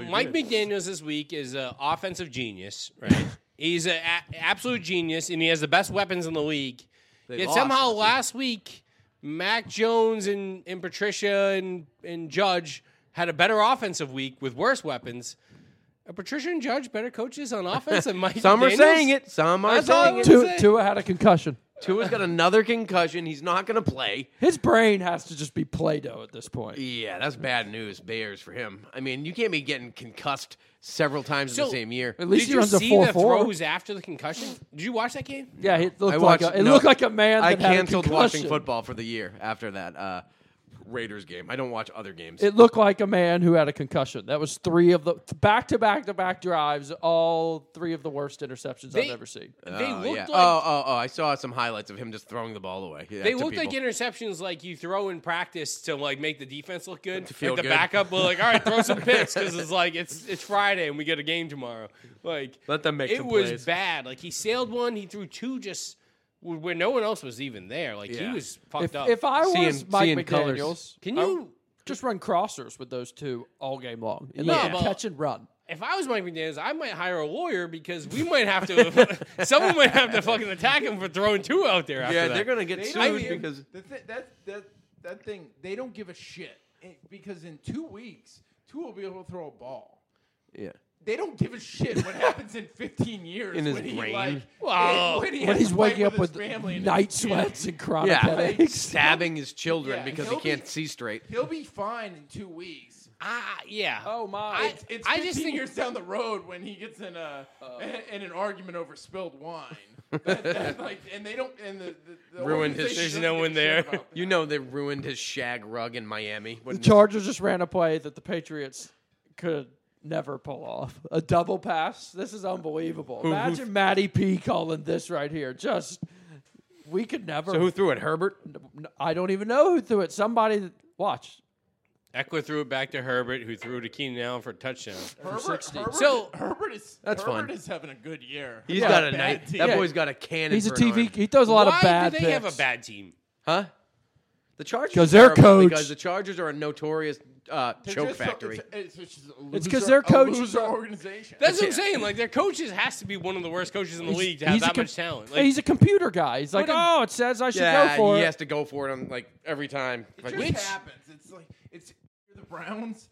[SPEAKER 3] Mike McDaniels this week is an offensive genius, right? He's an absolute genius, and he has the best weapons in the league. Yet
[SPEAKER 2] lost
[SPEAKER 3] somehow
[SPEAKER 2] last week.
[SPEAKER 3] last week, Mac Jones and, and Patricia and, and Judge had a better offensive week with worse weapons. Are Patricia and Judge better coaches on offense than Mike
[SPEAKER 2] Some are
[SPEAKER 3] McDaniels?
[SPEAKER 2] saying it. Some are
[SPEAKER 3] That's all
[SPEAKER 2] saying
[SPEAKER 3] I
[SPEAKER 2] it.
[SPEAKER 3] would
[SPEAKER 4] Tua,
[SPEAKER 3] say.
[SPEAKER 4] Tua had a concussion.
[SPEAKER 2] Tua's got another concussion. He's not going to play.
[SPEAKER 4] His brain has to just be Play-Doh at this point.
[SPEAKER 2] Yeah, that's bad news, Bears, for him. I mean, you can't be getting concussed several times in
[SPEAKER 3] So-
[SPEAKER 2] the same year.
[SPEAKER 4] At least
[SPEAKER 3] Did
[SPEAKER 4] he
[SPEAKER 3] you
[SPEAKER 4] runs a
[SPEAKER 3] see the
[SPEAKER 4] four-four.
[SPEAKER 3] throws after the concussion? Did you watch that game?
[SPEAKER 4] Yeah, it looked
[SPEAKER 2] I
[SPEAKER 4] like
[SPEAKER 2] watched.
[SPEAKER 4] a, it
[SPEAKER 2] no,
[SPEAKER 4] looked like a man.
[SPEAKER 2] I
[SPEAKER 4] that had a
[SPEAKER 2] canceled watching
[SPEAKER 4] concussion.
[SPEAKER 2] football for the year after that uh, Raiders game. I don't watch other games.
[SPEAKER 4] It looked like a man who had a concussion. That was three of the back to back to back drives, all three of the worst interceptions I've
[SPEAKER 3] They- Uh,
[SPEAKER 4] ever seen.
[SPEAKER 3] they
[SPEAKER 2] Oh,
[SPEAKER 3] looked
[SPEAKER 2] yeah.
[SPEAKER 3] like
[SPEAKER 2] oh, oh, oh! I saw some highlights of him just throwing the ball away. Yeah,
[SPEAKER 3] They
[SPEAKER 2] to
[SPEAKER 3] look like
[SPEAKER 2] people.
[SPEAKER 3] interceptions like you throw in practice to like make the defense look good.
[SPEAKER 2] To feel
[SPEAKER 3] like the
[SPEAKER 2] good.
[SPEAKER 3] backup will like, all right, throw some picks because it's like it's it's Friday and we get a game tomorrow. Like
[SPEAKER 2] Let them make
[SPEAKER 3] it
[SPEAKER 2] some
[SPEAKER 3] was
[SPEAKER 2] plays.
[SPEAKER 3] bad. Like he sailed one, he threw two just w- where no one else was even there. Like
[SPEAKER 2] Yeah.
[SPEAKER 3] he was fucked
[SPEAKER 4] If,
[SPEAKER 3] up.
[SPEAKER 4] if I was
[SPEAKER 2] Seeing-
[SPEAKER 4] Mike
[SPEAKER 2] seeing
[SPEAKER 4] McDaniels,
[SPEAKER 2] colours.
[SPEAKER 3] Can
[SPEAKER 4] I
[SPEAKER 3] you-
[SPEAKER 4] would just run crossers with those two all game long and
[SPEAKER 3] Yeah.
[SPEAKER 4] let
[SPEAKER 3] Well-
[SPEAKER 4] them catch and run?
[SPEAKER 3] if I was Mike McDaniels, I might hire a lawyer because we might have to. someone might have to fucking attack him for throwing two out there. After
[SPEAKER 2] Yeah,
[SPEAKER 3] that.
[SPEAKER 2] they're gonna get
[SPEAKER 1] They
[SPEAKER 2] sued
[SPEAKER 1] don't give-
[SPEAKER 2] because
[SPEAKER 1] the thi- that, that, that thing, they don't give a shit. It- because in two weeks, two will be able to throw a ball.
[SPEAKER 2] yeah.
[SPEAKER 1] They don't give a shit what happens in 15 years
[SPEAKER 2] In his
[SPEAKER 1] when he,
[SPEAKER 2] brain.
[SPEAKER 1] like, eh,
[SPEAKER 3] Wow.
[SPEAKER 1] when, he
[SPEAKER 4] When
[SPEAKER 1] has
[SPEAKER 4] he's
[SPEAKER 1] to
[SPEAKER 4] waking
[SPEAKER 1] fight
[SPEAKER 4] up with
[SPEAKER 1] his family and
[SPEAKER 4] night
[SPEAKER 1] his
[SPEAKER 4] sweats
[SPEAKER 1] kid.
[SPEAKER 4] and chronic
[SPEAKER 2] Yeah,
[SPEAKER 4] headaches.
[SPEAKER 2] stabbing his children
[SPEAKER 1] Yeah,
[SPEAKER 2] because he
[SPEAKER 1] he'll be-
[SPEAKER 2] can't see straight.
[SPEAKER 1] He'll be fine in two weeks.
[SPEAKER 3] Ah, yeah.
[SPEAKER 4] Oh my!
[SPEAKER 3] I-
[SPEAKER 1] It's, it's 15
[SPEAKER 3] I just think-
[SPEAKER 1] years down the road when he gets in a in an argument over spilled wine. That- that, like, and they don't and the, the, the
[SPEAKER 2] Ruined his-
[SPEAKER 1] organization
[SPEAKER 2] There's
[SPEAKER 1] doesn't
[SPEAKER 3] no
[SPEAKER 1] give a
[SPEAKER 3] one
[SPEAKER 1] shit
[SPEAKER 3] there.
[SPEAKER 1] about that.
[SPEAKER 2] You know they ruined his shag rug in Miami.
[SPEAKER 4] the
[SPEAKER 2] When
[SPEAKER 4] Chargers just ran a play that the Patriots could never pull off. A double pass. This is unbelievable. Imagine Matty P calling this right here. Just we could never.
[SPEAKER 2] so who threw it? Herbert.
[SPEAKER 4] I don't even know who threw it. Somebody that- watch.
[SPEAKER 3] Eckler threw it back to Herbert, who threw it to Keenan Allen for a touchdown.
[SPEAKER 1] Herbert,
[SPEAKER 4] 60.
[SPEAKER 1] Herbert,
[SPEAKER 3] So-
[SPEAKER 1] Herbert is
[SPEAKER 2] That's
[SPEAKER 1] Herbert
[SPEAKER 2] fun.
[SPEAKER 1] is having a good year.
[SPEAKER 2] He's
[SPEAKER 1] He's
[SPEAKER 2] got a
[SPEAKER 1] bad
[SPEAKER 2] night.
[SPEAKER 1] team.
[SPEAKER 2] That
[SPEAKER 4] Yeah.
[SPEAKER 2] boy got a cannon.
[SPEAKER 4] He's a
[SPEAKER 2] for an
[SPEAKER 4] TV.
[SPEAKER 2] arm.
[SPEAKER 4] He throws a lot
[SPEAKER 3] Why
[SPEAKER 4] of bad
[SPEAKER 3] do they
[SPEAKER 4] picks.
[SPEAKER 3] have a bad team?
[SPEAKER 2] Huh? The Chargers
[SPEAKER 4] 'Cause their
[SPEAKER 2] are terrible
[SPEAKER 4] coach-
[SPEAKER 2] because the Chargers are a notorious uh,
[SPEAKER 1] They're
[SPEAKER 2] choke
[SPEAKER 1] just so-
[SPEAKER 2] factory.
[SPEAKER 1] It's, it's just a
[SPEAKER 4] It's 'cause
[SPEAKER 1] loser-
[SPEAKER 4] their
[SPEAKER 1] a
[SPEAKER 4] coach-
[SPEAKER 1] loser organization.
[SPEAKER 3] That's what I'm saying. Like their coaches has to be one of the worst coaches in the league to have
[SPEAKER 4] he's a
[SPEAKER 3] that
[SPEAKER 4] com-
[SPEAKER 3] much talent. Like,
[SPEAKER 4] he's a computer guy. He's like,
[SPEAKER 3] But-
[SPEAKER 4] oh, it says I should go
[SPEAKER 2] yeah,
[SPEAKER 4] for
[SPEAKER 2] he
[SPEAKER 4] it.
[SPEAKER 2] has to go for it on like every time.
[SPEAKER 1] It
[SPEAKER 2] Like,
[SPEAKER 1] just
[SPEAKER 3] Which-
[SPEAKER 1] happens. It's like it's you're the Browns,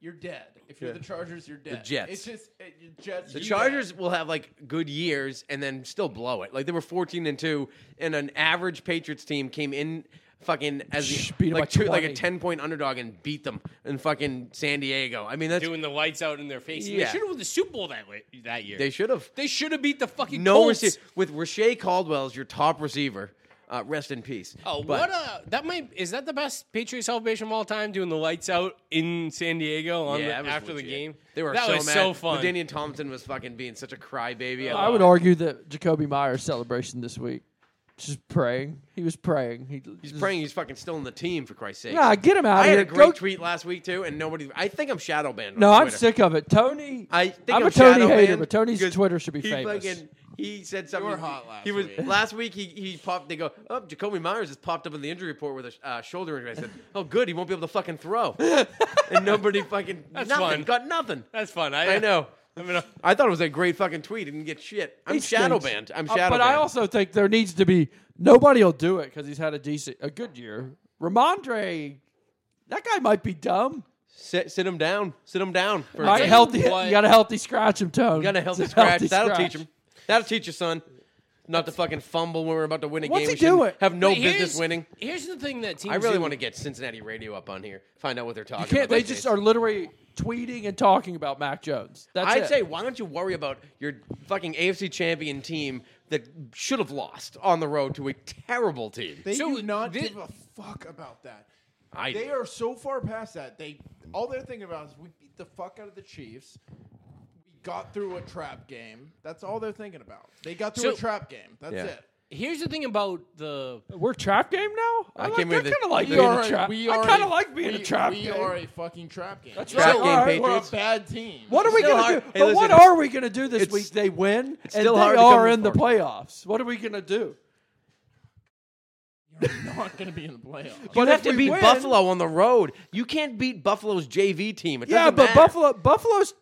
[SPEAKER 1] you're dead. If you're the Chargers, you're dead.
[SPEAKER 2] Jets.
[SPEAKER 1] It's just it, you Jets.
[SPEAKER 2] The
[SPEAKER 1] you
[SPEAKER 2] Chargers
[SPEAKER 1] dead.
[SPEAKER 2] will have like good years and then still blow it. Like they were 14 and 2 and an average Patriots team came in fucking as
[SPEAKER 4] Psh,
[SPEAKER 2] the,
[SPEAKER 4] beat 'em by
[SPEAKER 2] like two, like
[SPEAKER 4] 20.
[SPEAKER 2] a 10 point underdog and beat them in fucking San Diego. I mean that's
[SPEAKER 3] doing the lights out in their face. And
[SPEAKER 2] Yeah.
[SPEAKER 3] They should have won the Super Bowl that way, that year.
[SPEAKER 2] they should have
[SPEAKER 3] They should have beat the fucking
[SPEAKER 2] no
[SPEAKER 3] Colts.
[SPEAKER 2] rece- with Rashe Caldwell as your top receiver. Uh, rest in peace.
[SPEAKER 3] Oh,
[SPEAKER 2] But-
[SPEAKER 3] what a that might is that the best Patriot celebration of all time? Doing the lights out in San Diego on
[SPEAKER 2] Yeah, that
[SPEAKER 3] the,
[SPEAKER 2] was
[SPEAKER 3] after the
[SPEAKER 2] legit.
[SPEAKER 3] game.
[SPEAKER 2] They were
[SPEAKER 3] that
[SPEAKER 2] so
[SPEAKER 3] was
[SPEAKER 2] mad.
[SPEAKER 3] so fun.
[SPEAKER 2] Ladainian Thompson was fucking being such a crybaby.
[SPEAKER 4] I would argue that Jacoby Myers' celebration this week, just praying. He was praying. He,
[SPEAKER 2] He's praying he's fucking still in the team for Christ's sake.
[SPEAKER 4] Nah, get him out
[SPEAKER 2] I
[SPEAKER 4] of
[SPEAKER 2] had
[SPEAKER 4] here.
[SPEAKER 2] a great
[SPEAKER 4] Go-
[SPEAKER 2] tweet last week too, and nobody. I think I'm shadow banned. on
[SPEAKER 4] No, I'm
[SPEAKER 2] Twitter.
[SPEAKER 4] sick of it. Tony,
[SPEAKER 2] I think
[SPEAKER 4] I'm,
[SPEAKER 2] I'm
[SPEAKER 4] a Tony
[SPEAKER 2] shadow
[SPEAKER 4] hater,
[SPEAKER 2] banned
[SPEAKER 4] but Tony's
[SPEAKER 2] 'cause
[SPEAKER 4] Twitter should be
[SPEAKER 2] he
[SPEAKER 4] famous.
[SPEAKER 2] Fucking, he said something.
[SPEAKER 1] were hot last
[SPEAKER 2] he was
[SPEAKER 1] week.
[SPEAKER 2] last week. He he popped. They go, oh, Jacoby Myers has popped up in the injury report with a sh- uh, shoulder injury. I said, oh, good, he won't be able to fucking throw. and nobody fucking
[SPEAKER 3] That's
[SPEAKER 2] nothing
[SPEAKER 3] fun.
[SPEAKER 2] got nothing.
[SPEAKER 3] That's fun. I,
[SPEAKER 2] I know.
[SPEAKER 3] I mean, uh,
[SPEAKER 2] I thought it was a great fucking tweet. Didn't get shit. I'm
[SPEAKER 4] He
[SPEAKER 2] shadow
[SPEAKER 4] stinks.
[SPEAKER 2] banned. I'm
[SPEAKER 4] Uh,
[SPEAKER 2] shadow
[SPEAKER 4] but
[SPEAKER 2] banned.
[SPEAKER 4] I also think there needs to be nobody will do it because he's had a decent, a good year. Ramondre, that guy might be dumb.
[SPEAKER 2] sit, sit him down. Sit him down. For a
[SPEAKER 4] All right,
[SPEAKER 2] second.
[SPEAKER 4] healthy, you
[SPEAKER 3] what-
[SPEAKER 4] got a healthy scratch him, Tony.
[SPEAKER 2] Got a healthy
[SPEAKER 4] It's
[SPEAKER 2] scratch. That'll
[SPEAKER 4] scratch.
[SPEAKER 2] teach him. That'll teach your son not to fucking fumble when we're about to win a
[SPEAKER 4] What's
[SPEAKER 2] game.
[SPEAKER 4] he
[SPEAKER 2] We shouldn't
[SPEAKER 4] doing?
[SPEAKER 2] Have no
[SPEAKER 3] but here's-
[SPEAKER 2] business winning.
[SPEAKER 3] Here's the thing that teams
[SPEAKER 2] I really
[SPEAKER 3] do.
[SPEAKER 2] want to get Cincinnati radio up on here. Find out what they're talking
[SPEAKER 4] You can't.
[SPEAKER 2] about.
[SPEAKER 4] They
[SPEAKER 2] these
[SPEAKER 4] just
[SPEAKER 2] days.
[SPEAKER 4] are literally tweeting and talking about Mac Jones. That's
[SPEAKER 2] I'd
[SPEAKER 4] it.
[SPEAKER 2] say, why don't you worry about your fucking AFC champion team that should have lost on the road to a terrible team?
[SPEAKER 1] They
[SPEAKER 3] So
[SPEAKER 1] do not
[SPEAKER 3] thi-
[SPEAKER 1] give a fuck about that.
[SPEAKER 2] I
[SPEAKER 1] they
[SPEAKER 2] do.
[SPEAKER 1] are so far past that. They all they're thinking about is we beat the fuck out of the Chiefs. We got through a trap game. That's all they're thinking about. They got through
[SPEAKER 3] So-
[SPEAKER 1] a trap game. That's
[SPEAKER 2] Yeah.
[SPEAKER 1] it.
[SPEAKER 3] Here's the thing about the
[SPEAKER 4] we're trap game now. I,
[SPEAKER 2] I
[SPEAKER 4] like,
[SPEAKER 2] came
[SPEAKER 4] I
[SPEAKER 2] with
[SPEAKER 4] kind
[SPEAKER 2] it.
[SPEAKER 4] of like
[SPEAKER 2] We
[SPEAKER 4] being
[SPEAKER 2] are
[SPEAKER 4] a
[SPEAKER 2] a-
[SPEAKER 4] trap.
[SPEAKER 1] we
[SPEAKER 4] I
[SPEAKER 1] are
[SPEAKER 4] kind
[SPEAKER 1] a-
[SPEAKER 4] of like being
[SPEAKER 1] we-
[SPEAKER 4] a trap
[SPEAKER 1] We
[SPEAKER 4] game.
[SPEAKER 1] are a fucking trap game.
[SPEAKER 4] That's
[SPEAKER 1] We're
[SPEAKER 4] right.
[SPEAKER 2] Trap
[SPEAKER 1] a-
[SPEAKER 2] game
[SPEAKER 4] All right.
[SPEAKER 1] We're a
[SPEAKER 2] Patriots.
[SPEAKER 1] bad team.
[SPEAKER 4] What are we
[SPEAKER 2] Still
[SPEAKER 4] gonna
[SPEAKER 2] hard-
[SPEAKER 4] do?
[SPEAKER 2] hey,
[SPEAKER 4] but
[SPEAKER 2] listen,
[SPEAKER 4] what are we gonna do this
[SPEAKER 2] it's-
[SPEAKER 4] week? They win, and
[SPEAKER 2] still
[SPEAKER 4] they
[SPEAKER 2] hard to
[SPEAKER 4] are
[SPEAKER 2] come
[SPEAKER 4] in the
[SPEAKER 2] apart.
[SPEAKER 4] playoffs. What are we gonna do?
[SPEAKER 1] not going to be in the playoffs.
[SPEAKER 2] You
[SPEAKER 4] But
[SPEAKER 2] have
[SPEAKER 4] if
[SPEAKER 2] to
[SPEAKER 4] we
[SPEAKER 2] beat
[SPEAKER 4] win-
[SPEAKER 2] Buffalo on the road. You can't beat Buffalo's JV team. It
[SPEAKER 4] Yeah,
[SPEAKER 2] doesn't
[SPEAKER 4] but
[SPEAKER 2] matter.
[SPEAKER 4] Buffalo, Buffalo's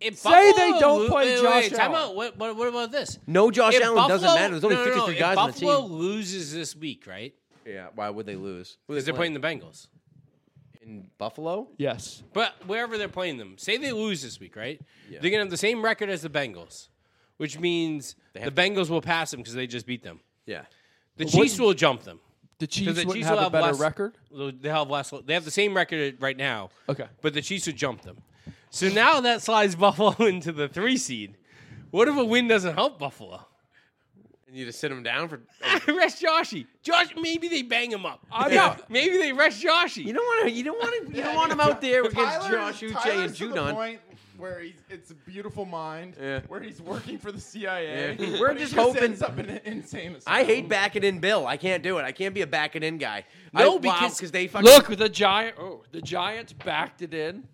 [SPEAKER 3] If
[SPEAKER 4] Say
[SPEAKER 3] Buffalo
[SPEAKER 4] they don't
[SPEAKER 3] lo-
[SPEAKER 4] play
[SPEAKER 3] wait, wait,
[SPEAKER 4] Josh
[SPEAKER 3] wait, time
[SPEAKER 4] Allen.
[SPEAKER 3] out. What, what, what about this?
[SPEAKER 2] No Oh, Josh
[SPEAKER 3] If
[SPEAKER 2] Allen doesn't
[SPEAKER 3] Buffalo-
[SPEAKER 2] matter. There's only
[SPEAKER 3] no, no,
[SPEAKER 2] 53
[SPEAKER 3] no,
[SPEAKER 2] guys
[SPEAKER 3] if
[SPEAKER 2] on the team.
[SPEAKER 3] Buffalo loses this week, right?
[SPEAKER 2] Yeah, why would they lose? Who
[SPEAKER 3] Because they're playing the Bengals.
[SPEAKER 2] in Buffalo?
[SPEAKER 4] yes.
[SPEAKER 3] But wherever they're playing them, say they lose this week, right? They're gonna have the same record as the Bengals, which means the
[SPEAKER 2] have
[SPEAKER 3] Bengals will pass them because they just beat them.
[SPEAKER 2] Yeah.
[SPEAKER 3] The Chiefs will jump them.
[SPEAKER 4] The Chiefs
[SPEAKER 3] the
[SPEAKER 4] wouldn't
[SPEAKER 3] Chiefs
[SPEAKER 4] have,
[SPEAKER 3] will
[SPEAKER 4] a
[SPEAKER 3] have
[SPEAKER 4] better
[SPEAKER 3] less-
[SPEAKER 4] record.
[SPEAKER 3] They'll- They have less. They have the same record right now.
[SPEAKER 4] Okay.
[SPEAKER 3] But the Chiefs would jump them. So now that slides Buffalo into the three seed. What if a win doesn't help Buffalo?
[SPEAKER 2] And you just sit them down for.
[SPEAKER 3] rest Joshy. Josh, maybe they bang him up.
[SPEAKER 4] I
[SPEAKER 3] Yeah. Maybe they rest Joshy.
[SPEAKER 2] You don't want to. You don't want to. You don't want them out there against Josh Uche and
[SPEAKER 1] Tyler's to the
[SPEAKER 2] Judon.
[SPEAKER 1] point where he's, it's a beautiful mind,
[SPEAKER 2] Yeah.
[SPEAKER 1] where he's working for the CIA.
[SPEAKER 2] Yeah.
[SPEAKER 1] but
[SPEAKER 2] We're
[SPEAKER 1] he
[SPEAKER 2] just hoping-
[SPEAKER 1] ends up in an insane
[SPEAKER 2] I
[SPEAKER 1] asylum.
[SPEAKER 2] hate backing in Bill. I can't do it. I can't be a backing in guy.
[SPEAKER 3] No,
[SPEAKER 2] I, wow,
[SPEAKER 3] because-
[SPEAKER 2] they fucking
[SPEAKER 4] Look, the giant. Oh, the Giants backed it in,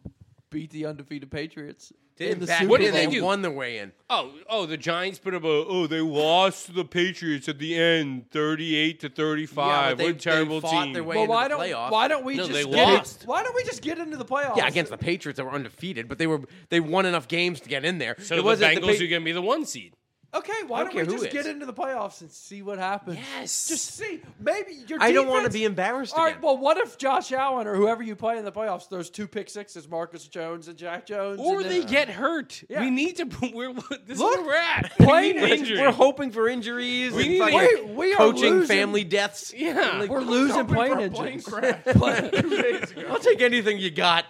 [SPEAKER 4] beat the undefeated Patriots in
[SPEAKER 2] didn't
[SPEAKER 4] the
[SPEAKER 2] back
[SPEAKER 4] Super
[SPEAKER 2] in.
[SPEAKER 3] What
[SPEAKER 4] Bowl.
[SPEAKER 3] did they do?
[SPEAKER 2] won the way in.
[SPEAKER 3] Oh, oh, the Giants put up a. Oh, they lost to the Patriots at the end, thirty-eight to
[SPEAKER 2] Yeah, but
[SPEAKER 3] thirty-five.
[SPEAKER 2] they-
[SPEAKER 3] what a terrible
[SPEAKER 2] they fought
[SPEAKER 3] team.
[SPEAKER 2] their way
[SPEAKER 4] Well,
[SPEAKER 2] into
[SPEAKER 4] why
[SPEAKER 2] the
[SPEAKER 4] don't
[SPEAKER 2] playoffs.
[SPEAKER 4] why don't we
[SPEAKER 3] No,
[SPEAKER 4] just
[SPEAKER 3] they
[SPEAKER 4] get
[SPEAKER 3] lost.
[SPEAKER 4] Why don't we just get into the playoffs?
[SPEAKER 2] Yeah, against the Patriots that were undefeated, but they were they won enough games to get in there.
[SPEAKER 3] so
[SPEAKER 2] it
[SPEAKER 3] the
[SPEAKER 2] wasn't
[SPEAKER 3] Bengals
[SPEAKER 2] Pa-
[SPEAKER 3] are going to be the one seed.
[SPEAKER 4] Okay, why
[SPEAKER 2] I
[SPEAKER 4] don't,
[SPEAKER 2] don't care
[SPEAKER 4] we
[SPEAKER 2] who
[SPEAKER 4] just
[SPEAKER 2] is.
[SPEAKER 4] get into the playoffs and see what happens?
[SPEAKER 3] Yes.
[SPEAKER 4] Just see. Maybe your
[SPEAKER 2] I don't wanna
[SPEAKER 4] defense-
[SPEAKER 2] be embarrassed
[SPEAKER 4] All right,
[SPEAKER 2] again.
[SPEAKER 4] well, what if Josh Allen or whoever you play in the playoffs throws two pick sixes, Marcus Jones and Jack Jones?
[SPEAKER 3] Or
[SPEAKER 4] and
[SPEAKER 3] they
[SPEAKER 4] then- uh,
[SPEAKER 3] get hurt.
[SPEAKER 4] Yeah.
[SPEAKER 3] We need to. We're, this
[SPEAKER 4] Look,
[SPEAKER 3] is where we're at.
[SPEAKER 4] playing
[SPEAKER 3] we need
[SPEAKER 4] is-
[SPEAKER 3] injury.
[SPEAKER 2] We're hoping for injuries.
[SPEAKER 3] We
[SPEAKER 2] and
[SPEAKER 3] need-
[SPEAKER 2] fucking
[SPEAKER 4] we- we are
[SPEAKER 2] coaching
[SPEAKER 4] losing.
[SPEAKER 2] family deaths.
[SPEAKER 3] Yeah.
[SPEAKER 2] Like,
[SPEAKER 4] We're
[SPEAKER 2] I'll
[SPEAKER 4] losing
[SPEAKER 1] Hoping for
[SPEAKER 4] plane
[SPEAKER 1] a
[SPEAKER 4] engines.
[SPEAKER 1] crash. Two days ago.
[SPEAKER 2] take anything you got.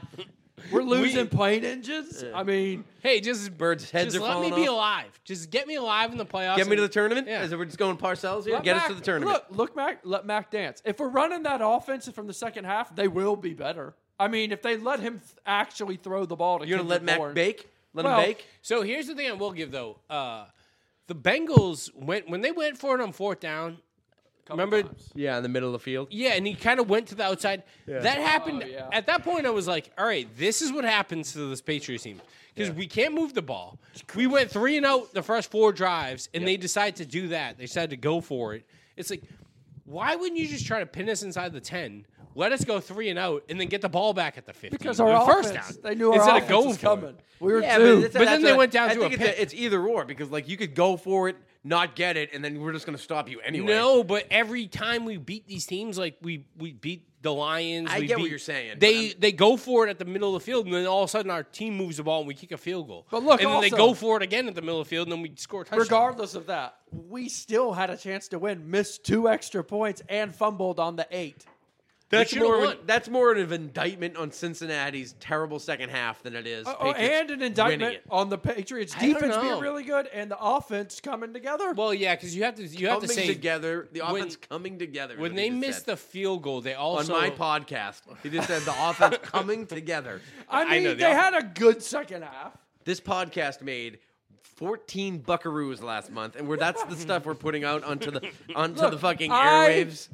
[SPEAKER 4] We're losing plane engines. I mean,
[SPEAKER 3] hey, just
[SPEAKER 2] Birds' heads
[SPEAKER 3] Just
[SPEAKER 2] are
[SPEAKER 3] let me
[SPEAKER 2] falling
[SPEAKER 3] be
[SPEAKER 2] off.
[SPEAKER 3] alive. Just get me alive in the playoffs.
[SPEAKER 2] Get me to the
[SPEAKER 3] and-
[SPEAKER 2] tournament.
[SPEAKER 3] Yeah.
[SPEAKER 2] Is it we're just going Parcells here?
[SPEAKER 4] let
[SPEAKER 2] Get us
[SPEAKER 4] Mac-
[SPEAKER 2] to the tournament.
[SPEAKER 4] Look, look, Mac. Let Mac dance. If we're running that offense from the second half, they will be better. I mean, if they let him th- actually throw the ball to
[SPEAKER 2] You're gonna let
[SPEAKER 4] Kendrick
[SPEAKER 2] Mac
[SPEAKER 4] Bourne-
[SPEAKER 2] bake. Let
[SPEAKER 4] Well,
[SPEAKER 2] him bake.
[SPEAKER 3] So here's the thing I will give though. Uh, the Bengals went when they went for it on fourth down. Remember,
[SPEAKER 2] Yeah, in the middle of the field.
[SPEAKER 3] yeah, and he kind of went to the outside. That happened
[SPEAKER 4] Oh, yeah.
[SPEAKER 3] at that point. I was like, all right, this is what happens to this Patriots team because we can't move the ball. We went three and out the first four drives, and they decide to do that. They decided to go for it. It's like, why wouldn't you just try to pin us inside the ten? Let us go three and out, and then get the ball back at the fifteen.
[SPEAKER 4] because our
[SPEAKER 3] the
[SPEAKER 4] offense, they knew our offense was
[SPEAKER 3] for it.
[SPEAKER 4] coming. We were
[SPEAKER 2] Yeah,
[SPEAKER 4] due.
[SPEAKER 2] that's-
[SPEAKER 3] But then
[SPEAKER 2] that's
[SPEAKER 3] they
[SPEAKER 2] what-
[SPEAKER 3] went down
[SPEAKER 2] I
[SPEAKER 3] to
[SPEAKER 2] think
[SPEAKER 3] a
[SPEAKER 2] it's,
[SPEAKER 3] pick.
[SPEAKER 2] it's either or because like you could go for it, not get it, and then we're just gonna stop you anyway.
[SPEAKER 3] No, but every time we beat these teams, like we we beat the Lions.
[SPEAKER 2] I
[SPEAKER 3] we
[SPEAKER 2] get what
[SPEAKER 3] beat-
[SPEAKER 2] you're saying, but
[SPEAKER 3] They
[SPEAKER 2] I'm-
[SPEAKER 3] they go for it at the middle of the field, and then all of a sudden our team moves the ball and we kick a field goal.
[SPEAKER 4] But look,
[SPEAKER 3] and then they
[SPEAKER 4] also-
[SPEAKER 3] go for it again at the middle of the field, and then we score a touchdown.
[SPEAKER 4] Regardless of that, we still had a chance to win. Missed two extra points and fumbled on the eight.
[SPEAKER 2] that's
[SPEAKER 3] should've
[SPEAKER 2] more. Of an,
[SPEAKER 3] won.
[SPEAKER 2] that's more of an indictment on Cincinnati's terrible second half than it is.
[SPEAKER 4] Oh,
[SPEAKER 2] Patriots
[SPEAKER 4] and an
[SPEAKER 2] winning
[SPEAKER 4] indictment
[SPEAKER 2] it.
[SPEAKER 4] on the Patriots
[SPEAKER 3] don't
[SPEAKER 4] defense being
[SPEAKER 3] know.
[SPEAKER 4] really good and the offense coming together.
[SPEAKER 3] Well, yeah, because you have to you have to
[SPEAKER 2] Coming
[SPEAKER 3] say
[SPEAKER 2] together, the
[SPEAKER 3] when-
[SPEAKER 2] offense coming together. is
[SPEAKER 3] when
[SPEAKER 2] what
[SPEAKER 3] they
[SPEAKER 2] he just
[SPEAKER 3] missed
[SPEAKER 2] said.
[SPEAKER 3] the field goal, they
[SPEAKER 2] on
[SPEAKER 3] also
[SPEAKER 2] my podcast, he just said the offense coming together.
[SPEAKER 4] I
[SPEAKER 3] I
[SPEAKER 4] mean,
[SPEAKER 3] know the
[SPEAKER 4] they had a good second half.
[SPEAKER 2] This podcast made 14 buckaroos last month, and we're that's the stuff we're putting out onto the onto the
[SPEAKER 4] Look,
[SPEAKER 2] fucking
[SPEAKER 4] I-
[SPEAKER 2] airwaves.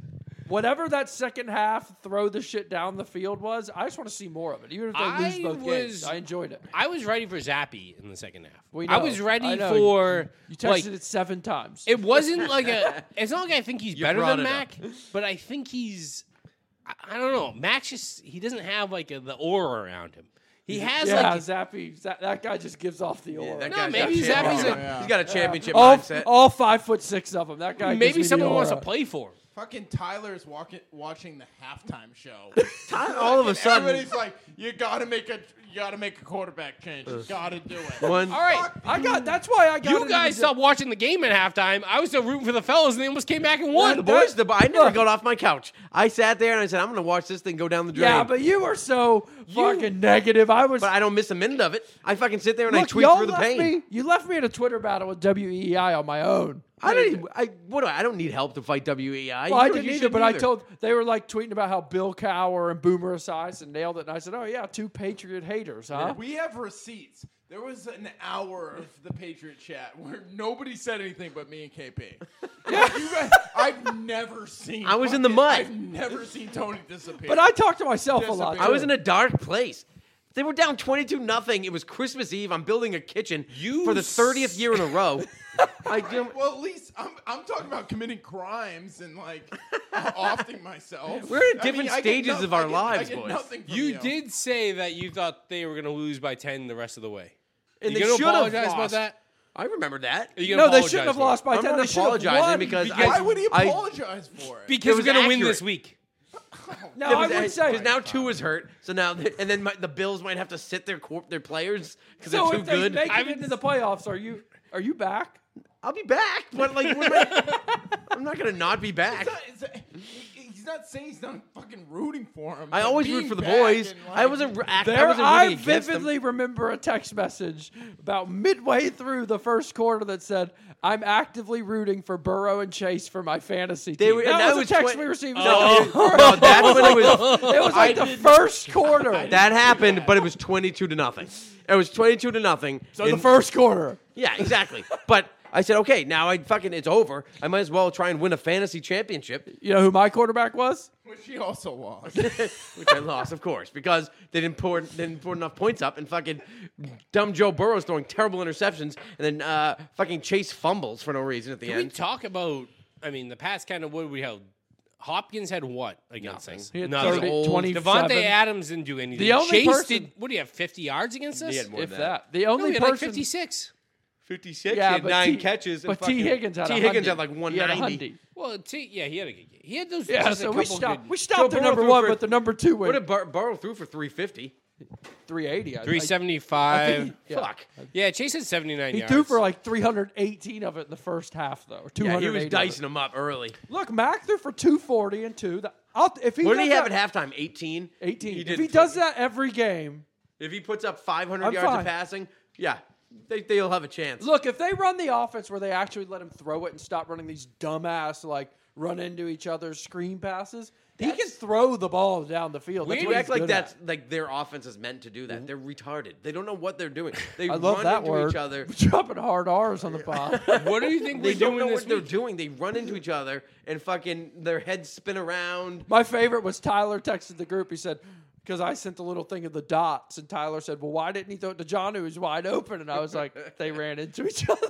[SPEAKER 4] Whatever that second half throw the shit down the field was, I just want to see more of it. Even if they
[SPEAKER 3] I
[SPEAKER 4] lose both
[SPEAKER 3] was-
[SPEAKER 4] games, I enjoyed it.
[SPEAKER 3] I was ready for Zappy in the second half.
[SPEAKER 4] We
[SPEAKER 3] I
[SPEAKER 4] know.
[SPEAKER 3] was ready
[SPEAKER 4] I know.
[SPEAKER 3] for
[SPEAKER 4] You texted
[SPEAKER 3] like,
[SPEAKER 4] it seven times.
[SPEAKER 3] It wasn't like a. It's not like I think he's better
[SPEAKER 2] brought
[SPEAKER 3] than
[SPEAKER 2] it
[SPEAKER 3] Mac,
[SPEAKER 2] up.
[SPEAKER 3] but I think he's. I, I don't know. Mac's just he doesn't have like a, the aura around him. He has
[SPEAKER 4] yeah,
[SPEAKER 3] like.
[SPEAKER 4] Zappy. Za- that guy just gives off the aura.
[SPEAKER 2] That
[SPEAKER 3] No,
[SPEAKER 2] guy's
[SPEAKER 3] maybe
[SPEAKER 2] got
[SPEAKER 3] Zappy's
[SPEAKER 2] championship-
[SPEAKER 1] a-
[SPEAKER 2] he's got a championship
[SPEAKER 4] all,
[SPEAKER 2] mindset.
[SPEAKER 4] all five foot six of them. That guy. gives me
[SPEAKER 3] Maybe
[SPEAKER 4] the
[SPEAKER 3] someone wants to
[SPEAKER 4] aura.
[SPEAKER 3] play for him.
[SPEAKER 1] Fucking Tyler's walking, watching the halftime show.
[SPEAKER 2] all of a
[SPEAKER 1] And
[SPEAKER 2] sudden,
[SPEAKER 1] everybody's like, "You gotta make a, you gotta make a quarterback change. You gotta do it."
[SPEAKER 2] one
[SPEAKER 3] All right,
[SPEAKER 4] I got. That's why I got.
[SPEAKER 3] you
[SPEAKER 4] it
[SPEAKER 3] guys
[SPEAKER 4] in-
[SPEAKER 3] stopped watching the game at halftime. I was still rooting for the fellas, and they almost came back and
[SPEAKER 2] the
[SPEAKER 3] won.
[SPEAKER 2] boys. The, I never got off my couch. I sat there and I said, "I'm going to watch this thing go down the drain."
[SPEAKER 4] Yeah, but you were so fucking negative. I was.
[SPEAKER 2] But I don't miss a minute of it. I fucking sit there and I
[SPEAKER 4] Look,
[SPEAKER 2] tweet
[SPEAKER 4] y'all
[SPEAKER 2] through the
[SPEAKER 4] left
[SPEAKER 2] pain.
[SPEAKER 4] Me, you left me in a Twitter battle with WEI on my own.
[SPEAKER 2] I don't. Even, I what? do I I don't need help to fight WEI.
[SPEAKER 4] Well,
[SPEAKER 2] You
[SPEAKER 4] I
[SPEAKER 2] don't-
[SPEAKER 4] didn't
[SPEAKER 2] you
[SPEAKER 4] either,
[SPEAKER 2] shouldn't
[SPEAKER 4] but I told they were like tweeting about how Bill Cower and Boomer Esiason and nailed it, and I said, "Oh yeah, two Patriot haters, huh?"
[SPEAKER 1] We have receipts. There was an hour of the Patriot chat where nobody said anything but me and KP. You guys- I've never seen.
[SPEAKER 2] I was in the
[SPEAKER 1] fucking-
[SPEAKER 2] mud.
[SPEAKER 1] I've never seen Tony disappear.
[SPEAKER 4] But I talk to myself a lot.
[SPEAKER 1] Disappear.
[SPEAKER 2] I was
[SPEAKER 4] too.
[SPEAKER 2] in a dark place. They were down 22 nothing. It was Christmas Eve. I'm building a kitchen
[SPEAKER 3] You
[SPEAKER 2] for the 30th year in a row. I do.
[SPEAKER 1] Well, at least I'm, I'm talking about committing crimes and like offing myself.
[SPEAKER 2] We're in
[SPEAKER 1] I mean,
[SPEAKER 2] different
[SPEAKER 1] I get
[SPEAKER 2] stages
[SPEAKER 1] noth-
[SPEAKER 2] of our
[SPEAKER 1] I get-
[SPEAKER 2] lives,
[SPEAKER 1] I get
[SPEAKER 2] boys.
[SPEAKER 1] nothing from
[SPEAKER 3] You,
[SPEAKER 1] you,
[SPEAKER 3] did say that you thought they were going to lose by 10 the rest of the way.
[SPEAKER 2] And
[SPEAKER 3] you
[SPEAKER 2] they
[SPEAKER 3] going
[SPEAKER 2] should
[SPEAKER 3] to
[SPEAKER 2] have
[SPEAKER 3] apologize about
[SPEAKER 2] lost.
[SPEAKER 3] that?
[SPEAKER 2] I remember that.
[SPEAKER 3] Are you gonna
[SPEAKER 4] No, they
[SPEAKER 3] apologize
[SPEAKER 4] shouldn't have
[SPEAKER 3] for it?
[SPEAKER 4] lost by
[SPEAKER 2] I'm
[SPEAKER 4] 10.
[SPEAKER 2] not
[SPEAKER 4] They should have
[SPEAKER 2] apologizing
[SPEAKER 4] won
[SPEAKER 2] because I-
[SPEAKER 1] Why would he
[SPEAKER 2] I-
[SPEAKER 1] apologize for it?
[SPEAKER 3] Because
[SPEAKER 2] It
[SPEAKER 3] we're
[SPEAKER 2] was
[SPEAKER 3] going to win this
[SPEAKER 2] accurate.
[SPEAKER 3] week.
[SPEAKER 4] No, I would say
[SPEAKER 2] because now two is hurt. So now and then my, the Bills might have to sit their corp, their players because
[SPEAKER 4] so.
[SPEAKER 2] they're
[SPEAKER 4] If
[SPEAKER 2] too
[SPEAKER 4] they
[SPEAKER 2] good.
[SPEAKER 4] make
[SPEAKER 3] I
[SPEAKER 4] it
[SPEAKER 3] would-
[SPEAKER 4] into the playoffs, are you are you back?
[SPEAKER 2] I'll be back, but like we're not, I'm not gonna not be back.
[SPEAKER 1] It's not- it's- he- he's not saying he's not fucking rooting for him.
[SPEAKER 2] I
[SPEAKER 1] but
[SPEAKER 2] always
[SPEAKER 1] being
[SPEAKER 2] root for the
[SPEAKER 1] back
[SPEAKER 2] boys.
[SPEAKER 1] and,
[SPEAKER 2] I
[SPEAKER 1] like,
[SPEAKER 2] wasn't. Re- act- I
[SPEAKER 4] There,
[SPEAKER 2] wasn't
[SPEAKER 4] I,
[SPEAKER 2] rooting against them.
[SPEAKER 4] vividly remember a text message about midway through the first quarter that said, "I'm actively rooting for Burrow and Chase for my fantasy team."
[SPEAKER 2] were- and
[SPEAKER 4] that,
[SPEAKER 2] that
[SPEAKER 4] was,
[SPEAKER 2] was
[SPEAKER 4] a text
[SPEAKER 2] twen-
[SPEAKER 4] we received. It
[SPEAKER 2] No,
[SPEAKER 4] was like the
[SPEAKER 2] no,
[SPEAKER 4] first-
[SPEAKER 2] that's when it was.
[SPEAKER 4] it was like the first quarter.
[SPEAKER 2] That happened, but it was 22 to nothing. It was 22 to nothing.
[SPEAKER 4] so the
[SPEAKER 2] and-
[SPEAKER 4] first quarter.
[SPEAKER 2] Yeah, exactly. but I said, okay, now I fucking it's over. I might as well try and win a fantasy championship,
[SPEAKER 4] You know who my quarterback was?
[SPEAKER 1] Which he also lost.
[SPEAKER 2] which I lost, of course, because they didn't pour they didn't pour enough points up, and fucking dumb Joe Burrow's throwing terrible interceptions, and then uh, fucking Chase fumbles for no reason at the
[SPEAKER 3] Can we
[SPEAKER 2] end.
[SPEAKER 3] talk about, I mean, the past kind of what we held? Hopkins had what against us?
[SPEAKER 4] He had
[SPEAKER 3] Nothing.
[SPEAKER 4] 30,
[SPEAKER 2] old.
[SPEAKER 4] 27.
[SPEAKER 3] Devontae Adams didn't do anything.
[SPEAKER 4] The only
[SPEAKER 3] Chase
[SPEAKER 4] person-
[SPEAKER 3] did. What do you have? Fifty yards against us?
[SPEAKER 2] He had more
[SPEAKER 4] if
[SPEAKER 2] than
[SPEAKER 4] that. The
[SPEAKER 3] No, he
[SPEAKER 4] only
[SPEAKER 3] had like
[SPEAKER 4] person.
[SPEAKER 3] fifty-six.
[SPEAKER 2] 56,
[SPEAKER 4] Yeah,
[SPEAKER 2] he had
[SPEAKER 4] but
[SPEAKER 2] nine
[SPEAKER 4] T-
[SPEAKER 2] catches. and
[SPEAKER 4] but T.
[SPEAKER 2] fucking-
[SPEAKER 4] Higgins had
[SPEAKER 2] T.
[SPEAKER 4] a
[SPEAKER 2] Higgins had like
[SPEAKER 4] hundred. He had a
[SPEAKER 2] 190.
[SPEAKER 4] hundred.
[SPEAKER 3] Well, t- yeah, he had a good game. He had those.
[SPEAKER 4] Yeah,
[SPEAKER 3] just a
[SPEAKER 4] so we
[SPEAKER 3] couple
[SPEAKER 4] stopped.
[SPEAKER 3] good-
[SPEAKER 4] We
[SPEAKER 2] Joe
[SPEAKER 4] stopped the
[SPEAKER 2] Burrow
[SPEAKER 4] number
[SPEAKER 2] threw
[SPEAKER 4] one,
[SPEAKER 2] for-
[SPEAKER 4] but the number two
[SPEAKER 2] What
[SPEAKER 4] went
[SPEAKER 2] did Bur- Burrow threw for 350?
[SPEAKER 4] 380. I- I-
[SPEAKER 3] Three seventy-five.
[SPEAKER 4] Yeah.
[SPEAKER 2] Fuck.
[SPEAKER 3] Yeah, Chase had seventy-nine.
[SPEAKER 4] He
[SPEAKER 3] yards.
[SPEAKER 4] threw for like 318 of it in the first half, though.
[SPEAKER 2] Yeah,
[SPEAKER 4] 280
[SPEAKER 2] he was
[SPEAKER 4] of it.
[SPEAKER 2] dicing them up early.
[SPEAKER 4] Look, Mac threw for 240 and two. The- I'll, if he
[SPEAKER 2] What
[SPEAKER 4] does
[SPEAKER 2] did he have
[SPEAKER 4] that-
[SPEAKER 2] at halftime? 18?
[SPEAKER 4] 18.
[SPEAKER 2] He
[SPEAKER 4] if
[SPEAKER 2] did
[SPEAKER 4] he does that every game,
[SPEAKER 2] If he puts up 500
[SPEAKER 4] I'm
[SPEAKER 2] yards
[SPEAKER 4] fine.
[SPEAKER 2] of passing, yeah, they, they'll have a chance.
[SPEAKER 4] look, if they run the offense where they actually let him throw it and stop running these dumbass, like, run into each other's screen passes, he can throw the ball down the field. That's
[SPEAKER 2] you
[SPEAKER 4] what
[SPEAKER 2] act
[SPEAKER 4] he's
[SPEAKER 2] like
[SPEAKER 4] good
[SPEAKER 2] that's
[SPEAKER 4] at.
[SPEAKER 2] like their offense is meant to
[SPEAKER 3] Mm-hmm.
[SPEAKER 2] do that. They're retarded. They don't know what they're doing. They
[SPEAKER 4] I love
[SPEAKER 2] run
[SPEAKER 4] that
[SPEAKER 2] into
[SPEAKER 4] word.
[SPEAKER 2] each other.
[SPEAKER 4] Dropping hard R's on the pod.
[SPEAKER 3] What do you think
[SPEAKER 2] They
[SPEAKER 3] we're
[SPEAKER 2] don't
[SPEAKER 3] doing
[SPEAKER 2] know
[SPEAKER 3] this
[SPEAKER 2] what they're
[SPEAKER 3] week?
[SPEAKER 2] doing. They run into each other and fucking their heads spin around.
[SPEAKER 4] My favorite was Tyler texted the group. He said, because I sent the little thing of the dots, and Tyler said, Well, why didn't he throw it to John, who was wide open? And I was like, They ran into each other.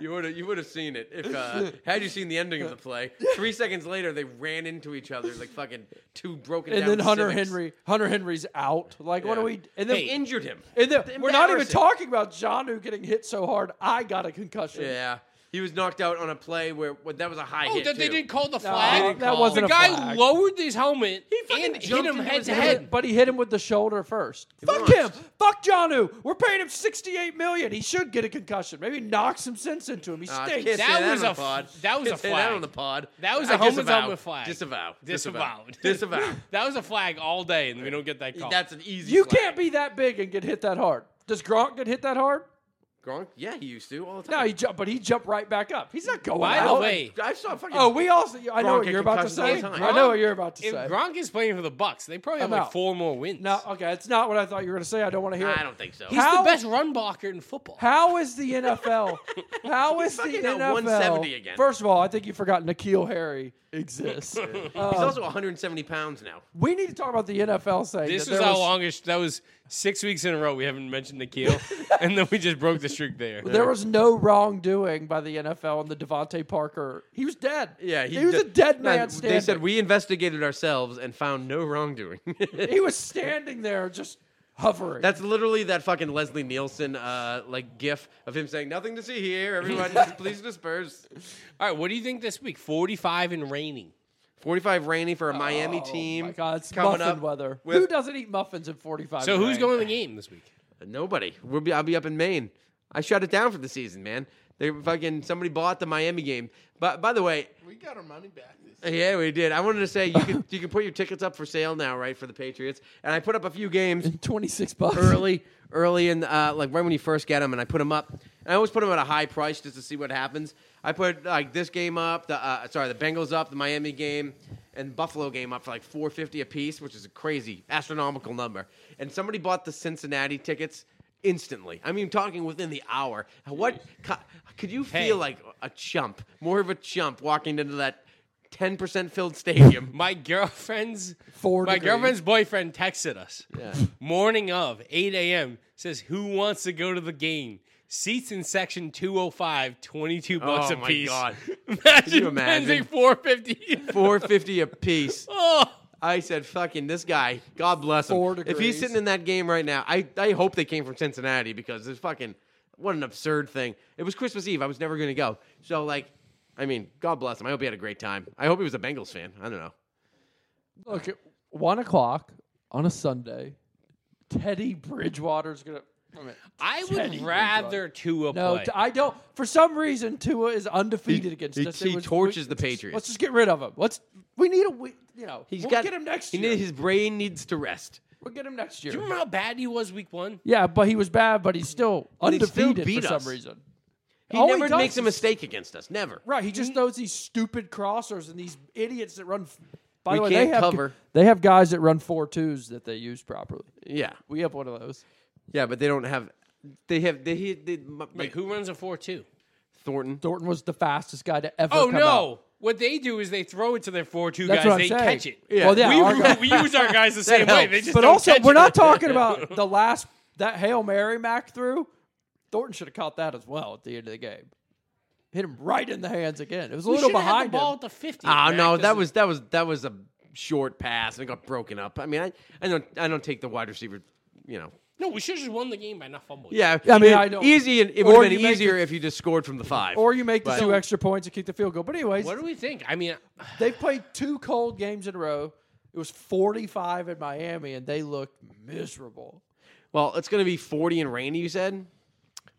[SPEAKER 2] You would have you would have seen it if uh, had you seen the ending of the play. Three seconds later, they ran into each other like fucking two broken.
[SPEAKER 4] and
[SPEAKER 2] down
[SPEAKER 4] then Hunter
[SPEAKER 2] civics.
[SPEAKER 4] Henry, Hunter Henry's out. Like, what
[SPEAKER 2] Yeah.
[SPEAKER 4] do we? And then,
[SPEAKER 2] They injured him.
[SPEAKER 4] and then we're not even
[SPEAKER 2] Embarrassing.
[SPEAKER 4] talking about Johnu getting hit so hard. I got a concussion.
[SPEAKER 2] Yeah, he was knocked out on a play where well, that was a high
[SPEAKER 3] Oh,
[SPEAKER 2] hit.
[SPEAKER 3] that they
[SPEAKER 2] too.
[SPEAKER 3] didn't call the
[SPEAKER 4] they
[SPEAKER 3] flag.
[SPEAKER 4] didn't call.
[SPEAKER 3] the
[SPEAKER 4] wasn't a
[SPEAKER 3] guy
[SPEAKER 4] flag.
[SPEAKER 3] lowered his helmet
[SPEAKER 2] fucking
[SPEAKER 3] and hit
[SPEAKER 2] jumped
[SPEAKER 3] him
[SPEAKER 2] into
[SPEAKER 3] head
[SPEAKER 2] his
[SPEAKER 3] to
[SPEAKER 4] He hit-
[SPEAKER 3] head.
[SPEAKER 4] But he hit him with the shoulder first. Fuck
[SPEAKER 2] launched.
[SPEAKER 4] him. Fuck Johnu. We're paying him sixty-eight million. He should get a concussion. Maybe knock some sense into him. He
[SPEAKER 2] Uh,
[SPEAKER 4] stinks.
[SPEAKER 2] can't say
[SPEAKER 3] That was
[SPEAKER 2] on
[SPEAKER 3] a
[SPEAKER 2] the
[SPEAKER 3] f-
[SPEAKER 2] pod.
[SPEAKER 3] that was
[SPEAKER 2] Can't
[SPEAKER 3] a
[SPEAKER 2] say that
[SPEAKER 3] flag.
[SPEAKER 2] on the pod.
[SPEAKER 3] That was
[SPEAKER 2] I
[SPEAKER 3] a home and
[SPEAKER 2] disavow.
[SPEAKER 3] helmet flag.
[SPEAKER 2] Disavow.
[SPEAKER 3] Disavowed.
[SPEAKER 2] Disavow.
[SPEAKER 3] That was a flag all day, and we don't get that call.
[SPEAKER 2] That's an easy.
[SPEAKER 4] you
[SPEAKER 2] flag.
[SPEAKER 4] can't be that big and get hit that hard. Does Gronk get hit that hard?
[SPEAKER 2] Gronk. Yeah, he used to all the
[SPEAKER 4] No,
[SPEAKER 2] time.
[SPEAKER 4] he jumped, but he jumped right back up. He's not going
[SPEAKER 3] By the
[SPEAKER 4] out.
[SPEAKER 3] way- he-
[SPEAKER 2] I, saw fucking.
[SPEAKER 4] oh, we also. I know
[SPEAKER 2] Gronk
[SPEAKER 4] what
[SPEAKER 2] get
[SPEAKER 4] you're about to
[SPEAKER 2] concussions all
[SPEAKER 4] say.
[SPEAKER 2] the time.
[SPEAKER 4] I know what you're about to
[SPEAKER 3] if
[SPEAKER 4] say.
[SPEAKER 3] Gronk is playing for the Bucks, they probably have
[SPEAKER 4] I'm
[SPEAKER 3] like
[SPEAKER 4] out.
[SPEAKER 3] four more wins.
[SPEAKER 4] No, okay, it's not what I thought you were going to say. I don't want to hear. it.
[SPEAKER 2] I don't think so.
[SPEAKER 3] he's
[SPEAKER 4] How-
[SPEAKER 3] the best run blocker in football.
[SPEAKER 4] How is the NFL? How is the
[SPEAKER 2] fucking
[SPEAKER 4] NFL?
[SPEAKER 2] got 170 again.
[SPEAKER 4] First of all, I think you forgot Nikhil Harry exists. Uh,
[SPEAKER 2] he's also 170 pounds now.
[SPEAKER 4] we need to talk about the NFL saying
[SPEAKER 3] this
[SPEAKER 4] that
[SPEAKER 3] was
[SPEAKER 4] there
[SPEAKER 3] our
[SPEAKER 4] was,
[SPEAKER 3] longest. That was six weeks in a row we haven't mentioned Nikhil, and then we just broke the streak there.
[SPEAKER 4] there was no wrongdoing by the NFL and the Devontae Parker. He was dead. he, was
[SPEAKER 2] d-
[SPEAKER 4] a dead
[SPEAKER 2] no,
[SPEAKER 4] man standing.
[SPEAKER 2] They said we investigated ourselves and found no wrongdoing.
[SPEAKER 4] he was standing there just hovering.
[SPEAKER 2] That's literally that fucking Leslie Nielsen uh, like gif of him saying nothing to see here. Everyone, just please disperse.
[SPEAKER 3] All right, what do you think this week? Forty-five and raining.
[SPEAKER 2] 45 rainy for a Miami team.
[SPEAKER 4] Oh my God, it's
[SPEAKER 2] coming
[SPEAKER 4] muffin
[SPEAKER 2] up
[SPEAKER 4] weather.
[SPEAKER 2] with-
[SPEAKER 4] Who doesn't eat muffins in 45
[SPEAKER 3] So who's
[SPEAKER 4] rain?
[SPEAKER 3] going to the game this week?
[SPEAKER 2] Nobody. We'll be. I'll be up in Maine. I shut it down for the season, man. They fucking somebody bought the Miami game. But by the way,
[SPEAKER 1] we got our money back this
[SPEAKER 2] yeah, we did. I wanted to say you can you can put your tickets up for sale now, right, for the Patriots. And I put up a few games
[SPEAKER 4] 26 bucks.
[SPEAKER 2] early, early in uh, like right when you first get them, and I put them up. And I always put them at a high price just to see what happens. I put like this game up, the uh, sorry, the Bengals up, the Miami game, and Buffalo game up for like four fifty a piece, which is a crazy astronomical number. And somebody bought the Cincinnati tickets instantly. I mean, talking within the hour. What co- could you
[SPEAKER 3] Hey.
[SPEAKER 2] feel like a chump, more of a chump, walking into that 10% filled stadium.
[SPEAKER 3] My girlfriend's
[SPEAKER 4] Four
[SPEAKER 3] my
[SPEAKER 4] degrees.
[SPEAKER 3] girlfriend's boyfriend texted us morning of 8 a.m. says who wants to go to the game. Seats in section 205, 22 bucks
[SPEAKER 2] Oh
[SPEAKER 3] a
[SPEAKER 2] my
[SPEAKER 3] piece.
[SPEAKER 2] God.
[SPEAKER 3] Imagine,
[SPEAKER 2] you imagine?
[SPEAKER 3] Benzie 450.
[SPEAKER 2] 450 a piece.
[SPEAKER 3] oh,
[SPEAKER 2] I said, fucking this guy. God bless him.
[SPEAKER 4] Four
[SPEAKER 2] If he's
[SPEAKER 4] degrees.
[SPEAKER 2] sitting in that game right now, I, I hope they came from Cincinnati because it's fucking what an absurd thing. It was Christmas Eve. I was never going to go. So like, I mean, God bless him. I hope he had a great time. I hope he was a Bengals fan. I don't know.
[SPEAKER 4] Look, at one o'clock on a Sunday, Teddy Bridgewater's gonna. I mean,
[SPEAKER 3] I
[SPEAKER 4] Teddy
[SPEAKER 3] would
[SPEAKER 4] Bridgewater.
[SPEAKER 3] rather Tua
[SPEAKER 4] no,
[SPEAKER 3] play.
[SPEAKER 4] t- I don't. For some reason, Tua is undefeated against
[SPEAKER 2] he-
[SPEAKER 4] us.
[SPEAKER 2] he
[SPEAKER 4] It was-
[SPEAKER 2] torches the
[SPEAKER 4] let's-
[SPEAKER 2] Patriots.
[SPEAKER 4] Let's just get rid of him. Let's. We need a. We, you know,
[SPEAKER 2] He's
[SPEAKER 4] we'll
[SPEAKER 2] got
[SPEAKER 4] get him next
[SPEAKER 2] he
[SPEAKER 4] year.
[SPEAKER 2] need- his brain needs to rest.
[SPEAKER 4] we'll get him next
[SPEAKER 3] Do you
[SPEAKER 4] year.
[SPEAKER 3] remember how bad he was week one?
[SPEAKER 4] Yeah, but he was bad, but he's still
[SPEAKER 2] And he still
[SPEAKER 4] undefeated
[SPEAKER 2] beat
[SPEAKER 4] for
[SPEAKER 2] us.
[SPEAKER 4] some reason.
[SPEAKER 2] He
[SPEAKER 4] All Oh, he
[SPEAKER 2] never
[SPEAKER 4] does
[SPEAKER 2] makes a
[SPEAKER 4] is-
[SPEAKER 2] mistake against us. Never.
[SPEAKER 4] Right, he just throws these stupid crossers and these idiots that run. f- By
[SPEAKER 2] We
[SPEAKER 4] the way,
[SPEAKER 2] can't
[SPEAKER 4] they have
[SPEAKER 2] cover.
[SPEAKER 4] they have guys that run four twos that they use properly.
[SPEAKER 2] Yeah.
[SPEAKER 4] We have one of those.
[SPEAKER 2] Yeah, but they don't have. They have. They, he- they, m-
[SPEAKER 3] Wait,
[SPEAKER 2] like
[SPEAKER 3] who runs a 4 2?
[SPEAKER 2] Thornton.
[SPEAKER 4] Thornton was the fastest guy to ever.
[SPEAKER 3] Oh,
[SPEAKER 4] come
[SPEAKER 3] no.
[SPEAKER 4] out.
[SPEAKER 3] What they do is they throw it to their 4 2
[SPEAKER 4] That's
[SPEAKER 3] guys,
[SPEAKER 4] what
[SPEAKER 3] they
[SPEAKER 4] I'm saying.
[SPEAKER 3] catch it.
[SPEAKER 2] Yeah.
[SPEAKER 4] Well, yeah, our guy-
[SPEAKER 3] We, we use our guys the same way. They
[SPEAKER 2] helps.
[SPEAKER 3] just
[SPEAKER 4] but
[SPEAKER 3] don't
[SPEAKER 4] also,
[SPEAKER 3] catch
[SPEAKER 4] we're
[SPEAKER 3] it.
[SPEAKER 4] not talking about the last that hail mary Mac threw. Thornton should have caught that as well at the end of the game. Hit him right in the hands again. It was a
[SPEAKER 3] We
[SPEAKER 4] little
[SPEAKER 3] should've had
[SPEAKER 4] behind
[SPEAKER 3] the ball
[SPEAKER 4] him.
[SPEAKER 3] at the 50.
[SPEAKER 2] Ah,
[SPEAKER 3] Mac,
[SPEAKER 2] no,
[SPEAKER 3] 'cause
[SPEAKER 2] that was that was that was a short pass and it got broken up. I mean, I, I don't I don't take the wide receiver. You know.
[SPEAKER 3] No, we should have just won the game by not fumbling.
[SPEAKER 2] Yeah,
[SPEAKER 4] I mean,
[SPEAKER 2] it-
[SPEAKER 4] I don't-
[SPEAKER 2] easy. and- It
[SPEAKER 4] Or
[SPEAKER 2] would have been
[SPEAKER 4] you make
[SPEAKER 2] easier
[SPEAKER 4] the-
[SPEAKER 2] if you just scored from the five.
[SPEAKER 4] Or you make the
[SPEAKER 2] But-
[SPEAKER 4] two extra points and kick the field goal. But anyways,
[SPEAKER 3] What do we think? I mean,
[SPEAKER 4] they've played two cold games in a row. It was 45 in Miami, and they looked miserable.
[SPEAKER 2] well, it's going to be forty and rainy. You said.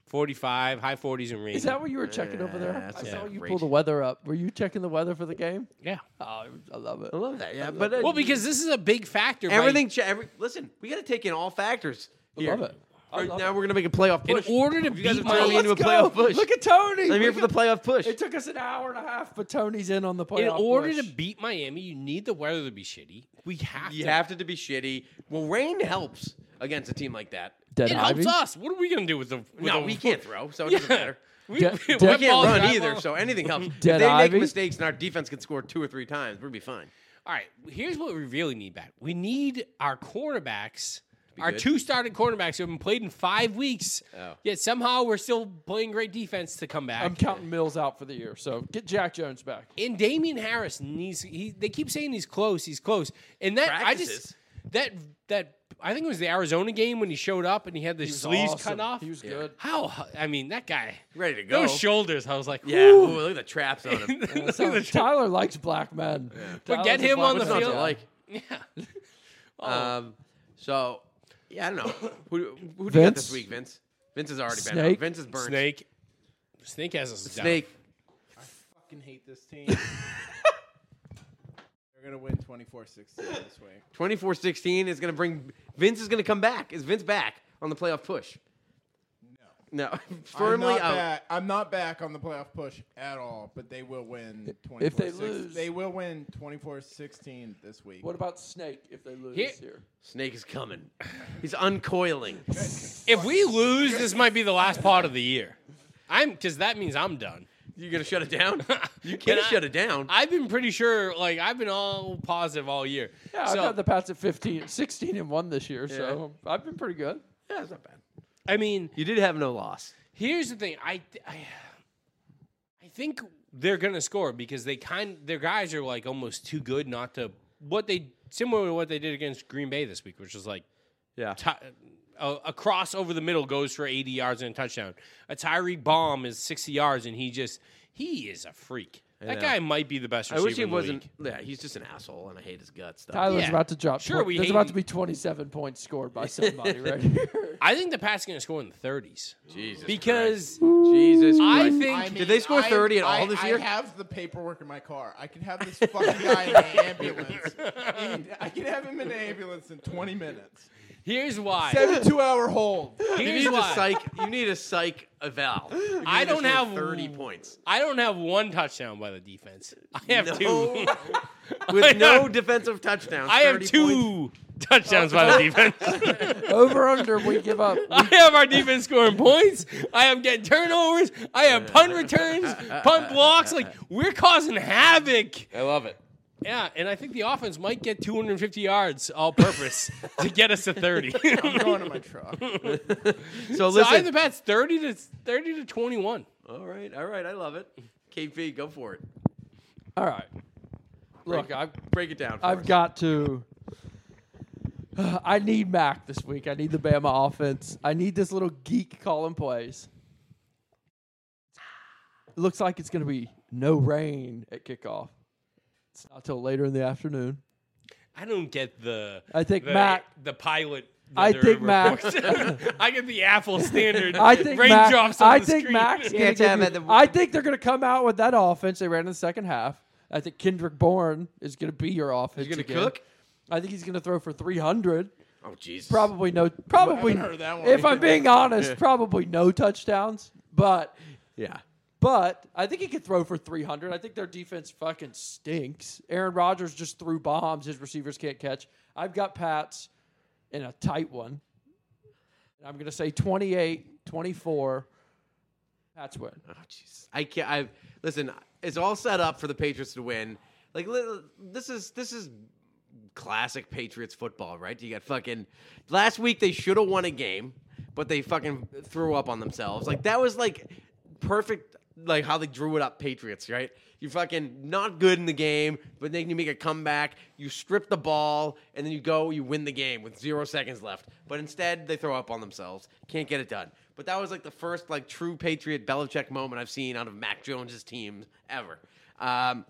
[SPEAKER 3] 45, high 40s and rain.
[SPEAKER 4] Is that what you were checking over there?
[SPEAKER 2] Yeah, that's
[SPEAKER 4] I saw
[SPEAKER 2] about
[SPEAKER 4] you
[SPEAKER 2] right.
[SPEAKER 4] pull the weather up. Were you checking the weather for the game?
[SPEAKER 3] yeah.
[SPEAKER 4] Oh, I love it.
[SPEAKER 2] I love that. Yeah, but uh,
[SPEAKER 3] Well, because this is a big factor. by-
[SPEAKER 2] everything. Cha- every, listen, we got to take in all factors.
[SPEAKER 4] I
[SPEAKER 2] Here.
[SPEAKER 4] love it. I
[SPEAKER 2] Or
[SPEAKER 4] love
[SPEAKER 2] now
[SPEAKER 4] it.
[SPEAKER 2] we're going to make a playoff
[SPEAKER 3] in
[SPEAKER 2] push.
[SPEAKER 3] order to
[SPEAKER 2] guys
[SPEAKER 3] beat
[SPEAKER 2] are turning
[SPEAKER 3] Miami
[SPEAKER 2] me into
[SPEAKER 3] into
[SPEAKER 2] a playoff push.
[SPEAKER 4] Look at Tony.
[SPEAKER 2] I'm here
[SPEAKER 4] We
[SPEAKER 2] for the
[SPEAKER 4] got-
[SPEAKER 2] playoff push.
[SPEAKER 4] It took us an hour and a half, but Tony's in on the playoff.
[SPEAKER 3] in order
[SPEAKER 4] push.
[SPEAKER 3] to beat Miami, you need the weather to be shitty. We have
[SPEAKER 2] You
[SPEAKER 3] to.
[SPEAKER 2] have to, to be shitty. Well, rain helps against a team like that.
[SPEAKER 4] Dead
[SPEAKER 3] it helps
[SPEAKER 4] Ivy?
[SPEAKER 3] us. What are we going to do with the. With
[SPEAKER 2] No,
[SPEAKER 3] the,
[SPEAKER 2] we can't throw, so it
[SPEAKER 3] Yeah.
[SPEAKER 2] doesn't matter.
[SPEAKER 3] We,
[SPEAKER 4] De- de-
[SPEAKER 3] we-
[SPEAKER 2] We
[SPEAKER 3] wet
[SPEAKER 2] can't
[SPEAKER 3] balls,
[SPEAKER 2] run
[SPEAKER 3] dry
[SPEAKER 2] either,
[SPEAKER 3] balls.
[SPEAKER 2] so anything helps. if
[SPEAKER 4] Dead
[SPEAKER 2] they
[SPEAKER 4] Ivy?
[SPEAKER 2] make mistakes and our defense can score two or three times, we'll be fine.
[SPEAKER 3] All right, here's what we really need back. We need our cornerbacks, our
[SPEAKER 2] good.
[SPEAKER 3] two starting cornerbacks who haven't played in five weeks,
[SPEAKER 2] Oh.
[SPEAKER 3] yet somehow we're still playing great defense to come back.
[SPEAKER 4] I'm counting Mills out for the year, so get Jack Jones back.
[SPEAKER 3] and Damian Harris needs. He, they keep saying he's close. He's close. And that
[SPEAKER 2] Practices.
[SPEAKER 3] I just that that I think it was the Arizona game when he showed up and he had the
[SPEAKER 4] He was
[SPEAKER 3] sleeves
[SPEAKER 4] awesome.
[SPEAKER 3] cut off.
[SPEAKER 4] He was good.
[SPEAKER 3] How I mean that guy
[SPEAKER 2] Ready to go.
[SPEAKER 3] Those shoulders. I was like,
[SPEAKER 2] Yeah,
[SPEAKER 3] "Ooh."
[SPEAKER 2] ooh, look at the traps on him.
[SPEAKER 4] So Tyler likes black men.
[SPEAKER 3] But
[SPEAKER 4] Tyler's
[SPEAKER 3] get
[SPEAKER 4] a
[SPEAKER 3] him
[SPEAKER 4] black
[SPEAKER 3] on the
[SPEAKER 2] What's
[SPEAKER 4] man.
[SPEAKER 2] not to
[SPEAKER 3] field.
[SPEAKER 2] like?
[SPEAKER 3] Yeah.
[SPEAKER 2] Um, so, yeah, I don't know. Who, who do you got
[SPEAKER 4] Vince?
[SPEAKER 2] this week, Vince? Vince has already been
[SPEAKER 4] Snake?
[SPEAKER 2] out. Vince is burned.
[SPEAKER 3] Snake. Snake has us down.
[SPEAKER 2] Snake.
[SPEAKER 1] fucking hate this team. They're gonna win 24-16 this week.
[SPEAKER 2] 24-16 is going to bring... Vince is going to come back. Is Vince back on the playoff push? No. No. Firmly
[SPEAKER 1] I'm not
[SPEAKER 2] out.
[SPEAKER 1] Back, I'm not back on the playoff push at all, but they will win. 24-6.
[SPEAKER 4] If they lose-
[SPEAKER 1] they will win 24-16 this week.
[SPEAKER 4] What about Snake if they lose
[SPEAKER 3] Here-
[SPEAKER 4] here?
[SPEAKER 2] Snake is coming. He's uncoiling.
[SPEAKER 3] If we lose, this might be the last part of the year. I'm because that means I'm done.
[SPEAKER 2] You're going to shut it down? You can't
[SPEAKER 3] I-
[SPEAKER 2] shut it down.
[SPEAKER 3] I've been pretty sure, like I've been all positive all year.
[SPEAKER 4] Yeah,
[SPEAKER 3] so,
[SPEAKER 4] I've got the Pats at 15, 16 and one this year, so I've been pretty good.
[SPEAKER 2] yeah, it's not bad.
[SPEAKER 3] I mean,
[SPEAKER 2] You did have no loss.
[SPEAKER 3] here's the thing. I, I, I think they're gonna score because they kind their guys are like almost too good not to what they similar to what they did against Green Bay this week, which was like
[SPEAKER 2] Yeah.
[SPEAKER 3] Ty- uh, a, a cross over the middle goes for 80 yards and a touchdown. A Tyree bomb is 60 yards, and he just he is a freak. That guy might be the best
[SPEAKER 2] I
[SPEAKER 3] receiver.
[SPEAKER 2] wish he
[SPEAKER 3] in the
[SPEAKER 2] wasn't.
[SPEAKER 3] league.
[SPEAKER 2] Yeah, he's just an asshole, and I hate his guts. Though.
[SPEAKER 4] Tyler's
[SPEAKER 3] Yeah.
[SPEAKER 4] about to drop.
[SPEAKER 3] Sure, we
[SPEAKER 4] There's
[SPEAKER 3] hate
[SPEAKER 4] about
[SPEAKER 3] you.
[SPEAKER 4] to be 27 points scored by somebody right here.
[SPEAKER 3] I think the Pats are going to score in the 30s
[SPEAKER 2] Jesus,
[SPEAKER 3] because
[SPEAKER 2] Christ. Jesus,
[SPEAKER 3] I
[SPEAKER 2] Christ.
[SPEAKER 3] think
[SPEAKER 1] I mean,
[SPEAKER 2] Did they score
[SPEAKER 1] I-
[SPEAKER 2] 30 at all
[SPEAKER 1] I-
[SPEAKER 2] this
[SPEAKER 1] I
[SPEAKER 2] year?
[SPEAKER 1] have the paperwork in my car. I can have this fucking guy in an ambulance. In- I can have him in an ambulance in 20 minutes.
[SPEAKER 3] here's why.
[SPEAKER 1] Seven two-hour hold.
[SPEAKER 2] You
[SPEAKER 3] Here's
[SPEAKER 2] need a
[SPEAKER 3] why.
[SPEAKER 2] psych. You need a psych eval. You
[SPEAKER 3] I
[SPEAKER 2] need to
[SPEAKER 3] don't
[SPEAKER 2] score
[SPEAKER 3] have
[SPEAKER 2] thirty points.
[SPEAKER 3] I don't have one touchdown by the defense. I have
[SPEAKER 2] No.
[SPEAKER 3] two.
[SPEAKER 2] with no defensive touchdowns.
[SPEAKER 3] I have
[SPEAKER 2] 30 points. Oh.
[SPEAKER 3] two touchdowns by the defense.
[SPEAKER 4] Over under, we give up.
[SPEAKER 3] I have our defense scoring points. I am getting turnovers. I have punt returns, punt blocks. Like we're causing havoc.
[SPEAKER 2] I love it.
[SPEAKER 3] Yeah, and I think the offense might get 250 yards all purpose to get us to 30.
[SPEAKER 1] I'm going to my truck.
[SPEAKER 2] So
[SPEAKER 3] so I
[SPEAKER 2] listen.
[SPEAKER 3] have the bets 30 to 30 to 21.
[SPEAKER 2] all right, all right, I love it. KP, go for it.
[SPEAKER 4] All right. Look, I've,
[SPEAKER 2] Break it down. For
[SPEAKER 4] I've
[SPEAKER 2] us.
[SPEAKER 4] got to. I need Mac this week. I need the Bama offense. I need this little geek calling plays. Looks like it's going to be no rain at kickoff. It's not till later in the afternoon.
[SPEAKER 3] I don't get the.
[SPEAKER 4] I think
[SPEAKER 3] the,
[SPEAKER 4] Mac-
[SPEAKER 3] the pilot.
[SPEAKER 4] I
[SPEAKER 3] weather
[SPEAKER 4] think Mac-
[SPEAKER 3] report. I get the Apple standard.
[SPEAKER 4] I think Mac,
[SPEAKER 3] raindrops on
[SPEAKER 4] I
[SPEAKER 3] the
[SPEAKER 4] think
[SPEAKER 3] screen.
[SPEAKER 4] Mac's gonna
[SPEAKER 2] Can't
[SPEAKER 4] give
[SPEAKER 2] have
[SPEAKER 4] you-
[SPEAKER 2] it the-
[SPEAKER 4] I think they're going to come out with that offense they ran in the second half. I think Kendrick Bourne is going to be your offense.
[SPEAKER 2] gonna
[SPEAKER 4] again.
[SPEAKER 2] cook?
[SPEAKER 4] I think he's going to throw for three hundred.
[SPEAKER 2] Oh Jesus.
[SPEAKER 4] Probably no. Probably.
[SPEAKER 1] heard of that one.
[SPEAKER 4] If I'm being honest, probably no touchdowns. But
[SPEAKER 2] Yeah.
[SPEAKER 4] but I think he could throw for three hundred. I think their defense fucking stinks. Aaron Rodgers just threw bombs. His receivers can't catch. I've got Pats in a tight one. And I'm going to say 28, 24. Pats win.
[SPEAKER 2] Oh Jesus. I can't. I listen. It's all set up for the Patriots to win. Like li- this is this is classic Patriots football, right? You got fucking last week they should have won a game, but they fucking threw up on themselves. Like that was like perfect like how they drew it up Patriots, right? You fucking not good in the game, but then you make a comeback, you strip the ball, and then you go, you win the game with zero seconds left. But instead they throw up on themselves. Can't get it done. But that was like the first like true Patriot Belichick moment I've seen out of Mac Jones's team ever. Um,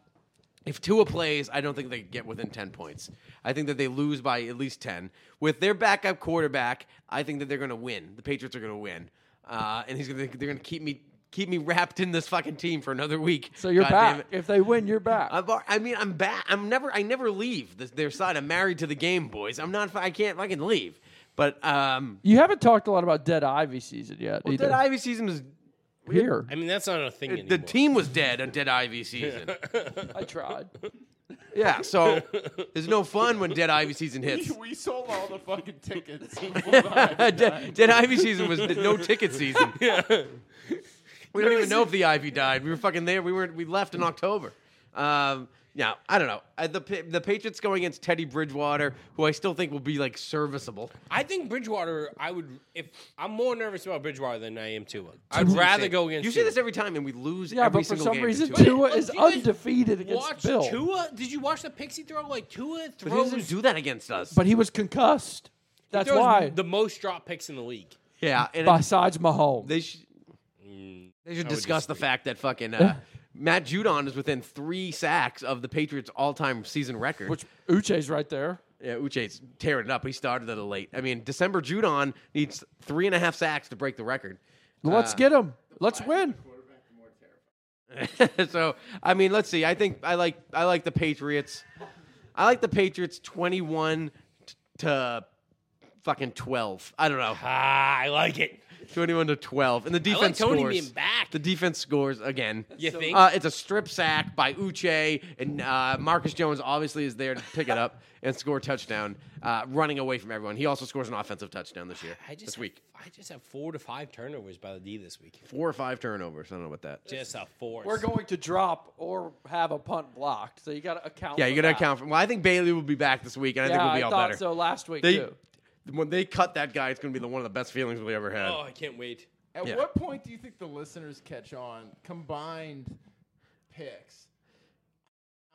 [SPEAKER 2] if Tua plays, I don't think they get within 10 points. I think that they lose by at least 10. With their backup quarterback, I think that they're going to win. The Patriots are going to win. Uh, and he's gonna, they're going to keep me keep me wrapped in this fucking team for another week.
[SPEAKER 4] So you're
[SPEAKER 2] God damn
[SPEAKER 4] back.
[SPEAKER 2] it.
[SPEAKER 4] If they win, you're back.
[SPEAKER 2] I've al- I mean, I'm back. I'm never. I never leave this, their side. I'm married to the game, boys. I'm not. I can't fucking leave. But um,
[SPEAKER 4] you haven't talked a lot about Dead Ivy season yet. either.
[SPEAKER 2] Dead Ivy season was.
[SPEAKER 4] Here,
[SPEAKER 3] I mean, that's not a thing anymore.
[SPEAKER 2] The team was dead on Dead Ivy season.
[SPEAKER 4] I tried.
[SPEAKER 2] yeah, so there's no fun when Dead Ivy season hits.
[SPEAKER 1] we sold all the fucking tickets.
[SPEAKER 2] dead, dead Ivy season was no ticket season. We don't even know if the Ivy died. We were fucking there. We were we left in October. Um, now I don't know. Uh, the Pa- the Patriots going against Teddy Bridgewater, who I still think will be like serviceable.
[SPEAKER 3] I think Bridgewater. I would. If I'm more nervous about Bridgewater than I am Tua. I'd rather go against.
[SPEAKER 2] You say
[SPEAKER 3] Tua.
[SPEAKER 2] this every time, and we lose.
[SPEAKER 4] Yeah,
[SPEAKER 2] every
[SPEAKER 4] but for
[SPEAKER 2] single
[SPEAKER 4] some
[SPEAKER 2] game to
[SPEAKER 4] reason,
[SPEAKER 2] Tua.
[SPEAKER 4] Tua
[SPEAKER 3] Look,
[SPEAKER 4] is
[SPEAKER 3] you guys
[SPEAKER 4] undefeated
[SPEAKER 3] Watch
[SPEAKER 4] against Bill.
[SPEAKER 3] Tua. Did you watch the pixie throw? Like Tua
[SPEAKER 2] But he doesn't
[SPEAKER 3] throws.
[SPEAKER 2] do that against us.
[SPEAKER 4] But he was concussed. That's
[SPEAKER 3] throws
[SPEAKER 4] why.
[SPEAKER 3] the most drop picks in the league.
[SPEAKER 2] yeah, and it-
[SPEAKER 4] besides Mahomes.
[SPEAKER 2] they should they should discuss the fact that fucking. Uh, Matt Judon is within three sacks of the Patriots' all-time season record.
[SPEAKER 4] which Uche's right there.
[SPEAKER 2] Yeah, Uche's tearing it up. He started at a late. I mean, December Judon needs three and a half sacks to break the record. Uh,
[SPEAKER 4] Let's get him. Let's win.
[SPEAKER 2] so, I mean, let's see. I think I like I like the Patriots. I like the Patriots twenty-one t- to fucking twelve. I don't know,
[SPEAKER 3] Ah, I like it.
[SPEAKER 2] twenty-one to twelve, and the defense
[SPEAKER 3] Tony
[SPEAKER 2] scores.
[SPEAKER 3] being back.
[SPEAKER 2] The defense scores again.
[SPEAKER 3] You think?
[SPEAKER 2] Uh, it's a strip sack by Uche, and uh, Marcus Jones obviously is there to pick it up and score a touchdown, uh, running away from everyone. He also scores an offensive touchdown this year.
[SPEAKER 3] I just
[SPEAKER 2] this
[SPEAKER 3] have-
[SPEAKER 2] week.
[SPEAKER 3] I just have four to five turnovers by the D this week.
[SPEAKER 2] four or five turnovers. I don't know about that.
[SPEAKER 3] Just a force.
[SPEAKER 4] We're going to drop or have a punt blocked, so you got to account.
[SPEAKER 2] Yeah,
[SPEAKER 4] for
[SPEAKER 2] you got to
[SPEAKER 4] that.
[SPEAKER 2] account for. Well, I think Bailey will be back this week, and I
[SPEAKER 4] Yeah,
[SPEAKER 2] think we'll be
[SPEAKER 4] I
[SPEAKER 2] all
[SPEAKER 4] thought
[SPEAKER 2] better.
[SPEAKER 4] so last week
[SPEAKER 2] They,
[SPEAKER 4] too.
[SPEAKER 2] when they cut that guy, it's going to be the, one of the best feelings we ever had.
[SPEAKER 3] Oh, I can't wait.
[SPEAKER 1] At
[SPEAKER 2] Yeah.
[SPEAKER 1] what point do you think the listeners catch on? Combined picks.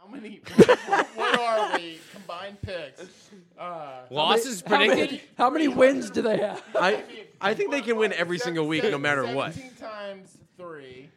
[SPEAKER 1] How many? what, what are we? Combined picks. Uh,
[SPEAKER 3] Losses
[SPEAKER 4] How many-
[SPEAKER 3] predicted.
[SPEAKER 4] How many wins do they have?
[SPEAKER 2] I, I think they can win every single week, no matter what.
[SPEAKER 1] 17 times three.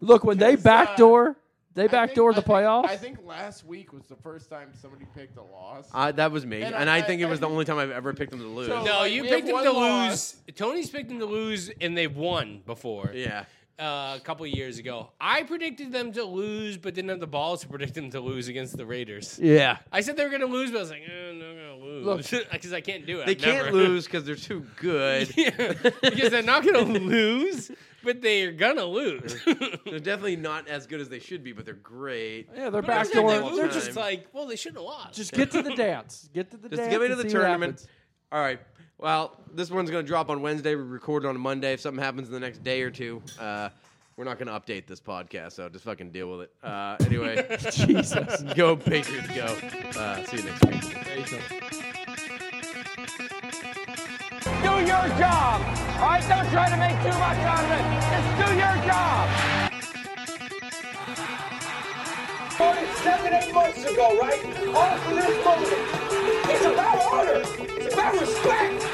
[SPEAKER 4] Look, when they
[SPEAKER 1] Here's, uh,
[SPEAKER 4] backdoor, they
[SPEAKER 1] I think-
[SPEAKER 4] backdoor the
[SPEAKER 1] I think-
[SPEAKER 4] playoffs.
[SPEAKER 1] I think last week was the first time somebody picked a loss.
[SPEAKER 2] Uh, that was me, and,
[SPEAKER 1] And
[SPEAKER 2] I,
[SPEAKER 1] I-
[SPEAKER 2] think it was
[SPEAKER 1] I-
[SPEAKER 2] the only time I've ever picked them to lose.
[SPEAKER 1] So-
[SPEAKER 3] No,
[SPEAKER 1] Like,
[SPEAKER 3] you
[SPEAKER 1] we have
[SPEAKER 3] picked them
[SPEAKER 1] one
[SPEAKER 3] to
[SPEAKER 1] loss.
[SPEAKER 3] lose. Tony's picked them to lose, and they've won before.
[SPEAKER 2] yeah,
[SPEAKER 3] Uh, a couple years ago, I predicted them to lose, but didn't have the balls to predict them to lose against the Raiders.
[SPEAKER 2] yeah.
[SPEAKER 3] I said they were going to lose, but I was like, eh, no, going to lose because I can't do it.
[SPEAKER 2] They
[SPEAKER 3] I've
[SPEAKER 2] can't
[SPEAKER 3] never-
[SPEAKER 2] lose because they're too good.
[SPEAKER 3] Yeah, because they're not going to lose, but they're going to lose.
[SPEAKER 2] They're definitely not as good as they should be, but they're great.
[SPEAKER 4] Yeah, they're
[SPEAKER 3] But I'm
[SPEAKER 4] back
[SPEAKER 3] saying they
[SPEAKER 4] door.
[SPEAKER 2] all
[SPEAKER 3] lose,
[SPEAKER 4] They're
[SPEAKER 2] the
[SPEAKER 4] just
[SPEAKER 2] time.
[SPEAKER 3] It's like, well, they shouldn't have lost.
[SPEAKER 4] just get to the dance. Get to the
[SPEAKER 2] Just
[SPEAKER 4] dance.
[SPEAKER 2] get me to
[SPEAKER 4] and
[SPEAKER 2] the
[SPEAKER 4] see what
[SPEAKER 2] tournament.
[SPEAKER 4] happens.
[SPEAKER 2] All right. Well, this one's going to drop on Wednesday. We record on Monday. If something happens in the next day or two, uh, we're not going to update this podcast, so just fucking deal with it. Uh, anyway,
[SPEAKER 4] Jesus.
[SPEAKER 2] go Patriots, go. Uh, see you next week.
[SPEAKER 5] do your job. All right, don't try to make too much out of it. Just do your job. More than seven, eight months ago, right? All for this moment. It's about honor. It's about respect.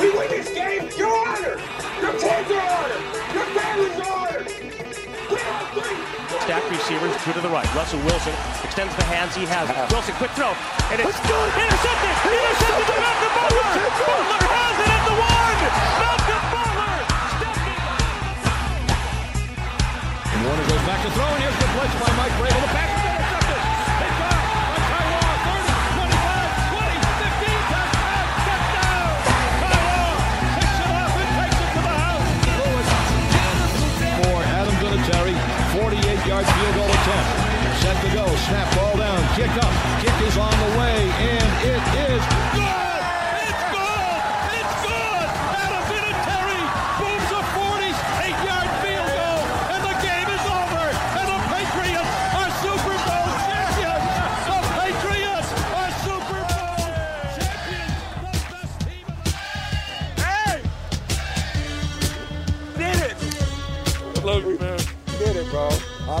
[SPEAKER 5] We win this game. Your honor. Your kids are honored. Your family's honored. We all three.
[SPEAKER 6] Stack receivers, two to the right. Russell Wilson extends the hands he has. Wilson, quick throw. And it's intercepted. Intercepted by Malcolm Butler. Butler has it at the one. Malcolm Butler. stepping
[SPEAKER 1] Warner goes back to throw, and here's the blitz by Mike Vrabel. The pass is intercepted. Picked off by Kyle 30, 25, 20, 15, touchdown, touchdown. Kyle picks it up and takes it to the house. Lewis for Adam Vinatieri, 48-yard field goal attempt. Set to go, snap ball down, kick up, kick is on the way, and it is good. It's good. It's good. Adam Vinatieri booms a 48-yard field goal, and the game is over. And the Patriots are Super Bowl champions. The Patriots are Super Bowl champions. The best team in the
[SPEAKER 5] Hey! Did it.
[SPEAKER 7] did it, bro. I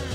[SPEAKER 7] man.